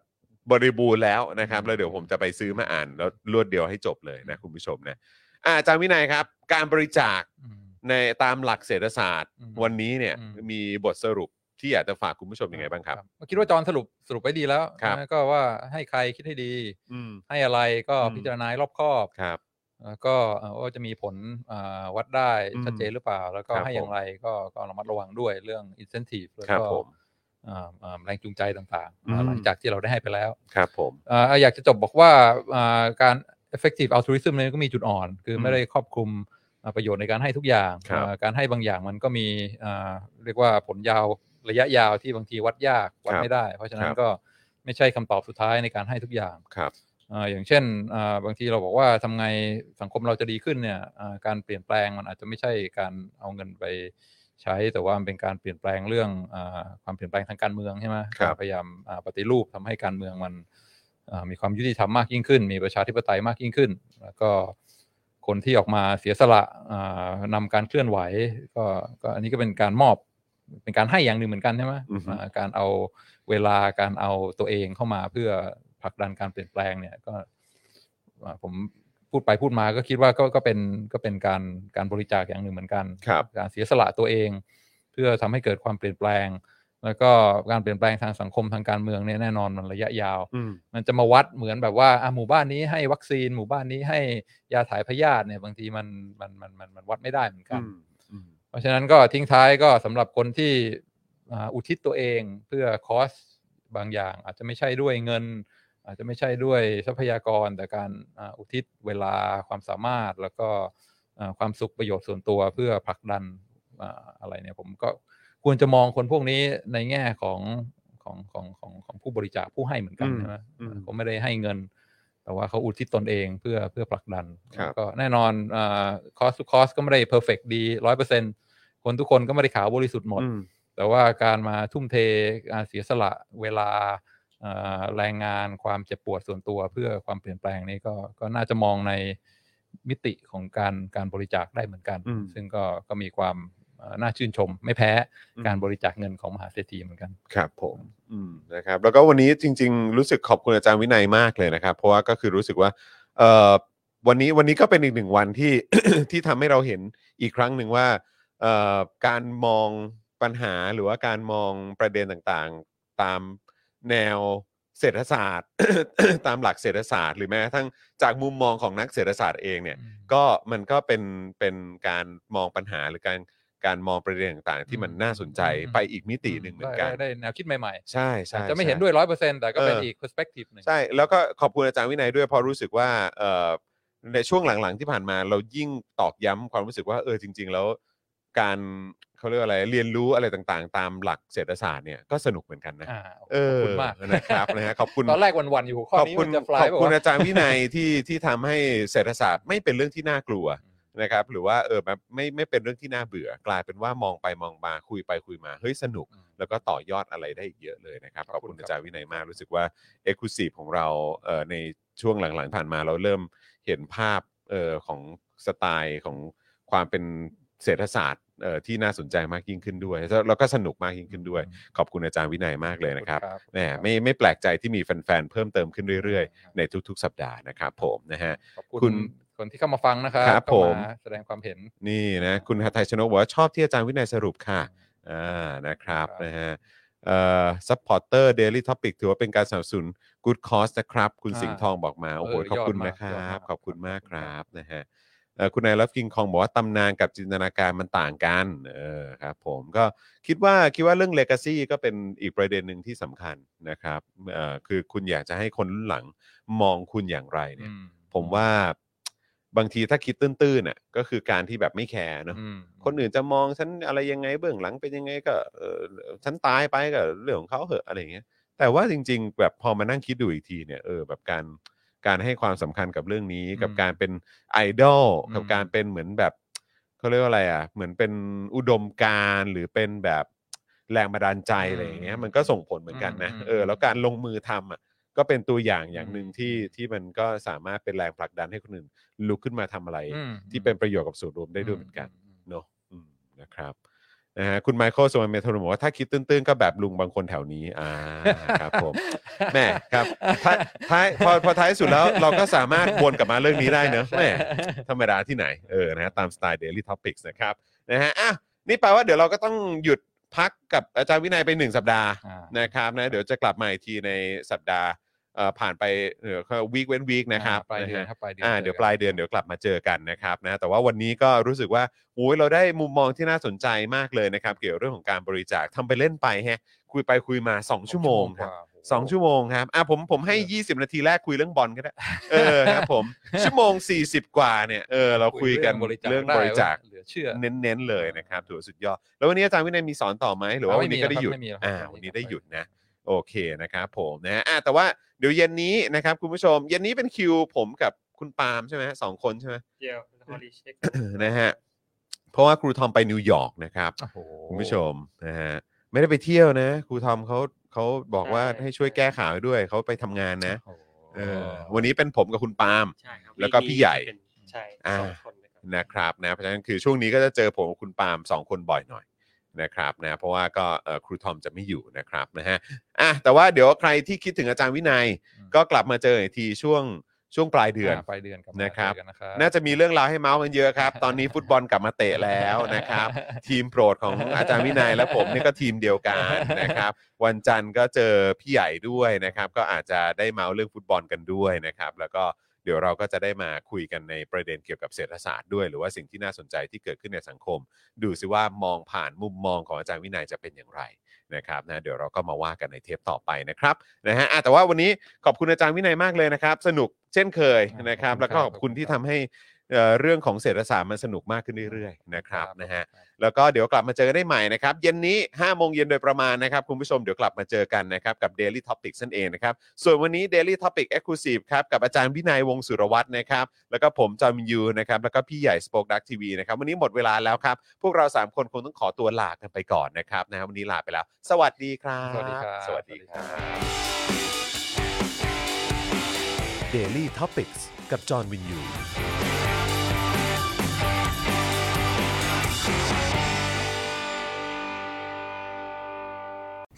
S3: บริบูรณ์แล้วนะครับ แล้วเดี๋ยวผมจะไปซื้อมาอ่านแล้วรวดเดียวให้จบเลยนะคุณผู้ชมนะอ่าอาจารย์วินัยครับ การบริจาค
S4: อืม
S3: ในตามหลักเศรษฐศาสตร์
S4: อืม
S3: วันนี้เนี่ย
S4: อืม
S3: มีบทสรุปที่อยากจะฝากคุณผู้ชมยังไงบ้างครับ
S4: คิดว่าจอห์นสรุปสรุปไว้ดีแล้ว
S3: ครับ
S4: นะก็ว่าให้ใครคิดให้ดี
S3: อืม
S4: ให้อะไรก็
S3: อืม
S4: พิจารณาให้รอบคอบ
S3: ครับ
S4: แล้วก็เอ่อว่าจะมีผลอ่าวัดได้
S3: อืม
S4: ชัดเจนหรือเปล่า แล้วก็
S3: ครับ
S4: ให้อย่างไรก็ก็ระมัดระวังด้วยเรื่อง incentive แล้ว
S3: ครับ
S4: ก็
S3: ผม
S4: อ่าอ่าแรงจูงใจต่าง
S3: อืม
S4: ๆ หลังจากที่เราได้ให้ไปแล้ว
S3: ครับผม
S4: อ่าอยากจะจบบอกว่าอ่าการ effective altruism เนี่ยก็มีจุดอ่อน คือ
S3: อื
S4: ไม่
S3: ม
S4: ได้ครอบคลุมอ่าประโยชน์ในการให้ทุกอย่าง
S3: ครับ
S4: อ่าการให้บางอย่างมันก็มีอ่าเรียกว่าผลยาวระยะยาวที่บางทีวัดยากวัดไม่ได้ เพราะฉะนั้นก็ไม่ใช่คำตอบสุดท้ายในการให้ทุกอย่าง
S3: ครับ
S4: อ่าอย่างเช่นอ่าบางทีเราบอกว่าทำไงสังคมเราจะดีขึ้นเนี่ยอ่าการเปลี่ยนแปลงมันอาจจะไม่ใช่การเอาเงินไปใช้ แต่ว่ามันเป็นการเปลี่ยนแปลงเรื่องอาความเปลี่ยนแปลงทางการเมืองใช่ไหม
S3: ครับ
S4: พยายามอ่าปฏิรูปทำให้การเมืองมันอ่ามีความยุติธรรมมากยิ่งขึ้น มีประชาธิปไตยมากยิ่งขึ้น แล้วก็คนที่ออกมาเสียสละอ่านำาการเคลื่อนไหวก็ก็อันนี้ก็เป็นการมอบเป็นการให้อย่างหนึ่งเหมือนกันใช่ไหม
S3: อือฮึ
S4: อ่าการเอาเวลาการเอาตัวเองเข้ามาเพื่อผลักดันการเปลี่ยนแปลงเนี่ยก็อ่าผมพูดไปพูดมาก็คิดว่าก็ก็เป็นก็เป็นการการบริจาคอย่างหนึ่งเหมือนกัน
S3: ครับ
S4: การเสียสละตัวเอง เพื่อทำให้เกิดความเปลี่ยนแปลง แล้วก็การเปลี่ยนแปลงทางสังคมทางการเมืองเนี่ยแน่นอนมันระยะยาว
S3: อืม
S4: มันจะมาวัดเหมือนแบบว่าอ่ะหมู่บ้านนี้ให้วัคซีนหมู่บ้านนี้ให้ยาถ่ายพยาธิเนี่ยบางทีมันมันมันมันมันวัดไม่ได้เหมือนกัน เพราะฉะนั้นก็ทิ้งท้ายก็สำหรับคนที่อ่าอุทิศตัวเองเพื่อคอสบางอย่าง อาจจะไม่ใช่ด้วยเงิน อาจจะไม่ใช่ด้วยทรัพยากรแต่การอ่าอุทิศเวลาความสามารถแล้วก็อ่าความสุขประโยชน์ส่วนตัวเพื่อผลักดันอ่าอะไรเนี่ยผมก็ควรจะมองคนพวกนี้ในแง่ของของของของของผู้บริจาคผู้ให้เหมือนกัน
S3: อืม
S4: ใช่ไหม
S3: อืม
S4: เขาไม่ได้ให้เงิน แต่ว่าเขาอุทิศตนเองเพื่อเพื่อผลักดัน
S3: ครับ
S4: แล้วก็แน่นอนคอสทุกคอสก็ไม่ได้เพอร์เฟกดีร้อยเปอร์เซ็นคนทุกคนก็ไม่ได้ขาวบริสุทธิ์หมด
S3: อืม
S4: แต่ว่าการมาทุ่มเทการเสียสละเวลาเอ่อแรงงานความเจ็บปวดส่วนตัวเพื่อความเปลี่ยนแปลงนี้ก็ก็น่าจะมองในมิติของการการบริจาคได้เหมือนกัน
S3: อืม
S4: ซึ่งก็ก็มีความเอ่อน่าชื่นชม ไม่แพ้
S3: อืม
S4: การบริจาคเงินของมหาเศรษฐีเหมือนกัน
S3: ครับผมอืมนะครับแล้วก็วันนี้จริง ๆ รู้สึกขอบคุณอาจารย์วินัยมากเลยนะครับ เพราะว่าก็คือรู้สึกว่าเอ่อวันนี้วันนี้ก็เป็นอีกหนึ่งวันที่ ที่ทำให้เราเห็นอีกครั้งหนึ่งว่าเอ่อการมองปัญหาหรือว่าการมองประเด็นต่างๆ ตามแนวเศรษฐศาสตร์ ตามหลักเศรษฐศาสตร์ หรือแม้กระทั่งจากมุมมองของนักเศรษฐศาสตร์เองเนี่ย ก็มันก็เป็นเป็นการมองปัญหาหรือการการมองประเด็นต่างๆ ที่มันน่าสนใจ
S4: อืม
S3: ไปอีกมิติหนึ่งเหมือนกัน
S4: ได้ได้ได้แนวคิดใหม่
S3: ใช่
S4: ๆ
S3: ใช่
S4: อาจจะไม่เห็น
S3: ใช่
S4: ด้วยร้อยเปอร์เซ็นต์แต่ก็เป็น
S3: เอออี
S4: อีก perspective หนึ่ง
S3: ใช่แล้วก็ขอบคุณอาจารย์วินัยด้วยเพราะรู้สึกว่าเอ่อ ในช่วงหลังๆที่ผ่านมาเรายิ่งตอกย้ำความรู้สึกว่าเออจริง ๆ แล้ว การเขาเรียกว่าอะไรเรียนรู้อะไรต่างๆ ตามหลักเศรษฐศาสตร์เนี่ยก็สนุกเหมือนกันนะ
S4: อ่า
S3: เออ
S4: ขอบคุณมาก
S3: นะครับนะฮะขอบคุณ
S4: ตอนแรกวันๆอยู่หัวข้อ
S3: ขอบ
S4: นี้
S3: คุ
S4: มั
S3: ณ
S4: นจะฟลา
S3: ขอ
S4: ย
S3: บ
S4: ป่าว
S3: คุณ
S4: วะ
S3: อาจารย์วินัยที่ที่ทำให้เศรษฐศาสตร์ไม่เป็นเรื่องที่น่ากลัวนะครับ หรือว่าเออแบบไม่ไม่เป็นเรื่องที่น่าเบื่อ กลายเป็นว่ามองไปมองมาคุยไปคุยมาเฮ้ยสนุก แล้วก็ต่อยอดอะไรได้อีกเยอะเลยนะครับขอ
S4: ขอ
S3: บบ
S4: คุ
S3: คุณ
S4: ณครับ
S3: อาจารย์วินัยมากรู้สึกว่าเอกลูซีฟของเราเอ่อในช่วงหลังๆผ่านมาเราเริ่มเห็นภาพเอ่อของสไตล์ของความเป็นเศรษฐศาสตร์เอ่อที่น่าสนใจมากยิ่งขึ้นด้วยแล้วแล้วก็สนุกมากยิ่งขึ้นด้วย ขอบคุณอาจารย์วินัยมากเลยนะครับ แหมไม่ไม่แปลกใจที่มีแฟนๆ เพิ่มเติมขึ้นเรื่อยๆ ในทุกๆ สัปดาห์นะครับผมนะฮะ
S4: ขอบ
S3: คุ
S4: คุณ ณคนที่เข้ามาฟังนะครับ
S3: ครับ
S4: เข้า
S3: ผม
S4: มาแสดงความเห็น
S3: นี่นะคุณหทัยชนกบอกว่าชอบที่อาจารย์วินัยสรุปค่ะอ่านะครับ
S4: ครับ
S3: นะฮะเอ่อซัพพอร์เตอร์เดลี่ท็อปิกถือว่าเป็นการสนับสนุนกู๊ดคอสนะครับ คุณสิงห์ทองบอกมา โอ้โห ขอบคุณนะครับ ขอบคุณมากครับนะฮะเอ่อคุณนายรับกิงคองบอกว่าตำนานกับจินตนาการมันต่างกันเออครับผมก็คิดว่าคิดว่าเรื่องเลก a ซีก็เป็นอีกประเด็นหนึ่งที่สำคัญนะครับเอ่อคือคุณอยากจะให้คนรุ่นหลังมองคุณอย่างไรเนี่ย
S4: อื
S3: ผมว่าบางทีถ้าคิดตื้นๆน่ะก็คือการที่แบบไม่แคร์เนอะ
S4: อืม
S3: คนอื่นจะมองฉันอะไรยังไงเบื้องหลังเป็นยังไงก็เออฉันตายไปก็เรื่องของเขาเหอะอะไรอย่างเงี้ยแต่ว่าจริง ๆ แบบพอมานั่งคิดดูอีกทีเนี่ยเออแบบการการให้ความสำคัญกับเรื่องนี้
S4: อืม
S3: กับการเป็นไอดอล
S4: อืม
S3: กับการเป็นเหมือนแบบเขาเรียกว่าอะไรอ่ะเหมือนเป็นอุดมการณ์หรือเป็นแบบแรงบันดาลใจอะไรอย่างเงี้ยมันก็ส่งผลเหมือนกันนะเออแล้วการลงมือทำอ่ะ ก็เป็นตัวอย่างอย่างหนึ่งที่ที่มันก็สามารถเป็นแรงผลักดันให้คนอื่นลุกขึ้นมาทำอะไร
S4: อืม
S3: ที่เป็นประโยชน์กับส่วนรวมได้ด้วยเหมือนกัน
S4: ม
S3: เนาะอืมนะครับนะฮะคุณไมเคิลสมานเมโทรบอกว่าถ้าคิดตื้นๆ ก็แบบลุงบางคนแถวนี้อ่าครับผม แหม่ครับท้ายท้ายพอพอท้ายสุดแล้วเราก็สามารถวนกลับมาเรื่องนี้ได้เนอะแหม่ธรรมดาที่ไหนเออนะฮะตามสไตล์ Daily Topics นะครับนะฮะอ่ะนี่แปลว่าเดี๋ยวเราก็ต้องหยุดพักกับอาจารย์วินัยไปหนึ่งสัปดาห์
S4: อ่า
S3: นะครับนะเดี๋ยวจะกลับมาอีกทีในสัปดาห์เอ่อผ่านไปเดี๋ยววีคเว้นวีคนะครับ
S4: อ่าปลายเดือนะ
S3: ฮะ
S4: ครับปลายเดือน
S3: อ่าเดี๋ยวปลายเดือนเดี๋ยวกลับมาเจอกันนะครับนะแต่ว่าวันนี้ก็รู้สึกว่าโอ้ยเราได้มุมมองที่น่าสนใจมากเลยนะครับ เกี่ยวเรื่องของการบริจาคทำไปเล่นไปฮะคุยไปคุยมา 2 ชั่วโมงครับสองชั่วโมงครับอ่ะผมผมให้ 20 นาทีแรกคุยเรื่องบอลก็ ได้เออครับผม ชั่วโมง 40 กว่าเนี่ยเออเราคุยกันเรื่องบริจาค
S4: เหลือเชื่อ
S3: เน้นๆเลยนะครับถือว่าสุดยอด แล้ววันนี้อาจารย์วินัยมีสอนต่อไหมหรือว่า
S4: อ่า
S3: วันนี้ก็ได้หยุด
S4: ไม่มีแล้วครับ
S3: อ่า
S4: ไม่มีแล้วครับ
S3: วันนี้ได้
S4: ไม่มี
S3: หยุดนะ โอเคนะครับผมนะอ่าแต่ว่าเดี๋ยวเย็นนี้นะครับคุณผู้ชม เย็นนี้เป็นคิวผมกับคุณปาล์มใช่ไหมสองคนใช่ไหม
S5: เดี๋ยวขอรีเช็ค
S3: นะฮะเพราะว่าครูทอมไปนิวยอร์กนะครับ
S4: โอ้โห
S3: คุณผู้ชมนะฮะไม่ได้ไปเที่ยวนะ ครูทอมเขาเขาบอกว่า
S5: ใช่
S3: ให้ช่วยแก้ข่าวให้ด้วยเขาไปทำงานนะเออวันนี้เป็นผมกับคุณปาล์ม
S5: ใช่ครับ
S3: แล้วก็พี่ใหญ่
S5: เป็นใช่
S3: อ่า
S5: สองคนนะครับ
S3: นะครับนะเพราะฉะนั้นคือช่วงนี้ก็จะเจอผมกับคุณปาล์มสองคนบ่อยหน่อยนะครับนะเพราะว่าก็เอ่อครูทอมจะไม่อยู่นะครับนะฮะอ่ะแต่ว่าเดี๋ยวใครที่คิดถึงอาจารย์วินัย
S4: อืม
S3: ก็กลับมาเจออีกทีช่วงช่วงปลายเดือน
S4: ปลายเดือนกลับมา
S3: นะครับ
S4: เจอกั
S3: น่าจะมีเรื่องราวให้เมาส์กันเยอะครับ ตอนนี้ฟุตบอลกลับมาเตะแล้วนะครับ ทีมโปรดของอาจารย์วินัยและผมเนี่ยก็ทีมเดียว กันนะครับ วันจันทร์ก็เจอพี่ใหญ่ด้วยนะครับ ก็อาจจะได้เมาส์เรื่องฟุตบอลกันด้วยนะครับ แล้วก็เดี๋ยวเราก็จะได้มาคุยกันในประเด็นเกี่ยวกับเศรษฐศาสตร์ด้วย หรือว่าสิ่งที่น่าสนใจที่เกิดขึ้นในสังคม ดูซิว่ามองผ่านมุมมองของอาจารย์วินัยจะเป็นอย่างไรนะครับนะเดี๋ยวเราก็มาว่ากันในเทปต่อไปนะครับนะฮะอ่ะแต่ว่าวันนี้ขอบคุณอาจารย์วินัยมากเลยนะครับ สนุกเช่นเคยนะครับ แล้วก็ขอบคุณที่ทำให้ เอ่อเรื่องของเศรษฐศาสตร์มันสนุกมากขึ้นเรื่อยๆนะครับนะฮะแล้วก็เดี๋ยวกลับมาเจอกันได้ใหม่นะครับเย็นนี้5โมงเย็นโดยประมาณนะครับคุณผู้ชมเดี๋ยวกลับมาเจอกันนะครับกับ Daily Topic นั่นเองนะครับส่วนวันนี้ Daily Topic Exclusive ครับกับอาจารย์วินัยวงศ์สุรวัตรนะครับแล้วก็ผมจอมยูนะครับแล้วก็พี่ใหญ่สป็อคดักทีวีนะครับวันนี้หมดเวลาแล้วครับพวกเราสามคนคงต้องขอตัวลากันไปก่อนนะครับนะฮะวันนี้ลาไปแล้ว สวัสดีครับ
S4: สวัสดีครับ
S3: สวัสดีครับ Daily Topics กับจอห์นวินยู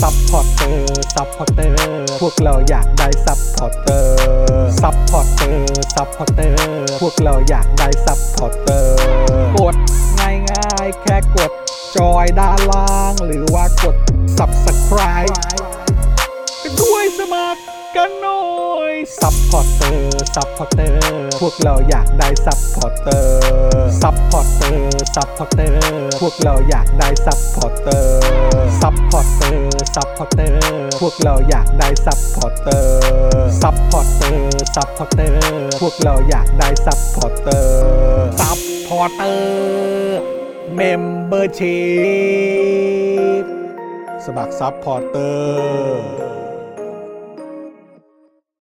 S1: ซัพพอร์เตอร์ ซัพพอร์เตอร์ พวกเราอยากได้ซัพพอร์เตอร์ ซัพพอร์เตอร์ ซัพพอร์เตอร์ พวกเราอยากได้ซัพพอร์เตอร์ กดง่ายง่ายๆแค่กด จอยด้านล่าง หรือว่ากด subscribe ไปด้วยสมัคร กันหน่อยซัพพอร์เตอร์ซัพพอร์เตอร์พวกเราอยากได้ซัพพอร์เตอร์ซัพพอร์เตอร์ซัพพอร์เตอร์พวกเราอยากได้ซัพพอร์เตอร์ซัพพอร์เตอร์ซัพพอร์เตอร์พวกเราอยากได้ซัพพอร์เตอร์ซัพพอร์เตอร์ซัพพอร์เตอร์พวกเราอยากได้ซัพพอร์เตอร์ซัพพอร์เตอร์เมมเบอร์ชีพสมัครซัพพอร์เตอร์